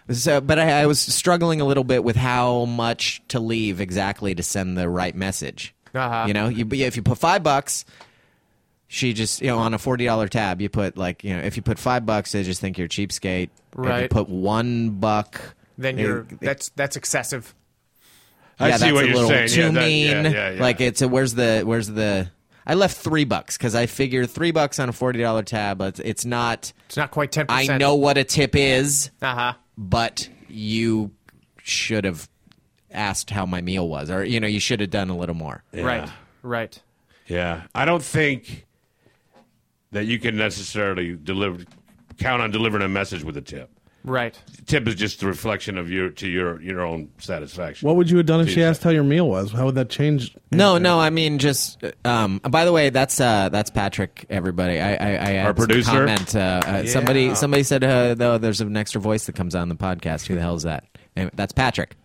[SPEAKER 2] so. But I, I was struggling a little bit with how much to leave exactly to send the right message.
[SPEAKER 4] Uh-huh.
[SPEAKER 2] You know, you but if you put five bucks. She just, you know, on a forty dollar tab, you put like, you know, if you put five bucks, they just think you're a cheapskate. If you
[SPEAKER 4] Right.
[SPEAKER 2] put one buck,
[SPEAKER 4] Then
[SPEAKER 2] they-
[SPEAKER 4] you're that's that's excessive.
[SPEAKER 3] I
[SPEAKER 2] yeah,
[SPEAKER 3] see
[SPEAKER 2] that's
[SPEAKER 3] what
[SPEAKER 2] a
[SPEAKER 3] you're
[SPEAKER 2] little
[SPEAKER 3] saying.
[SPEAKER 2] too
[SPEAKER 3] yeah, that- yeah,
[SPEAKER 2] mean.
[SPEAKER 3] yeah, yeah.
[SPEAKER 2] Like it's a where's the where's the I left three bucks because I figured three bucks on a forty dollar tab. It's, it's not.
[SPEAKER 4] It's not quite ten percent.
[SPEAKER 2] I know what a tip is,
[SPEAKER 4] Uh huh.
[SPEAKER 2] but you should have asked how my meal was, or you know, you should have done a little more.
[SPEAKER 4] Right. Right.
[SPEAKER 3] Yeah, I don't think that you can necessarily deliver count on delivering a message with a tip.
[SPEAKER 4] Right.
[SPEAKER 3] Tip is just the reflection of your to your your own satisfaction.
[SPEAKER 6] What would you have done if she
[SPEAKER 3] Jeez.
[SPEAKER 6] asked how your meal was? How would that change?
[SPEAKER 3] Mm-hmm.
[SPEAKER 2] No, no, I mean just. Um, by the way, that's uh, that's Patrick. Everybody, I, I, I had
[SPEAKER 3] Our
[SPEAKER 2] some
[SPEAKER 3] producer?
[SPEAKER 2] Comment. Uh, uh, Somebody, somebody said, uh, "Though there's an extra voice that comes on the podcast. Who the hell is that?" Anyway, that's Patrick.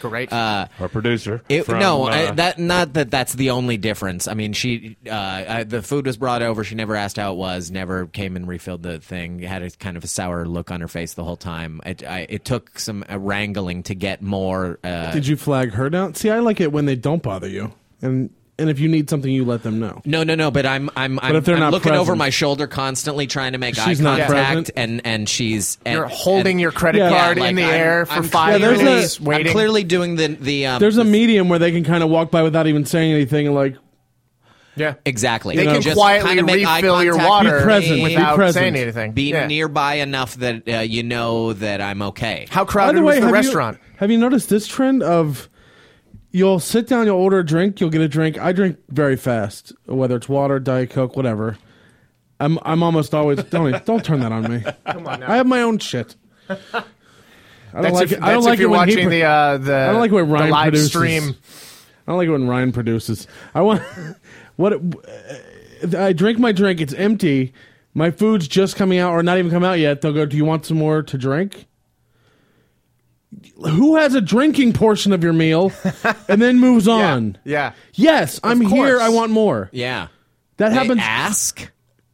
[SPEAKER 4] Great.
[SPEAKER 2] Uh,
[SPEAKER 3] Our producer.
[SPEAKER 2] It,
[SPEAKER 3] from,
[SPEAKER 2] no,
[SPEAKER 3] uh,
[SPEAKER 2] I, that not that that's the only difference. I mean, she uh, I, the food was brought over. She never asked how it was. Never came and refilled the thing. Had a kind of a sour look on her face the whole time. It, I, it took some uh, wrangling to get more. Uh,
[SPEAKER 6] Did you flag her down? See, I like it when they don't bother you, and and if you need something, you let them know.
[SPEAKER 2] no, no, no. But I'm I'm I'm,
[SPEAKER 6] if they're
[SPEAKER 2] I'm
[SPEAKER 6] not
[SPEAKER 2] looking over
[SPEAKER 6] present-
[SPEAKER 2] my shoulder constantly, trying to make
[SPEAKER 6] She's
[SPEAKER 2] eye
[SPEAKER 6] not
[SPEAKER 2] contact,
[SPEAKER 6] present.
[SPEAKER 2] and and she's and,
[SPEAKER 4] you're holding
[SPEAKER 2] and-
[SPEAKER 4] your credit
[SPEAKER 6] Yeah.
[SPEAKER 4] card
[SPEAKER 2] Yeah, like,
[SPEAKER 4] in the
[SPEAKER 2] I'm-
[SPEAKER 4] air for
[SPEAKER 2] I'm
[SPEAKER 4] five
[SPEAKER 6] clearly-
[SPEAKER 4] minutes,
[SPEAKER 2] I'm
[SPEAKER 6] I'm
[SPEAKER 4] waiting.
[SPEAKER 2] clearly doing the the um,
[SPEAKER 6] There's a medium where they can kind of walk by without even saying anything, and like
[SPEAKER 4] yeah.
[SPEAKER 2] exactly.
[SPEAKER 4] They
[SPEAKER 2] You
[SPEAKER 4] can
[SPEAKER 2] just
[SPEAKER 4] quietly
[SPEAKER 2] kinda make eye
[SPEAKER 4] refill your
[SPEAKER 2] contact with
[SPEAKER 4] water
[SPEAKER 6] present,
[SPEAKER 2] me.
[SPEAKER 6] be
[SPEAKER 4] without
[SPEAKER 6] present.
[SPEAKER 4] saying anything.
[SPEAKER 2] be
[SPEAKER 4] Yeah.
[SPEAKER 2] nearby enough that uh, you know that I'm okay.
[SPEAKER 4] How
[SPEAKER 6] By
[SPEAKER 4] crowded
[SPEAKER 6] the way,
[SPEAKER 4] was the
[SPEAKER 6] have
[SPEAKER 4] restaurant?
[SPEAKER 6] You, have you noticed this trend of you'll sit down, you'll order a drink, you'll get a drink. I drink very fast, whether it's water, diet coke, whatever. I'm I'm almost always don't e, don't turn that on me. Come on, I have my own shit. I don't
[SPEAKER 4] That's
[SPEAKER 6] like
[SPEAKER 4] if,
[SPEAKER 6] it. I don't
[SPEAKER 4] that's
[SPEAKER 6] like
[SPEAKER 4] if you're
[SPEAKER 6] it when he
[SPEAKER 4] watching
[SPEAKER 6] pro-
[SPEAKER 4] the uh, the,
[SPEAKER 6] I don't like
[SPEAKER 4] the
[SPEAKER 6] when Ryan
[SPEAKER 4] live
[SPEAKER 6] produces.
[SPEAKER 4] stream.
[SPEAKER 6] I don't like it when Ryan produces. I want what uh, I drink my drink. It's empty. My food's just coming out, or not even come out yet. They'll go. Do you want some more to drink? Who has a drinking portion of your meal, and then moves
[SPEAKER 4] Yeah.
[SPEAKER 6] on?
[SPEAKER 4] Yeah.
[SPEAKER 6] Yes, I'm here.
[SPEAKER 4] course.
[SPEAKER 6] I want more.
[SPEAKER 2] Yeah,
[SPEAKER 6] That
[SPEAKER 2] They
[SPEAKER 6] happens
[SPEAKER 2] ask.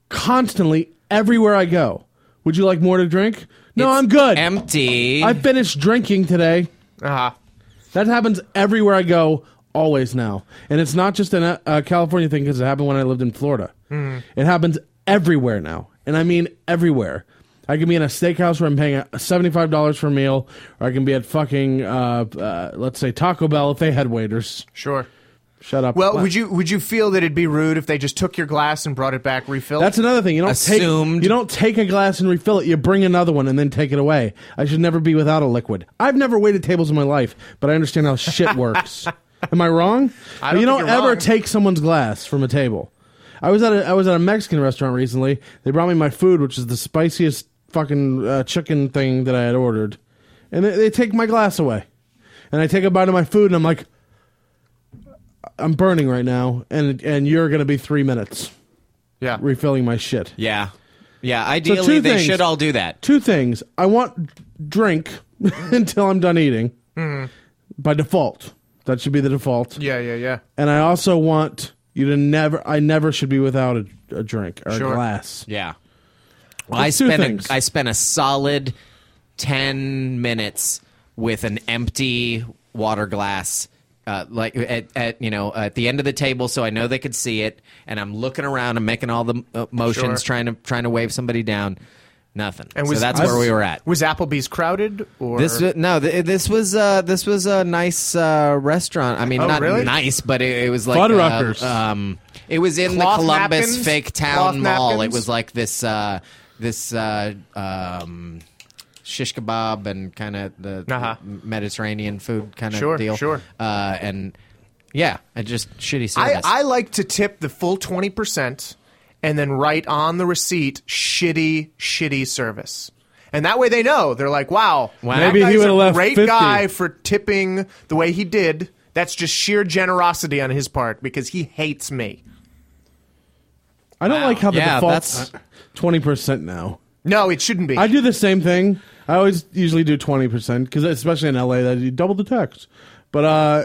[SPEAKER 6] constantly everywhere I go. Would you like more to drink? No,
[SPEAKER 2] It's
[SPEAKER 6] I'm good.
[SPEAKER 2] Empty.
[SPEAKER 6] I finished drinking today.
[SPEAKER 4] Uh-huh.
[SPEAKER 6] That happens everywhere I go, always now. And it's not just a uh, California thing because it happened when I lived in Florida.
[SPEAKER 4] Hmm.
[SPEAKER 6] It happens everywhere now. And I mean everywhere. I can be in a steakhouse where I'm paying uh, $75 for a meal, or I can be at fucking, uh, uh, let's say, Taco Bell if they had waiters.
[SPEAKER 4] Sure.
[SPEAKER 6] Shut up.
[SPEAKER 4] Well, would you would you feel that it'd be rude if they just took your glass and brought it back refilled?
[SPEAKER 6] That's another thing. You don't
[SPEAKER 2] Assumed.
[SPEAKER 6] take you don't take a glass and refill it. You bring another one and then take it away. I should never be without a liquid. I've never waited tables in my life, but I understand how shit works. Am I wrong?
[SPEAKER 4] I don't
[SPEAKER 6] you
[SPEAKER 4] think
[SPEAKER 6] don't
[SPEAKER 4] you're
[SPEAKER 6] ever
[SPEAKER 4] wrong.
[SPEAKER 6] take someone's glass from a table. I was at a, I was at a Mexican restaurant recently. They brought me my food, which is the spiciest fucking uh, chicken thing that I had ordered, and they, they take my glass away. And I take a bite of my food, and I'm like, I'm burning right now, and and you're gonna be three minutes
[SPEAKER 4] yeah.
[SPEAKER 6] refilling my shit.
[SPEAKER 2] yeah, yeah. Ideally,
[SPEAKER 6] two
[SPEAKER 2] they
[SPEAKER 6] things.
[SPEAKER 2] should all do that.
[SPEAKER 6] two things. I want drink until I'm done eating by default. That should be the default.
[SPEAKER 4] Hmm. yeah, yeah, yeah.
[SPEAKER 6] And I also want you to never. I never should be without a, a drink or
[SPEAKER 4] Sure.
[SPEAKER 6] a glass.
[SPEAKER 2] Yeah. Well, I
[SPEAKER 6] That's two
[SPEAKER 2] spent
[SPEAKER 6] things.
[SPEAKER 2] a, I spent a solid ten minutes with an empty water glass. Uh, like at, at you know at the end of the table, so I know they could see it, and I'm looking around, I'm making all the uh, motions,
[SPEAKER 4] Sure.
[SPEAKER 2] trying to trying to wave somebody down, nothing.
[SPEAKER 4] And
[SPEAKER 2] so
[SPEAKER 4] was-
[SPEAKER 2] that's
[SPEAKER 4] was-
[SPEAKER 2] where we were at.
[SPEAKER 4] Was Applebee's crowded or
[SPEAKER 2] This uh, was, no, th- this was uh, this was a nice uh, restaurant. I mean,
[SPEAKER 4] Oh,
[SPEAKER 2] not
[SPEAKER 4] really?
[SPEAKER 2] nice, but it, it was like
[SPEAKER 6] Fuddruckers.
[SPEAKER 2] uh, um, it was in
[SPEAKER 4] Cloth
[SPEAKER 2] the Columbus
[SPEAKER 4] napkins?
[SPEAKER 2] fake
[SPEAKER 4] Cloth
[SPEAKER 2] town mall.
[SPEAKER 4] napkins?
[SPEAKER 2] It was like this uh, this uh, um, shish kebab and kind of the
[SPEAKER 4] Uh-huh.
[SPEAKER 2] Mediterranean food kind of
[SPEAKER 4] Sure,
[SPEAKER 2] deal.
[SPEAKER 4] sure.
[SPEAKER 2] uh, and Yeah, and just shitty
[SPEAKER 4] I,
[SPEAKER 2] service.
[SPEAKER 4] I like to tip the full 20% and then write on the receipt shitty, shitty service. And that way they know. They're like, wow, that
[SPEAKER 6] Maybe he
[SPEAKER 4] guy's
[SPEAKER 6] would've
[SPEAKER 4] a
[SPEAKER 6] left
[SPEAKER 4] great
[SPEAKER 6] 50.
[SPEAKER 4] guy for tipping the way he did. That's just sheer generosity on his part because he hates me.
[SPEAKER 6] I don't like how the
[SPEAKER 2] Yeah,
[SPEAKER 6] default's
[SPEAKER 2] that's-
[SPEAKER 6] twenty percent now.
[SPEAKER 4] No, it shouldn't be.
[SPEAKER 6] I do the same thing. I always usually do twenty percent because especially in LA, that you double the tax. But uh,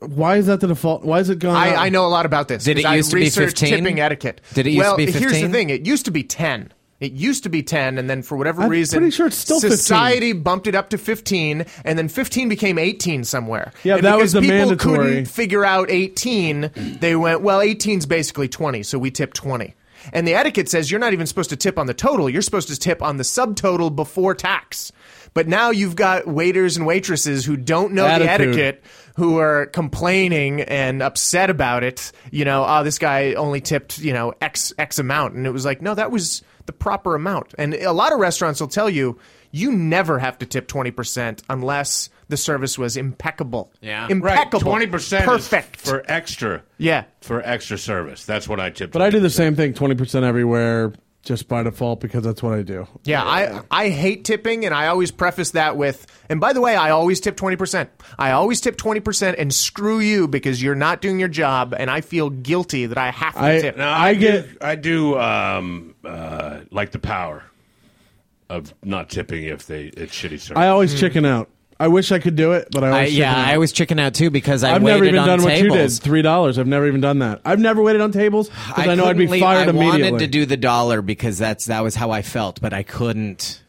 [SPEAKER 6] why is that the default? Why is it gone? up?
[SPEAKER 4] I, I know a lot about this.
[SPEAKER 2] Did it
[SPEAKER 4] 'cause I
[SPEAKER 2] used to be
[SPEAKER 4] researched
[SPEAKER 2] 15?
[SPEAKER 4] tipping etiquette.
[SPEAKER 2] Did it used to
[SPEAKER 4] well,
[SPEAKER 2] be
[SPEAKER 4] here's the
[SPEAKER 2] 15?
[SPEAKER 4] thing. It used to be 10. It used to be 10, and then for whatever
[SPEAKER 6] I'm
[SPEAKER 4] reason,
[SPEAKER 6] pretty sure it's still 15.
[SPEAKER 4] society bumped it up to 15, and then 15 became 18 somewhere.
[SPEAKER 6] Yeah,
[SPEAKER 4] And
[SPEAKER 6] that
[SPEAKER 4] because
[SPEAKER 6] was the
[SPEAKER 4] people
[SPEAKER 6] mandatory.
[SPEAKER 4] couldn't figure out 18, they went, well, 18's basically 20, so we tip 20. And the etiquette says you're not even supposed to tip on the total. You're supposed to tip on the subtotal before tax. But now you've got waiters and waitresses who don't know the
[SPEAKER 6] Attitude.
[SPEAKER 4] etiquette who are complaining and upset about it. You know, oh, this guy only tipped you know x x amount, and it was like, no, that was the proper amount. And a lot of restaurants will tell you you never have to tip twenty percent unless the service was impeccable.
[SPEAKER 2] Yeah.
[SPEAKER 4] impeccable.
[SPEAKER 3] Twenty percent,
[SPEAKER 4] perfect.
[SPEAKER 3] for extra.
[SPEAKER 4] yeah,
[SPEAKER 3] for extra service. That's what I tip.
[SPEAKER 6] But I do the same thing, twenty percent everywhere, just by default because that's what I do.
[SPEAKER 4] yeah. I I hate tipping, and I always preface that with, and by the way, I always tip twenty percent. I always tip twenty percent, and screw you because you're not doing your job, and I feel guilty that I have to
[SPEAKER 6] I-
[SPEAKER 4] tip.
[SPEAKER 3] No,
[SPEAKER 6] I
[SPEAKER 3] I,
[SPEAKER 6] get-
[SPEAKER 3] get. I do um, uh, like the power of not tipping if they it's shitty service.
[SPEAKER 6] I always chicken out. I wish I could do it, but I
[SPEAKER 2] Hmm. I-
[SPEAKER 6] always
[SPEAKER 2] yeah,
[SPEAKER 6] chicken out.
[SPEAKER 2] I was chicken out too because I
[SPEAKER 6] I've
[SPEAKER 2] waited
[SPEAKER 6] never even
[SPEAKER 2] on
[SPEAKER 6] done what you
[SPEAKER 2] tables.
[SPEAKER 6] did. Three dollars. I've never even done that. I've never waited on tables because I, know I'd be
[SPEAKER 2] couldn't leave-
[SPEAKER 6] fired
[SPEAKER 2] I
[SPEAKER 6] immediately.
[SPEAKER 2] wanted to do the dollar because that's that was how I felt, but I couldn't.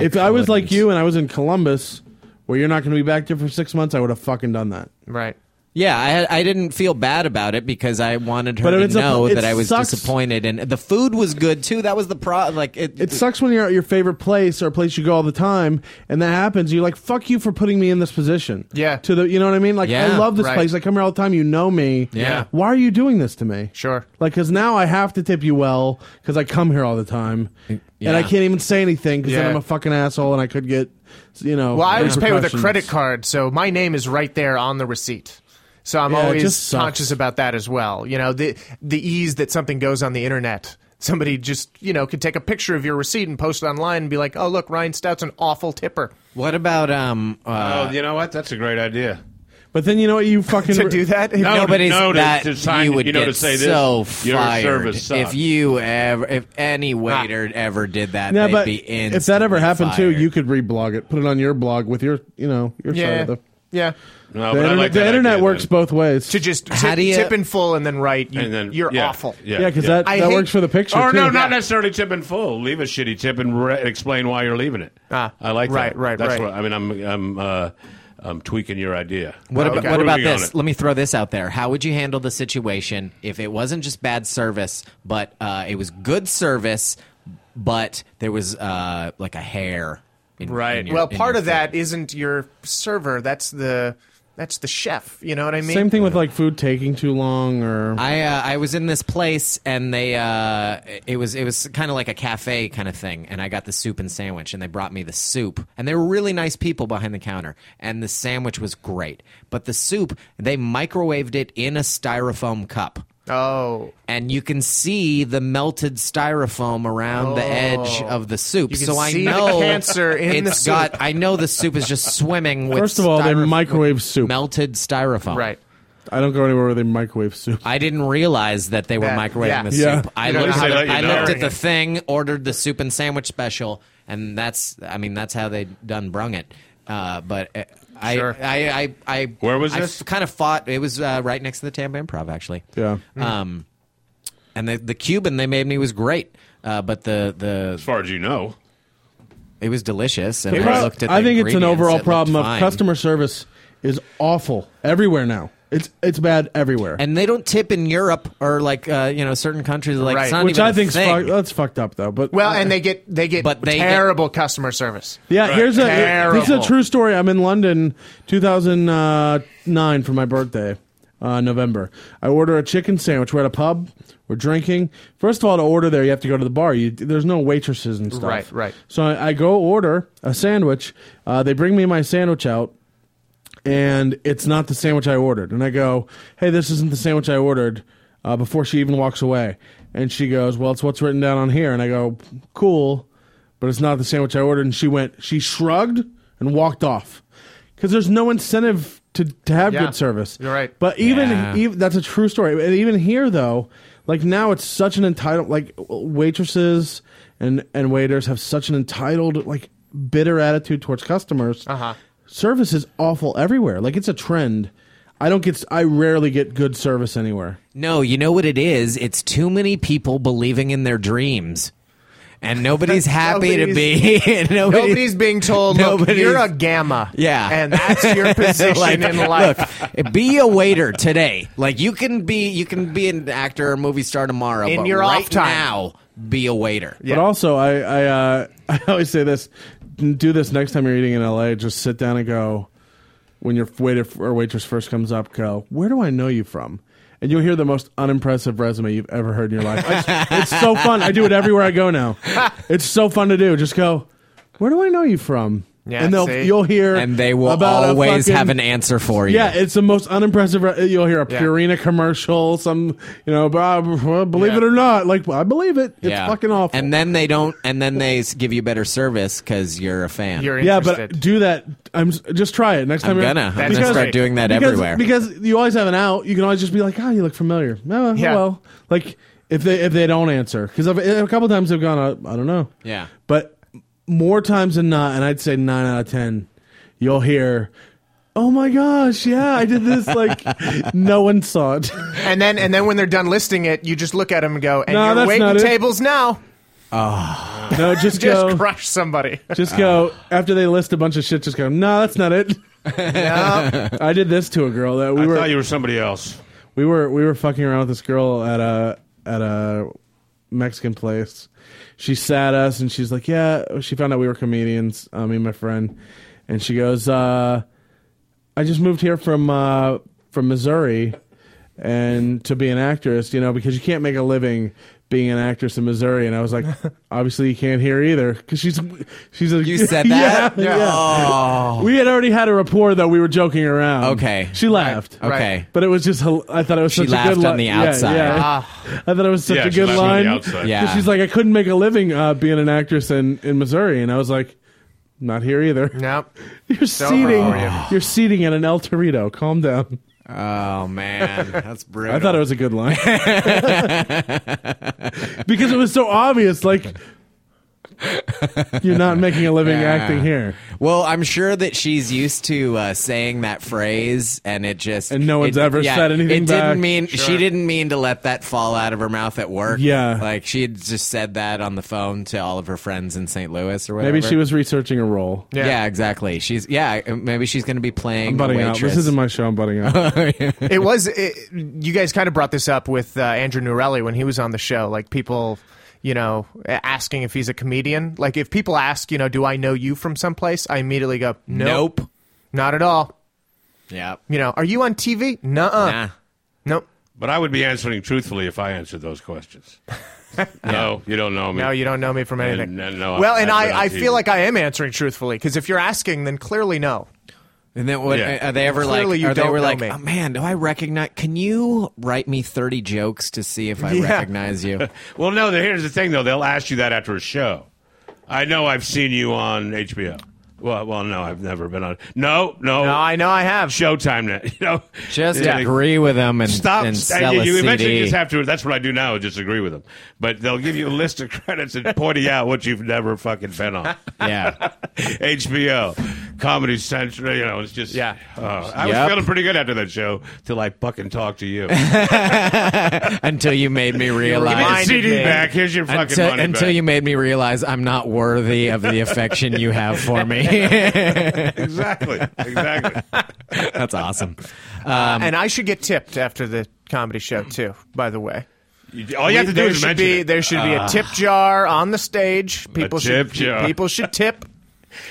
[SPEAKER 6] if I was like
[SPEAKER 2] couldn't.
[SPEAKER 6] you and I was in Columbus, where you're not going to be back there for six months, I would have fucking done that.
[SPEAKER 4] right.
[SPEAKER 2] yeah, I had- I didn't feel bad about it because I wanted her
[SPEAKER 6] But
[SPEAKER 2] to
[SPEAKER 6] it's a-
[SPEAKER 2] know
[SPEAKER 6] it
[SPEAKER 2] that I was
[SPEAKER 6] sucks.
[SPEAKER 2] disappointed, and the food was good too. That was the pro. Like it,
[SPEAKER 6] It sucks when you're at your favorite place or a place you go all the time, and that happens. You're like, "Fuck you for putting me in this position."
[SPEAKER 4] Yeah.
[SPEAKER 6] To the, you know what I mean? Like, I
[SPEAKER 2] Yeah,
[SPEAKER 6] love this
[SPEAKER 4] right.
[SPEAKER 6] place. I come here all the time. You know me.
[SPEAKER 2] Yeah.
[SPEAKER 6] Why are you doing this to me?
[SPEAKER 4] Sure.
[SPEAKER 6] Like, because now I have to tip you well because I come here all the time, and I can't even say anything because
[SPEAKER 4] Yeah.
[SPEAKER 6] then I'm a fucking asshole and I could get, you know.
[SPEAKER 4] Well, I always pay with a
[SPEAKER 6] repercussions.
[SPEAKER 4] credit card, so my name is right there on the receipt. So I'm
[SPEAKER 6] Yeah, it just
[SPEAKER 4] always
[SPEAKER 6] sucks.
[SPEAKER 4] conscious about that as well. You know, the the ease that something goes on the internet. Somebody just, you know, could take a picture of your receipt and post it online and be like, "Oh, look, Ryan Stout's an awful tipper."
[SPEAKER 2] what about um? Uh,
[SPEAKER 3] oh, you know what? That's a great idea.
[SPEAKER 6] But then you know what? You fucking
[SPEAKER 4] To do that?
[SPEAKER 3] No,
[SPEAKER 2] no, but it's
[SPEAKER 3] no, to-
[SPEAKER 2] that
[SPEAKER 3] to sign-
[SPEAKER 2] you would
[SPEAKER 3] you know,
[SPEAKER 2] get
[SPEAKER 3] to say this,
[SPEAKER 2] so
[SPEAKER 3] your
[SPEAKER 2] fired
[SPEAKER 3] service
[SPEAKER 2] if
[SPEAKER 3] sucks.
[SPEAKER 2] you ever, if any waiter ever did that.
[SPEAKER 6] Yeah,
[SPEAKER 2] they'd
[SPEAKER 6] but
[SPEAKER 2] be
[SPEAKER 6] if that ever
[SPEAKER 2] instantly
[SPEAKER 6] happened
[SPEAKER 2] fired.
[SPEAKER 6] too, you could reblog it, put it on your blog with your, you know, your side
[SPEAKER 4] Yeah,
[SPEAKER 6] of the.
[SPEAKER 4] yeah.
[SPEAKER 3] No,
[SPEAKER 6] the
[SPEAKER 3] but I
[SPEAKER 6] internet,
[SPEAKER 3] like
[SPEAKER 6] the
[SPEAKER 3] that
[SPEAKER 6] internet
[SPEAKER 3] idea,
[SPEAKER 6] works
[SPEAKER 3] then.
[SPEAKER 6] both ways.
[SPEAKER 4] To just
[SPEAKER 2] How
[SPEAKER 4] tip,
[SPEAKER 2] do you-
[SPEAKER 4] tip in full and then write, you,
[SPEAKER 3] and then
[SPEAKER 4] "You're
[SPEAKER 3] yeah,
[SPEAKER 4] awful."
[SPEAKER 3] Yeah,
[SPEAKER 6] yeah, because
[SPEAKER 3] yeah.
[SPEAKER 6] that,
[SPEAKER 4] I
[SPEAKER 6] that
[SPEAKER 4] hate- Oh,
[SPEAKER 6] works for the picture.
[SPEAKER 3] Or
[SPEAKER 6] too.
[SPEAKER 3] Oh, no, not necessarily tip in full. Leave a shitty tip and re- explain why you're leaving it.
[SPEAKER 4] Ah,
[SPEAKER 3] I like
[SPEAKER 4] right,
[SPEAKER 3] that.
[SPEAKER 4] right,
[SPEAKER 3] That's
[SPEAKER 4] right.
[SPEAKER 3] What, I mean, I'm I'm uh, I'm tweaking your idea.
[SPEAKER 2] What about,
[SPEAKER 4] Oh, Okay.
[SPEAKER 2] what about
[SPEAKER 3] Improving on
[SPEAKER 2] this?
[SPEAKER 3] it.
[SPEAKER 2] Let me throw this out there. How would you handle the situation if it wasn't just bad service, but uh, it was good service, but there was uh, like a hair? In,
[SPEAKER 4] Right.
[SPEAKER 2] in your-
[SPEAKER 4] well,
[SPEAKER 2] in
[SPEAKER 4] part
[SPEAKER 2] your
[SPEAKER 4] of that isn't your server. That's the that's the chef. You know what I mean?
[SPEAKER 6] Same thing with like food taking too long or.
[SPEAKER 2] I uh, I was in this place and they uh, it was it was kind of like a cafe kind of thing and I got the soup and sandwich and they brought me the soup and they were really nice people behind the counter and the sandwich was great but the soup they microwaved it in a styrofoam cup
[SPEAKER 4] Oh,
[SPEAKER 2] and you can see the melted styrofoam around the edge of the soup
[SPEAKER 4] Oh. You can
[SPEAKER 2] so I
[SPEAKER 4] see the
[SPEAKER 2] know
[SPEAKER 4] cancer in the
[SPEAKER 2] it's
[SPEAKER 4] soup.
[SPEAKER 2] got I know the soup is just swimming with
[SPEAKER 6] First of all, they
[SPEAKER 2] styrofoam-
[SPEAKER 6] microwave soup.
[SPEAKER 2] melted styrofoam
[SPEAKER 4] right.
[SPEAKER 6] I don't go anywhere where they microwave soup.
[SPEAKER 2] I didn't realize that they were
[SPEAKER 4] That-
[SPEAKER 2] microwaving
[SPEAKER 4] yeah.
[SPEAKER 2] the
[SPEAKER 6] Yeah.
[SPEAKER 2] soup. I,
[SPEAKER 4] You know,
[SPEAKER 2] looked,
[SPEAKER 4] they
[SPEAKER 2] at,
[SPEAKER 3] let you
[SPEAKER 2] I
[SPEAKER 3] know.
[SPEAKER 2] looked at the thing, ordered the soup and sandwich special, and that's I mean that's how they done brung it. Uh, but uh, I,
[SPEAKER 4] Sure.
[SPEAKER 2] I, I I
[SPEAKER 3] Where was
[SPEAKER 2] I
[SPEAKER 3] this?
[SPEAKER 2] Kind of fought. It was uh, right next to the Tampa Improv actually.
[SPEAKER 6] Yeah.
[SPEAKER 2] Um, and the the Cuban they made me was great. Uh, but the, the
[SPEAKER 3] As far as you know,
[SPEAKER 2] it was delicious, and
[SPEAKER 6] It
[SPEAKER 2] I
[SPEAKER 6] prob-
[SPEAKER 2] looked at. The
[SPEAKER 6] I think it's an
[SPEAKER 2] ingredients, it
[SPEAKER 6] overall
[SPEAKER 2] looked
[SPEAKER 6] problem of
[SPEAKER 2] fine.
[SPEAKER 6] customer service is awful everywhere now. It's it's bad everywhere.
[SPEAKER 2] and they don't tip in Europe or like uh, you know certain countries like
[SPEAKER 4] Right.
[SPEAKER 2] it's not
[SPEAKER 6] which
[SPEAKER 2] even
[SPEAKER 6] I
[SPEAKER 2] a
[SPEAKER 6] think's
[SPEAKER 2] thing.
[SPEAKER 6] fuck, that's fucked up though. But
[SPEAKER 4] Well, and they get they get
[SPEAKER 2] But they get-
[SPEAKER 4] terrible customer service.
[SPEAKER 6] Yeah, here's a
[SPEAKER 4] Terrible.
[SPEAKER 6] this is a true story. I'm in London, 2009 for my birthday, uh, November. I order a chicken sandwich. We're at a pub. We're drinking. First of all, to order there, you have to go to the bar. You, there's no waitresses and stuff.
[SPEAKER 4] Right, right.
[SPEAKER 6] So I, I go order a sandwich. Uh, they bring me my sandwich out, and it's not the sandwich I ordered. And I go, hey, this isn't the sandwich I ordered uh, before she even walks away. And she goes, well, it's what's written down on here. And I go, cool, but it's not the sandwich I ordered. And she went, she shrugged and walked off because there's no incentive to, to have
[SPEAKER 4] Yeah.
[SPEAKER 6] good service.
[SPEAKER 4] You're right.
[SPEAKER 6] But even,
[SPEAKER 2] Yeah.
[SPEAKER 6] even that's a true story. And even here though, like now it's such an entitled like waitresses and and waiters have such an entitled like bitter attitude towards customers.
[SPEAKER 4] Uh-huh.
[SPEAKER 6] Service is awful everywhere. Like it's a trend. I don't get. I rarely get good service anywhere.
[SPEAKER 2] No, you know what it is? It's too many people believing in their dreams. And nobody's happy to be. nobody's,
[SPEAKER 4] Nobody's being told, look,
[SPEAKER 2] Nobody's-
[SPEAKER 4] you're a gamma.
[SPEAKER 2] Yeah.
[SPEAKER 4] And that's your position
[SPEAKER 2] Like,
[SPEAKER 4] in life.
[SPEAKER 2] look, be a waiter today. Like you can be, you can be an actor or movie star tomorrow.
[SPEAKER 4] In
[SPEAKER 2] but
[SPEAKER 4] your
[SPEAKER 2] right
[SPEAKER 4] off time.
[SPEAKER 2] now, be a waiter.
[SPEAKER 4] Yeah.
[SPEAKER 6] But also, I I, uh, I always say this: do this next time you're eating in LA. Just sit down and go. When your waiter or waitress first comes up, go. Where do I know you from? And you'll hear the most unimpressive resume you've ever heard in your life. I just- it's so fun. I do it everywhere I go now. It's so fun to do. Just go. Where do I know you from?
[SPEAKER 4] Yeah,
[SPEAKER 6] and they'll
[SPEAKER 4] see?
[SPEAKER 6] you'll hear
[SPEAKER 2] And they will
[SPEAKER 6] about a
[SPEAKER 2] always
[SPEAKER 6] fucking-
[SPEAKER 2] have an answer for you.
[SPEAKER 6] yeah, it's the most unimpressive. re- You'll hear a
[SPEAKER 4] Yeah.
[SPEAKER 6] Purina commercial, some you know, blah, blah, blah, believe it
[SPEAKER 4] Yeah.
[SPEAKER 6] or not, like I believe it. It's fucking awful.
[SPEAKER 2] And then they don't. And then they s- give you better service because you're a fan.
[SPEAKER 4] You're
[SPEAKER 6] Yeah,
[SPEAKER 4] interested.
[SPEAKER 6] but do that. I'm s- just try it next time.
[SPEAKER 2] I'm
[SPEAKER 6] you're-
[SPEAKER 2] gonna. I'm
[SPEAKER 4] That's
[SPEAKER 2] gonna start
[SPEAKER 4] great.
[SPEAKER 2] doing that
[SPEAKER 6] because,
[SPEAKER 2] everywhere.
[SPEAKER 6] because you always have an out. You can always just be like, "Ah, you look familiar." No,
[SPEAKER 4] Yeah.
[SPEAKER 6] well, like if they if they don't answer, because a couple times they've gone, uh, I don't know.
[SPEAKER 2] Yeah.
[SPEAKER 6] but more times than not, and I'd say nine out of ten, you'll hear. Oh my gosh! Yeah, I did this. Like no one saw it.
[SPEAKER 4] and then and then when they're done listing it, you just look at them and go, and
[SPEAKER 6] No,
[SPEAKER 4] you're
[SPEAKER 6] that's not
[SPEAKER 4] waiting
[SPEAKER 6] it.
[SPEAKER 4] tables now.
[SPEAKER 6] No, just
[SPEAKER 4] Just
[SPEAKER 6] go.
[SPEAKER 4] crush somebody.
[SPEAKER 6] Just
[SPEAKER 2] Uh.
[SPEAKER 6] go after they list a bunch of shit. Just go. No, that's not it.
[SPEAKER 4] No.
[SPEAKER 6] I did this to a girl that we
[SPEAKER 3] I
[SPEAKER 6] were.
[SPEAKER 3] thought you were somebody else.
[SPEAKER 6] we were we were fucking around with this girl at a at a Mexican place. She sat us and she's like, "Yeah." She found out we were comedians. Uh, me and my friend, and she goes, uh, "I just moved here from uh, from Missouri, and to be an actress, you know, because you can't make a living." Being an actress in Missouri, and I was like, obviously you can't hear either because she's she's a
[SPEAKER 2] You said that?
[SPEAKER 6] yeah, yeah.
[SPEAKER 2] Oh.
[SPEAKER 6] We had already had a rapport though. We were joking around.
[SPEAKER 2] Okay.
[SPEAKER 6] She laughed.
[SPEAKER 2] Okay.
[SPEAKER 6] But it was just, hil- I thought it was
[SPEAKER 2] She
[SPEAKER 6] such
[SPEAKER 2] laughed
[SPEAKER 6] a good
[SPEAKER 2] on
[SPEAKER 6] li-
[SPEAKER 2] the
[SPEAKER 6] yeah,
[SPEAKER 2] outside.
[SPEAKER 6] Yeah, I thought it was such
[SPEAKER 3] yeah,
[SPEAKER 6] a
[SPEAKER 3] she
[SPEAKER 6] good
[SPEAKER 3] left me on
[SPEAKER 6] line.
[SPEAKER 3] The outside.
[SPEAKER 2] Yeah.
[SPEAKER 6] 'Cause She's like, I couldn't make a living uh, being an actress in, in Missouri, and I was like, not here either.
[SPEAKER 4] no.
[SPEAKER 6] You're
[SPEAKER 4] over
[SPEAKER 6] seating.
[SPEAKER 4] for you.
[SPEAKER 6] You're seating at an El Torito. Calm down.
[SPEAKER 2] Oh man, that's brutal.
[SPEAKER 6] I thought it was a good line because it was so obvious. Like you're not making a living
[SPEAKER 2] Yeah.
[SPEAKER 6] acting here.
[SPEAKER 2] Well, I'm sure that she's used to uh, saying that phrase, and it just
[SPEAKER 6] And no one's
[SPEAKER 2] it-
[SPEAKER 6] ever said anything
[SPEAKER 2] It
[SPEAKER 6] back.
[SPEAKER 2] didn't mean she didn't mean to let that fall out of her mouth at work.
[SPEAKER 6] Yeah.
[SPEAKER 2] like she had just said that on the phone to all of her friends in St. Louis or whatever.
[SPEAKER 6] Maybe she was researching a role.
[SPEAKER 2] Yeah, exactly. She's yeah. Maybe she's going to be playing
[SPEAKER 6] I'm butting
[SPEAKER 2] the
[SPEAKER 6] out.
[SPEAKER 2] waitress.
[SPEAKER 6] This isn't my show. I'm butting out.
[SPEAKER 4] it was it, you guys kind of brought this up with uh, andrew Nurelli when he was on the show like people you know asking if he's a comedian like if people ask you know do i know you from someplace i immediately go nope,
[SPEAKER 2] nope.
[SPEAKER 4] not at all
[SPEAKER 2] Yep.
[SPEAKER 4] you know are you on tv nuh
[SPEAKER 2] Nah.
[SPEAKER 4] nope
[SPEAKER 3] But I would be answering truthfully if I answered those questions. No, you don't know me.
[SPEAKER 4] no you don't know me from
[SPEAKER 3] And-
[SPEAKER 4] anything
[SPEAKER 3] and no,
[SPEAKER 4] well
[SPEAKER 3] I-
[SPEAKER 4] and
[SPEAKER 3] I've been on
[SPEAKER 4] i, I
[SPEAKER 3] TV.
[SPEAKER 4] feel like i am answering truthfully because if you're asking then clearly no
[SPEAKER 2] And then what? uh,
[SPEAKER 3] Yeah.
[SPEAKER 2] Are they ever
[SPEAKER 4] Clearly
[SPEAKER 2] like?
[SPEAKER 4] you
[SPEAKER 2] Are they
[SPEAKER 4] don't
[SPEAKER 2] were
[SPEAKER 4] know
[SPEAKER 2] like,
[SPEAKER 4] me.
[SPEAKER 2] "Oh, man, do I recognize? Can you write me thirty jokes to see if I
[SPEAKER 4] Yeah.
[SPEAKER 2] recognize you?
[SPEAKER 3] Well, no. the- Here's the thing, though. They'll ask you that after a show. I know I've seen you on HBO. Well, well, no, I've never been on. No, no,
[SPEAKER 4] no i know i have
[SPEAKER 3] Showtime net. You know,
[SPEAKER 2] Just
[SPEAKER 3] Yeah.
[SPEAKER 2] agree with them and
[SPEAKER 3] Stop.
[SPEAKER 2] And
[SPEAKER 3] st-
[SPEAKER 2] sell
[SPEAKER 3] you,
[SPEAKER 2] a
[SPEAKER 3] you eventually
[SPEAKER 2] CD.
[SPEAKER 3] just have to. That's what I do now. I just agree with them. But they'll give you a list of credits and pointing out what you've never fucking been on.
[SPEAKER 2] yeah.
[SPEAKER 3] HBO, Comedy Central. You know, it's just
[SPEAKER 4] Yeah.
[SPEAKER 3] Oh, I
[SPEAKER 2] Yep.
[SPEAKER 3] was feeling pretty good after that show till I fucking talked to you.
[SPEAKER 2] until you made me
[SPEAKER 3] Get your
[SPEAKER 2] realize
[SPEAKER 4] reminded
[SPEAKER 3] CD
[SPEAKER 4] me.
[SPEAKER 3] back. Here's your fucking
[SPEAKER 2] until,
[SPEAKER 3] money
[SPEAKER 2] until
[SPEAKER 3] back.
[SPEAKER 2] you made me realize I'm not worthy of the affection you have for me.
[SPEAKER 3] exactly, exactly.
[SPEAKER 2] That's awesome.
[SPEAKER 3] Um,
[SPEAKER 4] and i should get tipped after the comedy show too by the way
[SPEAKER 3] You- All you have to do
[SPEAKER 4] there
[SPEAKER 3] is
[SPEAKER 4] should
[SPEAKER 3] mention
[SPEAKER 4] be
[SPEAKER 3] it. Ah.
[SPEAKER 4] there should be a tip jar on the stage. People
[SPEAKER 3] tip
[SPEAKER 4] should
[SPEAKER 3] jar.
[SPEAKER 4] people should tip.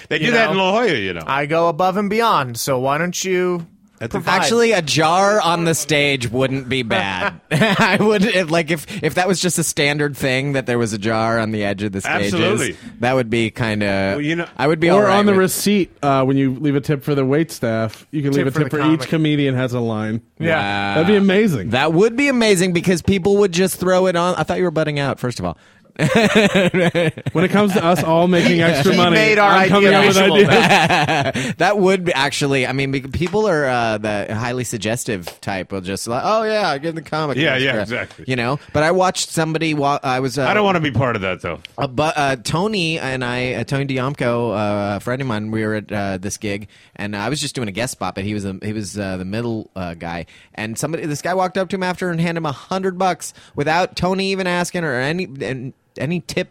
[SPEAKER 3] They do
[SPEAKER 4] you
[SPEAKER 3] that
[SPEAKER 4] know.
[SPEAKER 3] in La Jolla, you know.
[SPEAKER 4] I go above and beyond. So why don't you
[SPEAKER 3] At the-
[SPEAKER 2] Actually, a jar on the stage wouldn't be bad. I would if, like if if that was just a standard thing that there was a jar on the edge of the stages.
[SPEAKER 3] Absolutely.
[SPEAKER 2] that would be kind of.
[SPEAKER 3] Well, you know-
[SPEAKER 2] I would be all
[SPEAKER 6] Or
[SPEAKER 2] right
[SPEAKER 6] on the
[SPEAKER 2] with-
[SPEAKER 6] receipt uh, when you leave a tip for the wait staff, you can leave
[SPEAKER 4] Tip
[SPEAKER 6] a
[SPEAKER 4] for
[SPEAKER 6] tip
[SPEAKER 4] the
[SPEAKER 6] for,
[SPEAKER 4] comic.
[SPEAKER 6] each comedian has a line.
[SPEAKER 4] Yeah.
[SPEAKER 6] That'd be amazing.
[SPEAKER 2] That would be amazing because people would just throw it on. I thought you were butting out. First of all,
[SPEAKER 6] when it comes to us all making extra
[SPEAKER 4] He
[SPEAKER 6] money,
[SPEAKER 4] made our
[SPEAKER 6] I'm coming
[SPEAKER 4] idea
[SPEAKER 6] up with
[SPEAKER 4] visual
[SPEAKER 6] ideas.
[SPEAKER 4] then.
[SPEAKER 2] that would be actually. I mean, bec- people are uh, the highly suggestive type. Will just like, oh yeah, I give the comic. an
[SPEAKER 3] Yeah, yeah,
[SPEAKER 2] extra,"
[SPEAKER 3] exactly.
[SPEAKER 2] You know. But I watched somebody. Wa- I was. Uh,
[SPEAKER 3] I don't want to be part of that though.
[SPEAKER 2] Uh, but uh, Tony and I, uh, Tony Diomco, uh, a friend of mine, we were at uh, this gig, and I was just doing a guest spot, but he was a, he was uh, the middle uh, guy, and somebody this guy walked up to him after and handed him a hundred bucks without Tony even asking or any and, any tip.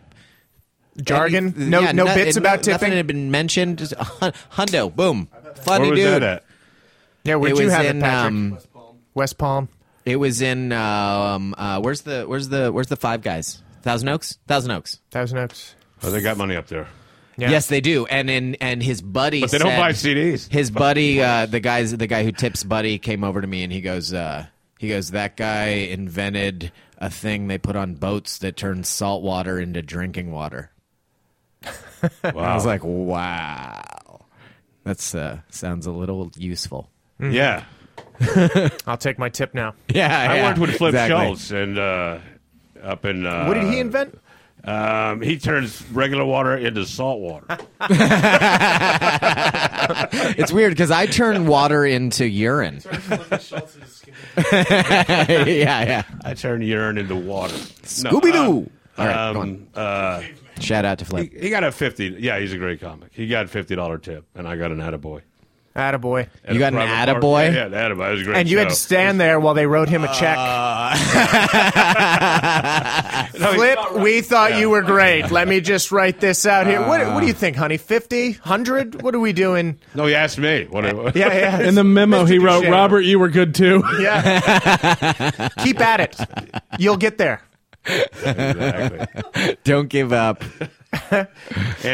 [SPEAKER 4] Jargon?
[SPEAKER 2] Any-
[SPEAKER 4] No- no
[SPEAKER 2] no-
[SPEAKER 4] bits
[SPEAKER 2] no-
[SPEAKER 4] about
[SPEAKER 2] nothing
[SPEAKER 4] tipping?
[SPEAKER 2] had been mentioned. Just a hun- hundo, boom, funny
[SPEAKER 3] Where was
[SPEAKER 2] dude.
[SPEAKER 3] that at?
[SPEAKER 4] Yeah, where'd
[SPEAKER 2] It
[SPEAKER 4] you
[SPEAKER 2] was
[SPEAKER 4] have
[SPEAKER 2] in,
[SPEAKER 4] it, Patrick?
[SPEAKER 2] um,
[SPEAKER 4] West Palm. West Palm.
[SPEAKER 2] It was in um, uh, where's the where's the where's the Five Guys? Thousand Oaks, Thousand Oaks.
[SPEAKER 4] Thousand Oaks.
[SPEAKER 3] Oh, they got money up there.
[SPEAKER 4] Yeah.
[SPEAKER 2] Yes, they do. And in and his buddy,
[SPEAKER 3] But they don't
[SPEAKER 2] said-
[SPEAKER 3] buy CDs.
[SPEAKER 2] His buddy, uh, the guys, the guy who tips Buddy, came over to me and he goes, uh, he goes, that guy invented a thing they put on boats that turns salt water into drinking water. I
[SPEAKER 3] Wow.
[SPEAKER 2] was like, wow, that's uh, sounds a little useful.
[SPEAKER 3] yeah.
[SPEAKER 4] I'll take my tip now.
[SPEAKER 2] Yeah,
[SPEAKER 3] I worked with Flip
[SPEAKER 2] exactly.
[SPEAKER 3] Schultz and uh, up in. Uh,
[SPEAKER 4] What did he invent?
[SPEAKER 3] Um, he turns regular water into salt water.
[SPEAKER 2] It's weird because I turn water into urine. yeah, yeah.
[SPEAKER 3] I turn urine into water. No,
[SPEAKER 2] Scooby-Doo.
[SPEAKER 3] uh,
[SPEAKER 2] All right, go
[SPEAKER 3] um, uh,
[SPEAKER 2] Shout out to Flip.
[SPEAKER 3] he got a fifty. Yeah, he's a great comic. He got a fifty dollar tip, and I got an attaboy.
[SPEAKER 4] Attaboy.
[SPEAKER 3] At
[SPEAKER 2] You
[SPEAKER 3] a
[SPEAKER 2] got an
[SPEAKER 3] private
[SPEAKER 2] attaboy?
[SPEAKER 3] party. Yeah, yeah, an attaboy. It was a great.
[SPEAKER 4] And you had to
[SPEAKER 3] show.
[SPEAKER 4] stand there while they wrote him a check.
[SPEAKER 3] Uh, No, he-
[SPEAKER 4] Flip, we thought you were great. Let me just write this out here. What, what do
[SPEAKER 2] Uh,
[SPEAKER 4] you think, honey? 50? 100? What are we doing?
[SPEAKER 3] No, he asked me. What, it-
[SPEAKER 4] Yeah, yeah.
[SPEAKER 6] In the memo,
[SPEAKER 4] Mr.
[SPEAKER 6] he wrote,
[SPEAKER 4] Duchenne.
[SPEAKER 6] "Robert, you were good too."
[SPEAKER 4] Yeah. Keep at it. You'll get there.
[SPEAKER 3] exactly.
[SPEAKER 2] Don't give up.
[SPEAKER 3] And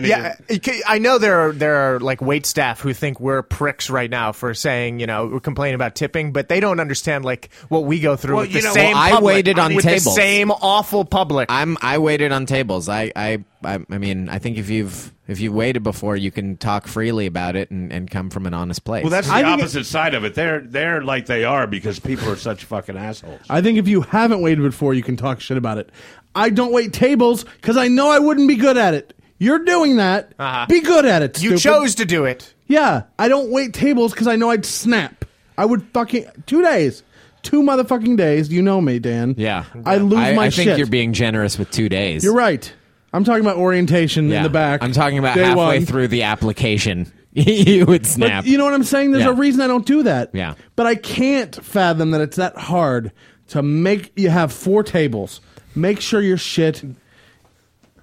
[SPEAKER 3] he
[SPEAKER 4] Yeah,
[SPEAKER 3] did-
[SPEAKER 4] it ca- I know there are there are like wait staff who think we're pricks right now for saying you know we're complaining about tipping, but they don't understand like what we go through
[SPEAKER 3] Well,
[SPEAKER 4] with
[SPEAKER 3] you
[SPEAKER 4] the
[SPEAKER 3] know-
[SPEAKER 4] same.
[SPEAKER 2] Well, I
[SPEAKER 4] public,
[SPEAKER 2] waited on
[SPEAKER 4] with the
[SPEAKER 2] tables.
[SPEAKER 4] same awful public.
[SPEAKER 2] I'm I waited on tables. I, I I I mean I think if you've if you've waited before, you can talk freely about it and, and come from an honest place.
[SPEAKER 3] Well, that's the
[SPEAKER 6] I think it-
[SPEAKER 3] opposite side of it. They're they're like they are because people are such fucking assholes.
[SPEAKER 6] I think if you haven't waited before, you can talk shit about it. I don't wait tables because I know I wouldn't be good at it. You're doing that.
[SPEAKER 4] Uh-huh.
[SPEAKER 6] Be good at it.
[SPEAKER 4] you
[SPEAKER 6] stupid.
[SPEAKER 4] chose to do it.
[SPEAKER 6] Yeah, I don't wait tables because I know I'd snap. I would fucking two days, two motherfucking days. You know me, Dan.
[SPEAKER 2] yeah.
[SPEAKER 6] I lose
[SPEAKER 2] I,
[SPEAKER 6] my
[SPEAKER 2] I think
[SPEAKER 6] shit.
[SPEAKER 2] you're being generous with two days.
[SPEAKER 6] You're right. I'm talking about orientation in
[SPEAKER 2] Yeah.
[SPEAKER 6] the back.
[SPEAKER 2] I'm talking about
[SPEAKER 6] day
[SPEAKER 2] halfway
[SPEAKER 6] one.
[SPEAKER 2] through the application. you would
[SPEAKER 6] But
[SPEAKER 2] snap.
[SPEAKER 6] you know what I'm saying? There's
[SPEAKER 2] Yeah.
[SPEAKER 6] a reason I don't do that.
[SPEAKER 2] Yeah.
[SPEAKER 6] But I can't fathom that it's that hard to make you have four tables. Make sure your shit.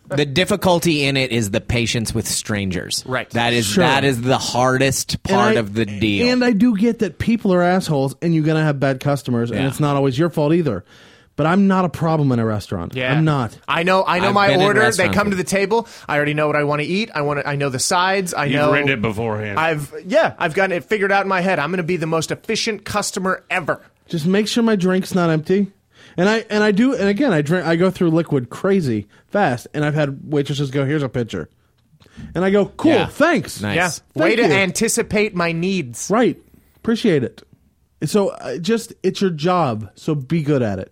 [SPEAKER 2] the difficulty in it is the patience with strangers.
[SPEAKER 4] Right.
[SPEAKER 2] That is
[SPEAKER 6] Sure.
[SPEAKER 2] that is the hardest
[SPEAKER 6] And
[SPEAKER 2] part
[SPEAKER 6] I-
[SPEAKER 2] of the deal.
[SPEAKER 6] And I do get that people are assholes and you're going to have bad customers and
[SPEAKER 2] Yeah.
[SPEAKER 6] it's not always your fault either. But I'm not a problem in a restaurant. I'm not.
[SPEAKER 4] I know. I know
[SPEAKER 2] I've
[SPEAKER 4] my
[SPEAKER 2] been in
[SPEAKER 4] order. They
[SPEAKER 2] restaurants
[SPEAKER 4] come to
[SPEAKER 2] with-
[SPEAKER 4] the table. I already know what I want to eat. I want. to I know the sides. I
[SPEAKER 3] You've
[SPEAKER 4] know.
[SPEAKER 3] written it beforehand.
[SPEAKER 4] I've yeah. I've gotten it figured out in my head. I'm going to be the most efficient customer ever.
[SPEAKER 6] Just make sure my drink's not empty. And I and I do and again I drink I go through liquid crazy fast and I've had waitresses go here's a pitcher. And I go cool,
[SPEAKER 2] Yeah.
[SPEAKER 6] thanks.
[SPEAKER 2] Nice.
[SPEAKER 4] Yeah.
[SPEAKER 2] Thank
[SPEAKER 4] Way to
[SPEAKER 6] you.
[SPEAKER 4] anticipate my needs.
[SPEAKER 6] Right. Appreciate it. So uh, just it's your job, so be good at it.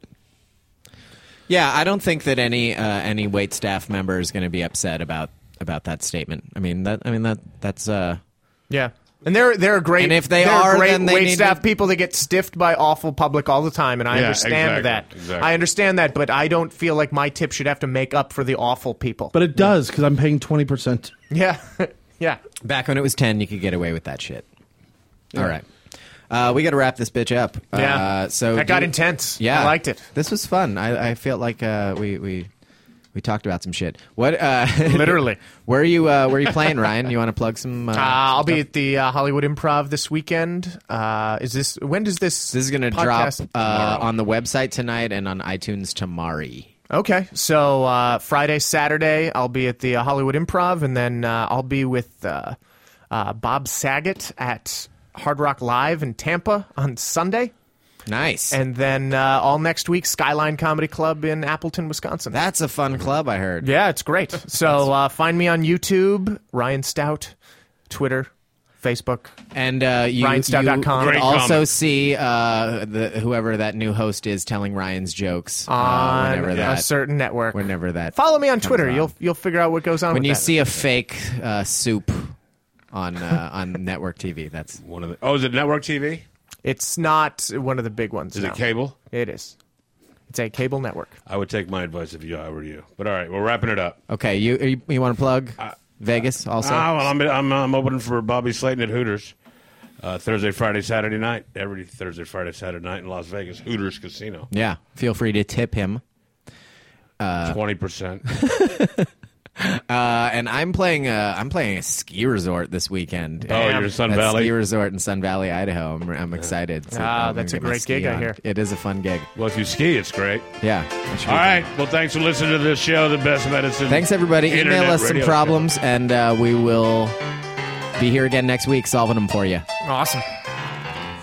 [SPEAKER 2] Yeah, I don't think that any uh, any wait staff member is going to be upset about about that statement. I mean that I mean that that's uh
[SPEAKER 4] Yeah. And they're they're great.
[SPEAKER 2] And if they
[SPEAKER 4] there
[SPEAKER 2] are,
[SPEAKER 4] great
[SPEAKER 2] then they
[SPEAKER 4] wait
[SPEAKER 2] need
[SPEAKER 4] staff
[SPEAKER 2] to-
[SPEAKER 4] people that get stiffed by awful public all the time, and I
[SPEAKER 3] Yeah,
[SPEAKER 4] understand
[SPEAKER 3] exactly,
[SPEAKER 4] that.
[SPEAKER 3] exactly.
[SPEAKER 4] I understand that, but I don't feel like my tip should have to make up for the awful people.
[SPEAKER 6] But it does because I'm paying twenty percent.
[SPEAKER 4] yeah, yeah.
[SPEAKER 2] Back when it was 10, you could get away with that shit. All right. Uh, we got to wrap this bitch up.
[SPEAKER 4] Yeah.
[SPEAKER 2] Uh, so
[SPEAKER 4] That got
[SPEAKER 2] do-
[SPEAKER 4] intense.
[SPEAKER 2] Yeah.
[SPEAKER 4] I liked it.
[SPEAKER 2] This was fun. I, I felt like uh, we, we we talked about some shit. What? Uh,
[SPEAKER 4] Literally.
[SPEAKER 2] where are you? Uh, where are you playing, Ryan? You want to plug some? Uh,
[SPEAKER 4] Uh, I'll be at the uh, Hollywood Improv this weekend. Uh, is this when does this?
[SPEAKER 2] This is going to drop
[SPEAKER 4] podcast-
[SPEAKER 2] uh, on the website tonight and on iTunes tomorrow.
[SPEAKER 4] Okay, so uh, Friday, Saturday, I'll be at the uh, Hollywood Improv, and then uh, I'll be with uh, uh, Bob Saget at Hard Rock Live in Tampa on Sunday.
[SPEAKER 2] Nice. And
[SPEAKER 4] And then uh, all next week, Skyline Comedy Club in Appleton, Wisconsin.
[SPEAKER 2] that's a fun club, I heard.
[SPEAKER 4] yeah, it's great. So uh, find me on YouTube, Ryan Stout, Twitter, Facebook.
[SPEAKER 2] And uh, you, you
[SPEAKER 4] RyanStout.com.
[SPEAKER 2] can
[SPEAKER 4] Great
[SPEAKER 2] also
[SPEAKER 3] comment.
[SPEAKER 2] see uh, the, whoever that new host is telling Ryan's jokes uh,
[SPEAKER 4] on
[SPEAKER 2] whenever
[SPEAKER 4] a
[SPEAKER 2] that.
[SPEAKER 4] certain network.
[SPEAKER 2] whenever that.
[SPEAKER 4] Follow me on
[SPEAKER 2] comes
[SPEAKER 4] Twitter. You'll you'll figure out what goes on
[SPEAKER 2] when
[SPEAKER 4] with
[SPEAKER 2] you
[SPEAKER 4] that.
[SPEAKER 2] see a fake uh, soup on uh, on network TV. That's
[SPEAKER 3] One of the, oh, is it network TV?
[SPEAKER 4] It's not one of the big ones.
[SPEAKER 3] Is
[SPEAKER 4] no.
[SPEAKER 3] it cable?
[SPEAKER 4] It is. It's a cable network.
[SPEAKER 3] I would take my advice if you I were you. But all right, we're wrapping it up.
[SPEAKER 2] okay. You you, you want to plug Vegas also?
[SPEAKER 3] Ah, Uh, well, I'm, I'm I'm opening for Bobby Slayton at Hooters uh, Thursday, Friday, Saturday night. Every Thursday, Friday, Saturday night in Las Vegas, Hooters Casino.
[SPEAKER 2] yeah. Feel free to tip him. Ah.
[SPEAKER 3] Twenty percent.
[SPEAKER 2] Uh, and I'm playing a, I'm playing a ski resort this weekend.
[SPEAKER 3] Oh, you're in Sun
[SPEAKER 2] That
[SPEAKER 3] Valley?
[SPEAKER 2] Ski resort in Sun Valley, Idaho. I'm, I'm excited. So I'm
[SPEAKER 4] Ah,
[SPEAKER 2] gonna
[SPEAKER 4] that's a
[SPEAKER 2] get my
[SPEAKER 4] great
[SPEAKER 2] ski
[SPEAKER 4] gig, I
[SPEAKER 2] on.
[SPEAKER 4] hear.
[SPEAKER 2] It is a fun gig.
[SPEAKER 3] well, if you ski, it's great.
[SPEAKER 2] Yeah. it should be fun.
[SPEAKER 3] All right. Well, thanks for listening to this show, the best medicine.
[SPEAKER 2] Thanks everybody.
[SPEAKER 3] Internet
[SPEAKER 2] Email us some
[SPEAKER 3] radio show.
[SPEAKER 2] problems, and uh, we will be here again next week solving them for you.
[SPEAKER 4] Awesome.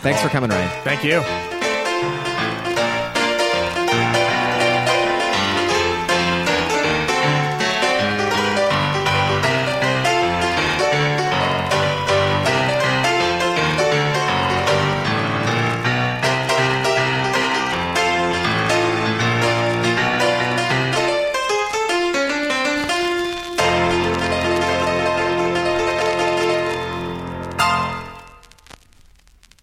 [SPEAKER 2] Thanks for coming, Ryan.
[SPEAKER 4] Thank you.